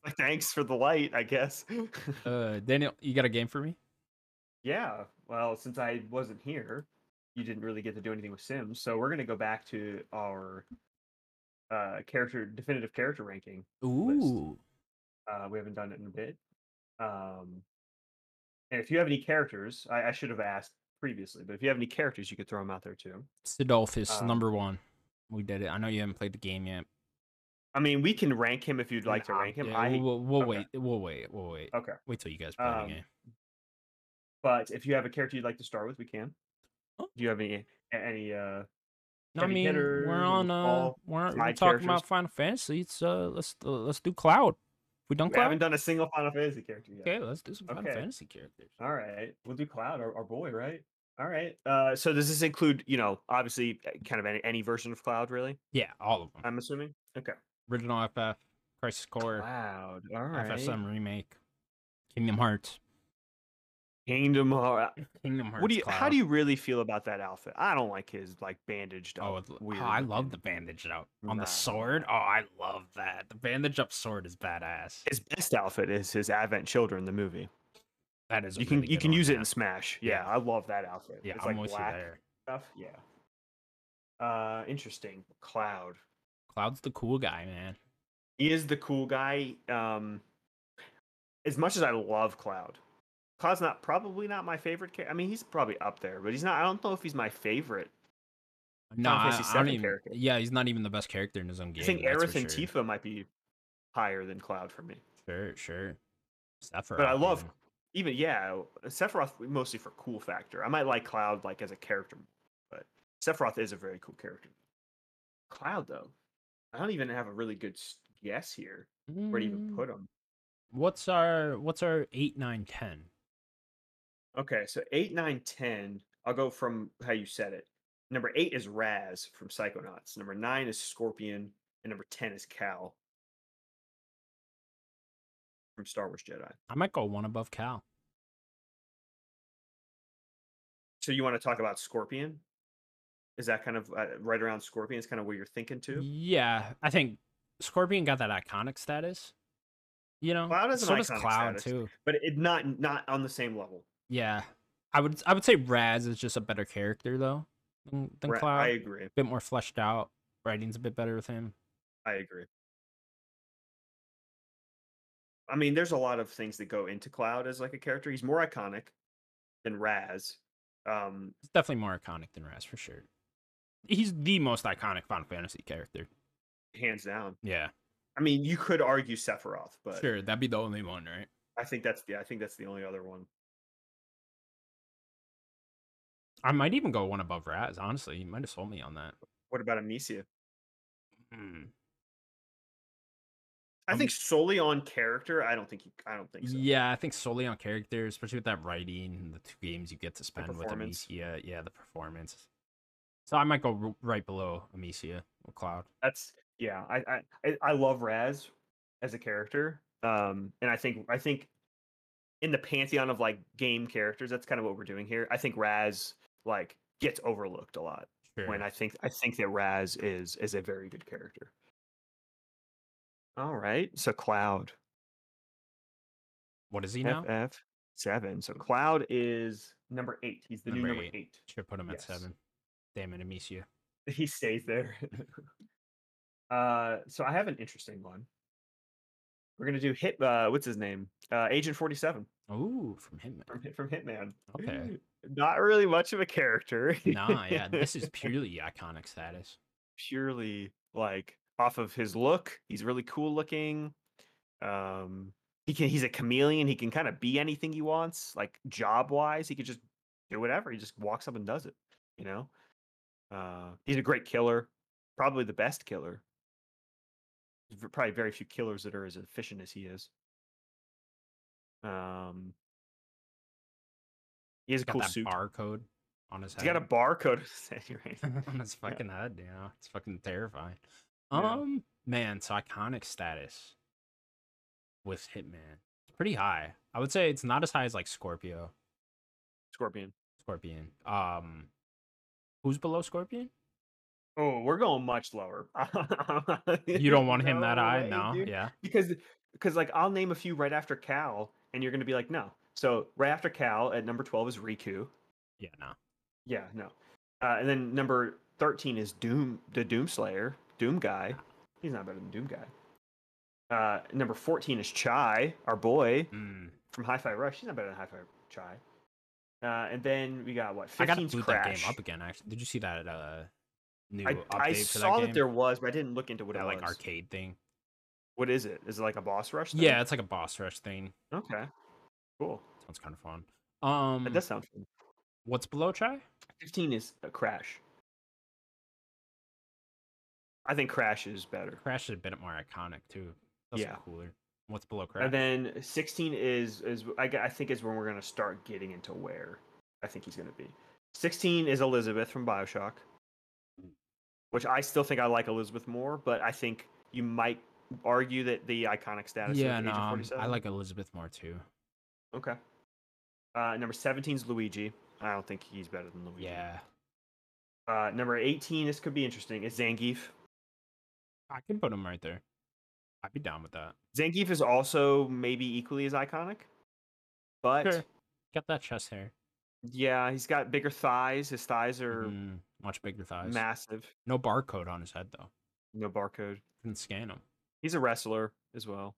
B: Like, thanks for the light, I guess.
A: uh, Daniel, you got a game for me?
B: yeah. Well, since I wasn't here, you didn't really get to do anything with Sims. So we're gonna go back to our uh character definitive character ranking.
A: Ooh.
B: Uh, we haven't done it in a bit. Um, and if you have any characters, I, I should have asked previously, but if you have any characters, you could throw them out there too.
A: Sidolphus,
B: Um,
A: number one. We did it. I know you haven't played the game yet.
B: I mean, we can rank him if you'd like to
A: Nah,
B: rank him.
A: yeah,
B: I,
A: we'll, we'll
B: okay.
A: wait. We'll wait. We'll wait.
B: okay,
A: Wait till you guys play
B: Um,
A: the game.
B: but if you have a character you'd like to start with, we can.
A: Oh.
B: Do you have any a- any? uh
A: No, I
B: heavy
A: mean,
B: hitter,
A: we're on. Uh,
B: ball,
A: we're, we're talking
B: side characters.
A: about Final Fantasy. It's uh, let's uh, let's do Cloud. We done
B: We haven't
A: Cloud.
B: done a single Final Fantasy character yet.
A: Okay, let's do some Final
B: Okay.
A: Fantasy characters.
B: All right, we'll do Cloud, our, our boy, right? All right. Uh, so does this include, you know, obviously, uh, kind of any, any version of Cloud, really?
A: Yeah, all of them.
B: I'm assuming. Okay.
A: Original FF, Crisis Core,
B: Cloud. All right.
A: FSM remake, Kingdom Hearts,
B: Kingdom Hearts.
A: Kingdom Hearts.
B: What do you? How
A: Cloud.
B: do you really feel about that outfit? I don't like his like bandaged
A: Oh,
B: up.
A: it's- oh,
B: weird
A: I love
B: looking-
A: the bandage up on
B: Nah.
A: the sword. Oh, I love that. The bandage up sword is badass.
B: His best outfit is his Advent Children, the movie.
A: That is. a
B: you can
A: really
B: you
A: good
B: can
A: one,
B: use it
A: yeah.
B: in Smash.
A: Yeah.
B: Yeah, I love that outfit.
A: Yeah,
B: it's
A: I'm
B: like
A: with you
B: black
A: there.
B: stuff. Yeah. Uh, interesting. Cloud.
A: Cloud's the cool guy, man.
B: he is the cool guy. Um, as much as I love Cloud, Cloud's not probably not my favorite. Char- I mean, he's probably up there, but he's not. I don't know if he's my favorite.
A: No, I,
B: Fantasy
A: I don't
B: VII
A: even.
B: character.
A: Yeah, he's not even the best character in his own game.
B: I think
A: that's for
B: Aerith and
A: sure.
B: Tifa might be higher than Cloud for me.
A: Sure, sure. Sephiroth.
B: But I love
A: man.
B: even yeah Sephiroth mostly for cool factor. I might like Cloud like as a character, but Sephiroth is a very cool character. Cloud though, I don't even have a really good s- guess here where to even
A: Mm,
B: put him.
A: What's our what's our eight, nine, ten?
B: Okay, so eight, nine, ten. I'll go from how you said it. Number eight is Raz from Psychonauts. Number nine is Scorpion, and number ten is Cal from Star Wars Jedi.
A: I might go one above Cal.
B: So you want to talk about Scorpion? Is that kind of uh, right around Scorpion? Is kind of where you're thinking too.
A: Yeah, I think Scorpion got that iconic status. You know,
B: Cloud has an
A: so does
B: iconic
A: Cloud
B: status.
A: too.
B: but it not not on the same level.
A: Yeah, I would I would say Raz is just a better character though than, than
B: Ra-
A: Cloud.
B: I
A: A
B: agree.
A: bit more fleshed out. Writing's a bit better with him.
B: I agree. I mean, there's a lot of things that go into Cloud as like a character. He's more iconic than Raz. Um,
A: It's definitely more iconic than Raz for sure. He's the most iconic Final Fantasy character.
B: hands down.
A: Yeah,
B: I mean, you could argue Sephiroth, but
A: sure. That'd be the only one, right?
B: I think that's the I think that's the only other one.
A: I might even go one above Raz. Honestly, you might have sold me on that.
B: What about Amnesia?
A: Hmm.
B: I
A: Um,
B: think solely on character, I don't think he, I don't think so.
A: Yeah, I think solely on character, especially with that writing and the two games you get to spend with
B: performance.
A: Amicia. Yeah, the performance. So I might go r- right below Amicia or Cloud.
B: That's yeah. I I I- I love Raz as a character. Um, and I think I think in the pantheon of like game characters, that's kind of what we're doing here. I think Raz like gets overlooked a lot.
A: Sure.
B: when I think I think that Raz is is a very good character. All right, so Cloud.
A: What is he now?
B: FF seven. So Cloud is number eight. He's the
A: Number
B: new number
A: eight.
B: eight.
A: Should put him at
B: Yes.
A: seven. Damn it, Amicia.
B: He stays there. uh, so I have an interesting one. We're gonna do hit. Uh, what's his name? Uh, Agent Forty Seven
A: Ooh, from Hitman.
B: from Hit- from Hitman.
A: Okay.
B: Not really much of a character.
A: nah, yeah, this is purely iconic status.
B: purely like off of his look. He's really cool looking. Um, he can he's a chameleon. He can kind of be anything he wants. Like job wise, he could just do whatever. He just walks up and does it. You know. Uh, he's a great killer. Probably the best killer. There's v- probably very few killers that are as efficient as he is. Um, he has a
A: Got
B: cool
A: that
B: suit.
A: barcode on his head.
B: He's got a barcode. Anyway.
A: on his fucking head, you know. It's fucking terrifying.
B: Yeah.
A: Um man, so iconic status with Hitman. It's pretty high. I would say it's not as high as like Scorpio.
B: Scorpion.
A: Scorpion. Um who's below Scorpion?
B: Oh, we're going much lower.
A: You don't want him that high?
B: way,
A: No.
B: dude.
A: Yeah.
B: Because because like I'll name a few right after Cal, and you're gonna be like, no. So right after Cal at number twelve is Riku.
A: Yeah, no.
B: Yeah, no. Uh, and then number thirteen is Doom, the Doom Slayer, Doom Guy. He's not better than Doom Guy. Uh, number fourteen is Chai, our boy
A: Mm.
B: from Hi-Fi Rush. He's not better than Hi-Fi Chai. Uh, and then we got what?
A: I gotta
B: 15's
A: boot that
B: Crash.
A: game up again actually. Did you see that uh new
B: I,
A: update
B: I
A: for
B: saw
A: that
B: that,
A: game?
B: there was, but I didn't look into what
A: that,
B: it
A: like
B: was.
A: arcade thing.
B: What is it? Is it like a boss rush? thing?
A: Yeah, it's like a boss rush thing.
B: Okay. Cool.
A: Sounds kind of fun. Um
B: That does sound fun.
A: what's below Chai?
B: 15 is a crash. I think crash is better.
A: Crash is a bit more iconic too. That's
B: Yeah.
A: cooler. What's below Crash?
B: And then 16 is is I, g- I think is when we're gonna start getting into where I think he's gonna be. 16 is Elizabeth from Bioshock,
A: Mm.
B: which I still think I like Elizabeth more, but I think you might argue that the iconic status.
A: yeah,
B: of
A: no,
B: Agent
A: um,
B: 47.
A: I like Elizabeth more too.
B: Okay. Uh, number 17 is Luigi. I don't think he's better than Luigi.
A: Yeah,
B: Uh, number 18, this could be interesting, is Zangief.
A: I can put him right there. I'd be down with that.
B: Zangief is also maybe equally as iconic, but
A: Sure. Got that chest hair.
B: yeah, he's got bigger thighs. His thighs are
A: Mhm, Much bigger thighs.
B: massive.
A: no barcode on his head though.
B: No barcode.
A: Couldn't scan him.
B: He's a wrestler as well.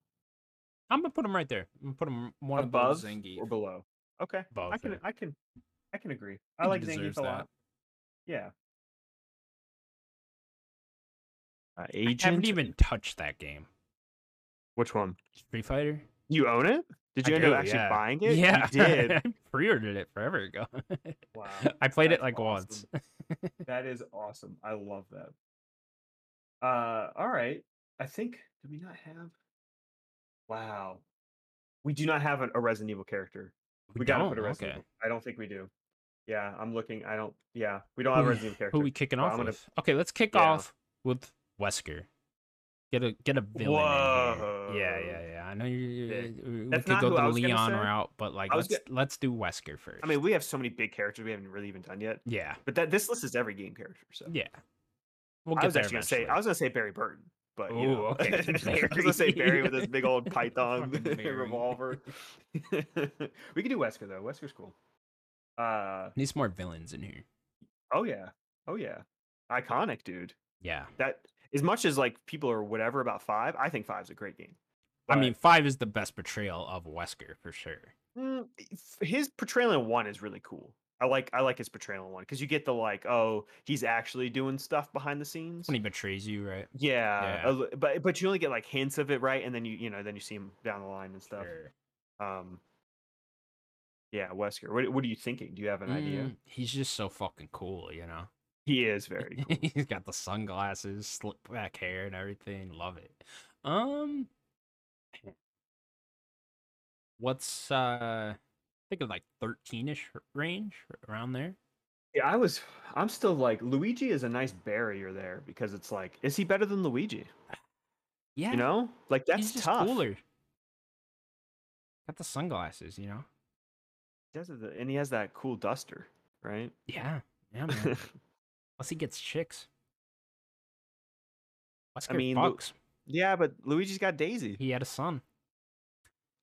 A: I'm gonna put him right there. I'm gonna put him one
B: Above
A: above Zangief.
B: or below? Okay,
A: Both,
B: I can,
A: yeah.
B: I can, I can agree. I,
A: think he
B: like Zangief
A: deserves
B: a
A: that.
B: lot. Yeah. Uh,
A: I haven't even touched that game.
B: Which one?
A: Street Fighter.
B: You own it? Did
A: I
B: you end
A: do,
B: up actually
A: yeah.
B: buying it?
A: yeah,
B: You did.
A: I pre-ordered it forever ago.
B: wow.
A: I played it
B: that's
A: like
B: awesome.
A: once.
B: That is awesome. I love that. Uh, all right. I think do we not have? Wow, we do not have an, a Resident Evil character. We, gotta
A: don't.
B: put a Resident
A: okay.
B: Evil. I don't think we do. Yeah, I'm looking. I don't. Yeah, we don't have a
A: Who-
B: Resident Evil character.
A: Who we kicking
B: Well,
A: off
B: I'm gonna-
A: with? Okay, let's kick
B: Yeah.
A: off with Wesker. Get a get a villain. in here. Yeah, yeah,
B: Whoa.
A: yeah. I know you.
B: Sick.
A: you we
B: That's
A: could
B: not
A: go
B: who I
A: the
B: was gonna
A: Leon
B: say.
A: route, but like
B: I was
A: let's let's do Wesker first.
B: I mean, we have so many big characters we haven't really even done yet.
A: yeah,
B: But that this list is every game character. So
A: yeah. We'll get
B: I was
A: there
B: actually gonna say I was gonna say Barry Burton, but you
A: Ooh,
B: know.
A: okay.
B: I was gonna say Barry with his big old
A: Fucking
B: python
A: Barry.
B: revolver. we could do Wesker though. Wesker's cool. Uh
A: Needs more villains in here.
B: oh yeah, oh yeah, iconic dude.
A: Yeah,
B: That as much as like people are whatever about five, I think five's a great game.
A: I mean five is the best portrayal of Wesker for sure.
B: But, mm, f- his portrayal in one is really cool. I like I like his portrayal in one because you get the like oh he's actually doing stuff behind the scenes.
A: When he betrays you, right?
B: Yeah,
A: Yeah.
B: a li- but but you only get like hints of it, right? And then you you know then you see him down the line and stuff.
A: Sure.
B: Um, yeah, Wesker. What what are you thinking? Do you have an idea?
A: Mm, he's just so fucking cool, you know.
B: He is very cool.
A: He's got the sunglasses, slick back hair, and everything. Love it. Um, what's uh, I think of like thirteen-ish range around there.
B: yeah, I was. I'm still like Luigi is a nice barrier there because it's like, is he better than Luigi?
A: Yeah,
B: You know, like that's
A: he's just
B: tough.
A: cooler. Got the sunglasses, you know.
B: He does it- and he has that cool duster, right?
A: Yeah, yeah, man. Plus he gets chicks. Wesker
B: mean, Lu-
A: fucks.
B: yeah, but Luigi's got Daisy.
A: He had a son.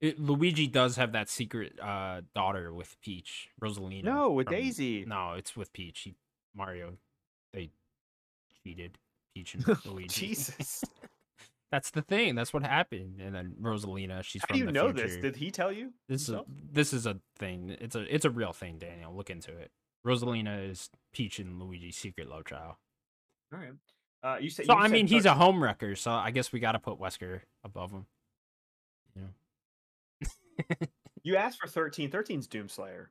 A: It, Luigi does have that secret uh, daughter with Peach, Rosalina.
B: No, with
A: from-
B: Daisy.
A: No, it's with Peach. He, Mario, they cheated Peach and Luigi.
B: Jesus.
A: That's the thing. That's what happened. And then Rosalina, she's
B: How
A: from
B: do you
A: the
B: know
A: future.
B: this? Did he tell you?
A: This is a,
B: himself?
A: this is a thing. It's a it's a real thing, Daniel. Look into it. Rosalina is Peach and Luigi's secret love child.
B: All right. Uh, you said.
A: So
B: you
A: I
B: said
A: mean, he's
B: Dark-
A: a homewrecker. So I guess we got to put Wesker above him.
B: You asked for thirteen. 13's Doomslayer.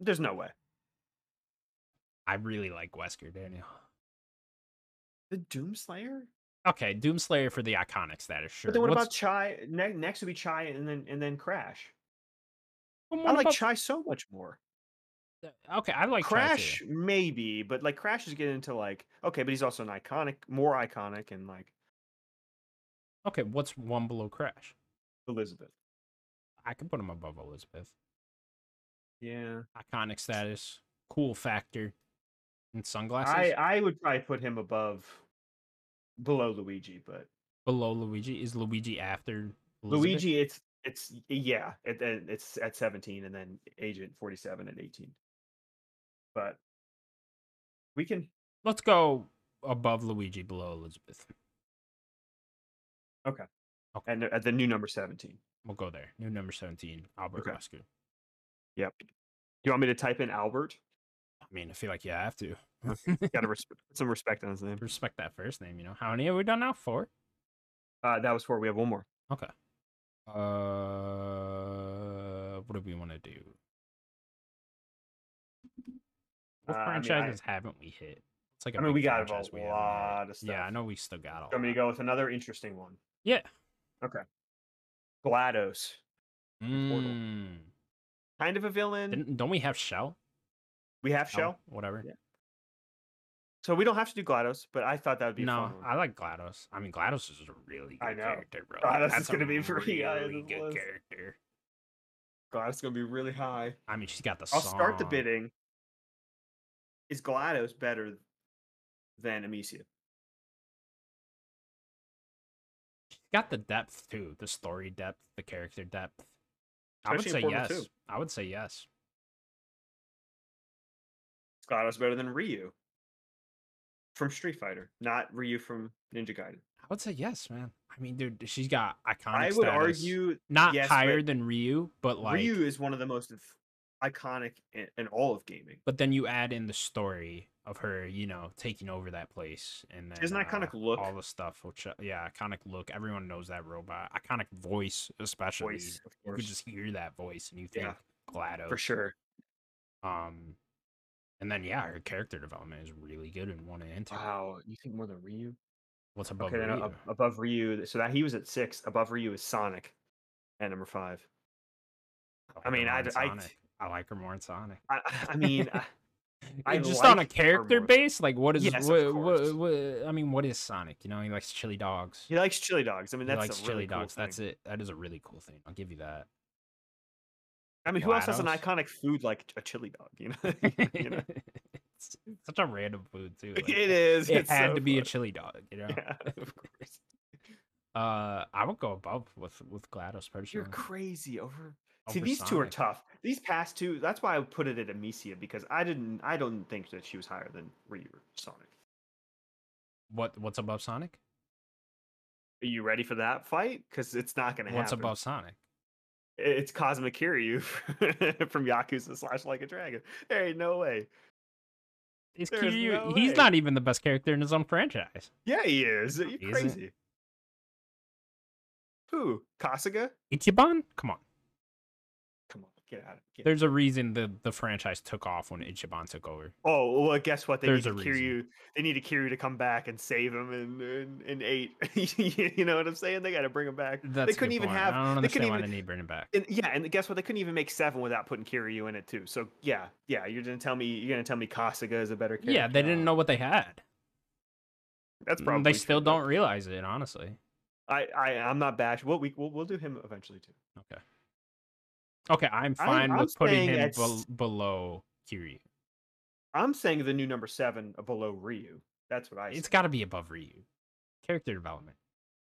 B: There's no way.
A: I really like Wesker, Daniel.
B: The Doomslayer.
A: Okay, Doomslayer for the iconic status. Sure.
B: But then what
A: What's-
B: about Chai? Ne- next would be Chai, and then and then Crash.
A: Well,
B: I
A: what
B: like
A: about-
B: Chai so much more.
A: Okay, I like Crash.
B: Crash maybe, but like Crash is getting into like okay, but he's also an iconic, more iconic, and like
A: Okay, what's one below Crash?
B: Elizabeth.
A: I can put him above Elizabeth.
B: Yeah,
A: Iconic status, cool factor, and sunglasses
B: I I would probably put him above, below Luigi, but
A: below Luigi. Is Luigi after Elizabeth?
B: Luigi, it's it's yeah, it, it- it's at seventeen, and then Agent Forty Seven at eighteen. But we can
A: Let's go above Luigi, below Elizabeth.
B: and at the new number seventeen.
A: We'll go there. New number seventeen, Albert
B: Okay.
A: Wesker.
B: Yep. Do you want me to type in Albert?
A: I mean, I feel like you have to
B: Got to resp- put some respect on his name.
A: respect that first name. You know, how many have we done now? Four.
B: Uh, that was four. We have one more.
A: Uh, what do we want to do? What
B: Uh, I mean, I-
A: franchises haven't we hit? It's like a
B: I mean,
A: big
B: we got a
A: franchise we haven't hit.
B: lot of
A: Yeah, I
B: stuff.
A: know we still got all.
B: I'm going to
A: that.
B: go with another interesting one.
A: Yeah.
B: Glados, Portal.
A: Mm.
B: kind of a villain.
A: Didn't- don't we have Shell? Oh,
B: we have Shell,
A: Whatever.
B: Yeah, so we don't have to do Glados, but I thought that would be a
A: no,
B: fun one.
A: I like Glados. I mean, Glados is a really good
B: I know.
A: character, bro.
B: GLaDOS is
A: That's a
B: gonna be pretty high on
A: really
B: this
A: good
B: list.
A: character.
B: Glados going to be really high.
A: I mean, she's got the.
B: I'll start the
A: song.
B: bidding. Is Glados better than Amicia?
A: got the depth too, the story depth, the character depth. I would
B: Especially
A: say
B: in Portal
A: yes.
B: 2.
A: I would say yes.
B: Is Glados better than Ryu from Street Fighter, not Ryu from Ninja Gaiden?
A: I would say yes, man. I mean, dude, she's got iconic.
B: I would
A: status.
B: argue
A: not
B: yes, but
A: higher than Ryu, but like,
B: Ryu is one of the most inf- iconic in, in all of gaming.
A: but then you add in the story of her, you know, taking over that place, and then
B: Isn't
A: uh,
B: iconic look-
A: all the stuff. Which, uh, yeah, iconic look. Everyone knows that robot. Iconic voice, especially.
B: Voice, of
A: you
B: course,
A: could just hear that voice, and you think
B: Yeah.
A: Glados
B: for sure.
A: Um, and then yeah, her character development is really good in one and two.
B: Wow, you think more than Ryu?
A: What's above
B: Ah, Okay, then
A: Oh, Ryu?
B: ab- above Ryu, so that he was at six. Above Ryu is Sonic, at number five.
A: like
B: I
A: her
B: mean,
A: more
B: I
A: in
B: d- I d-
A: Sonic. I like her more in Sonic.
B: I, I mean, uh, I- I
A: just on a
B: like her
A: character
B: more.
A: base, like what is
B: Yes, of
A: what,
B: course.
A: what, what- I mean, what is Sonic? You know, he likes chili dogs.
B: he likes chili dogs. I mean, that's
A: he likes
B: a really
A: chili dogs. That's
B: it.
A: it. That is a really cool thing. I'll give you that.
B: I mean, who else has an
A: GLaDOS.
B: iconic food like a chili dog? You know, You know?
A: it's such a random food too. like,
B: it is.
A: It
B: it's
A: had
B: so
A: to be a
B: funny.
A: chili dog. You know.
B: Yeah, of course.
A: Uh, I would go above with with Glados
B: You're
A: personally.
B: crazy over. See,
A: over
B: these two are
A: Sonic.
B: tough. These past two. That's why I put it at Amicia because I didn't. I don't think that she was higher than Ryu or Sonic.
A: What what's above Sonic?
B: Are you ready for that fight? Because it's not going to happen.
A: What's above Sonic?
B: It's Cosmic Kiryu from Yakuza slash Like a Dragon. There ain't no way.
A: He's
B: There's
A: Kiryu.
B: no
A: he's
B: way.
A: not even the best character in his own franchise.
B: Yeah, he is. Are you
A: He isn't.
B: crazy? Who? Kasuga?
A: Ichiban? Come on.
B: Come on, get out of here.
A: There's a reason the, the franchise took off when Ichiban took over.
B: Oh well, guess what? They
A: There's
B: need
A: a
B: to Kiryu. They need a Kiryu to come back and save him in in, in eight. you know what I'm saying? They got to bring him back.
A: That's a
B: they
A: good
B: couldn't even
A: point. I
B: have.
A: don't
B: they
A: understand
B: couldn't
A: why
B: even-
A: they need bringing back.
B: And, yeah, and guess what? They couldn't even make seven without putting Kiryu in it too. So yeah, yeah, you're gonna tell me you're gonna tell me Kasuga is a better character?
A: Yeah, they didn't
B: No,
A: know what they had.
B: That's
A: Mm, they
B: probably true,
A: still
B: though.
A: don't realize it, honestly.
B: I, I I'm not bash. We'll, we we'll, we'll do him eventually too.
A: Okay. Okay, I'm
B: I'm-
A: fine
B: I'm
A: with putting
B: saying
A: him
B: it's-
A: bel below Kiryu.
B: I'm saying the new number seven below Ryu. That's what I.
A: It's
B: It's
A: got to be above Ryu. Character development.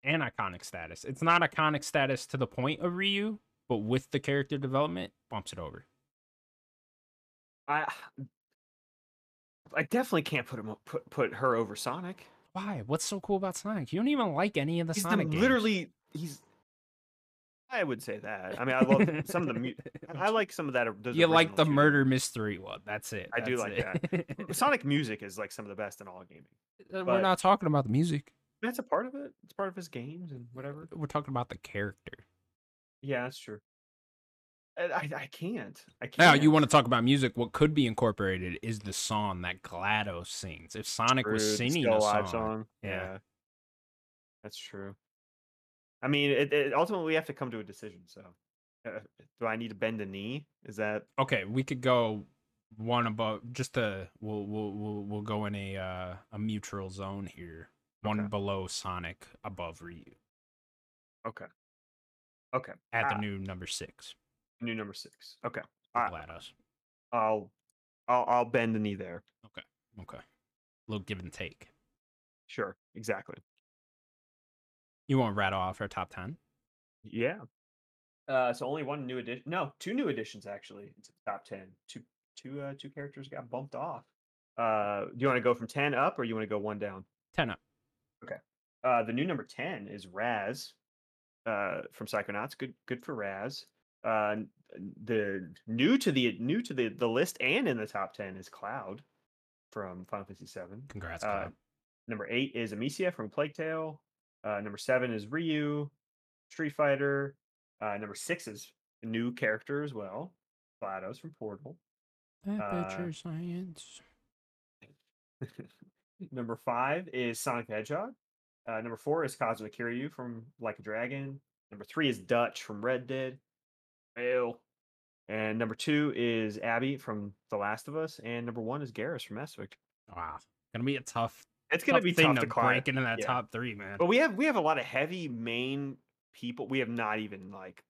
A: and iconic status. It's not iconic status to the point of Ryu, but with the character development, bumps it over.
B: I I definitely can't put him o- put put her over Sonic.
A: Why? What's so cool about Sonic? You don't even like any of the
B: he's the-
A: Sonic games.
B: literally he's. I would say that. I mean, I love some of the. mu- I I like some of that. or- those
A: you like
B: original
A: the
B: too.
A: murder mystery one. That's it.
B: I do
A: that's
B: like
A: it.
B: Sonic music is like some of the best in all of gaming.
A: We're
B: but-
A: not talking about the music.
B: That's a part of it. It's part of his games and whatever.
A: We're talking about the character.
B: Yeah, that's true. I I, I can't. I can't.
A: Now, you want to talk about music? What could be incorporated is the song that GLaDOS sings. If Sonic was singing a song,
B: Yeah.
A: Yeah.
B: that's true. I mean, it, it, ultimately we have to come to a decision. So, uh, do I need to bend a knee? Is that
A: okay, we could go one above. Just a we'll we'll we'll, we'll go in a uh, a mutual zone here. One
B: Okay.
A: below Sonic, above Ryu
B: okay? Okay,
A: at the
B: Ah.
A: new number six.
B: new number six. Okay,
A: for
B: Ah.
A: GLaDOS.
B: I'll I'll, I'll bend a knee there.
A: Okay, little give and take.
B: Sure, exactly.
A: You want to rattle off our top ten?
B: Yeah. Uh, so only one new addition. No, two new additions actually into the top ten. Two two uh, two characters got bumped off. Uh, do you want to go from ten up or you want to go one down?
A: Ten up.
B: Uh, the new number ten is Raz, uh, from Psychonauts. Good good for Raz. Uh, n- the new to the new to the the list and in the top ten is Cloud, from Final Fantasy Seven.
A: Congrats,
B: Uh,
A: Cloud.
B: Number eight is Amicia from Plague Tale. Uh, number seven is Ryu, Street Fighter. Uh, number six is a new character as well, GLaDOS from Portal. uh,
A: Aperture science.
B: number five is Sonic the Hedgehog. Uh, number four is Kazuo Kiryu from Like a Dragon. Number three is Dutch from Red Dead. Ew. And number two is Abby from The Last of Us. And number one is Garrus from Mass Effect.
A: Wow, gonna be a tough
B: It's going to
A: tough
B: be
A: thing
B: tough to climb.
A: break into that
B: yeah.
A: top three, man.
B: But we have we have a lot of heavy main people. We have not even like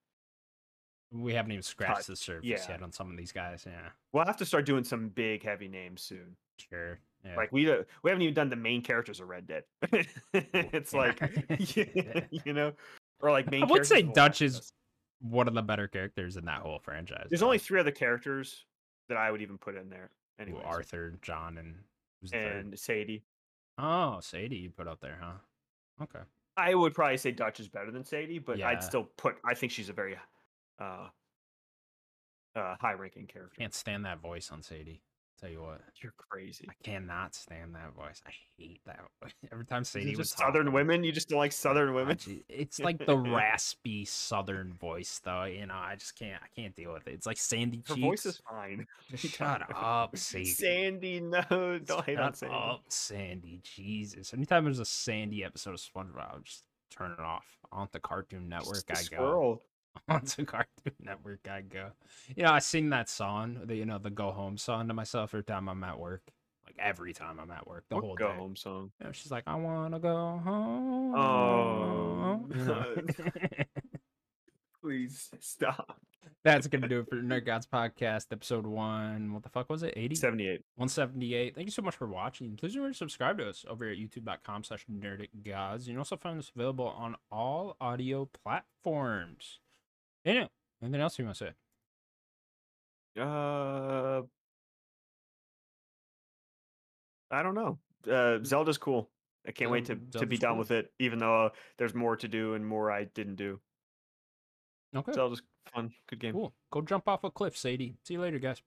A: We haven't even scratched the surface
B: yeah.
A: yet on some of these guys. Yeah,
B: we'll have to start doing some big heavy names soon.
A: sure. Yeah.
B: Like we don't- we haven't even done the main characters of Red Dead. it's like you know, or like main.
A: I would say
B: characters of The Last
A: Dutch
B: of
A: is
B: Us.
A: one of the better characters in that whole franchise.
B: There's
A: though.
B: only three other characters that I would even put in there.
A: Ooh,
B: Anyways.
A: Arthur, John, and who's the third?
B: and Sadie.
A: Oh, Sadie, you put up there, huh? Okay.
B: I would probably say Dutch is better than Sadie, but
A: Yeah.
B: I'd still put. I think she's a very uh, uh, high-ranking character.
A: Can't stand that voice on Sadie. Tell you what,
B: You're crazy.
A: I cannot stand that voice. I hate that voice. Every time
B: Is it
A: Sadie was
B: just Southern
A: "Oh
B: women. You just don't like Southern women.
A: Ah, It's like the raspy Southern voice, though. You know, I just can't. I can't deal with it. It's like Sandy
B: Her
A: Cheeks.
B: voice is fine.
A: Just shut up, Sadie.
B: Sandy, no, don't hate on
A: Shut
B: Sandy.
A: up, Sandy. Jesus. Anytime there's a Sandy episode of SpongeBob, I'll just turn it off. On the Cartoon
B: She's
A: Network,
B: just
A: I go.
B: a squirrel.
A: On the Cartoon Network, I go. You know, I sing that song, the you know, the go home song to myself every time I'm at work. Like every time I'm at work, the
B: What
A: whole
B: go
A: day.
B: home song.
A: You know, she's like, I wanna go home.
B: Oh.
A: You know?
B: Please stop.
A: That's gonna do it for Nerd Gods Podcast, episode one. What the fuck was it? 80?
B: Seventy-eight.
A: 178. Thank you so much for watching. Please remember to subscribe to us over at youtube.com slash nerdicgods. You can also find us available on all audio platforms. Yeah. Anything else you want to say?
B: Uh, I don't know. Uh, Zelda's cool. I can't wait to,
A: Zelda-
B: to be
A: Zelda's
B: done
A: cool.
B: with it, even though uh, there's more to do and more I didn't do.
A: Okay.
B: Zelda's fun, good game.
A: Cool. Go jump off a cliff, Sadie. See you later, guys.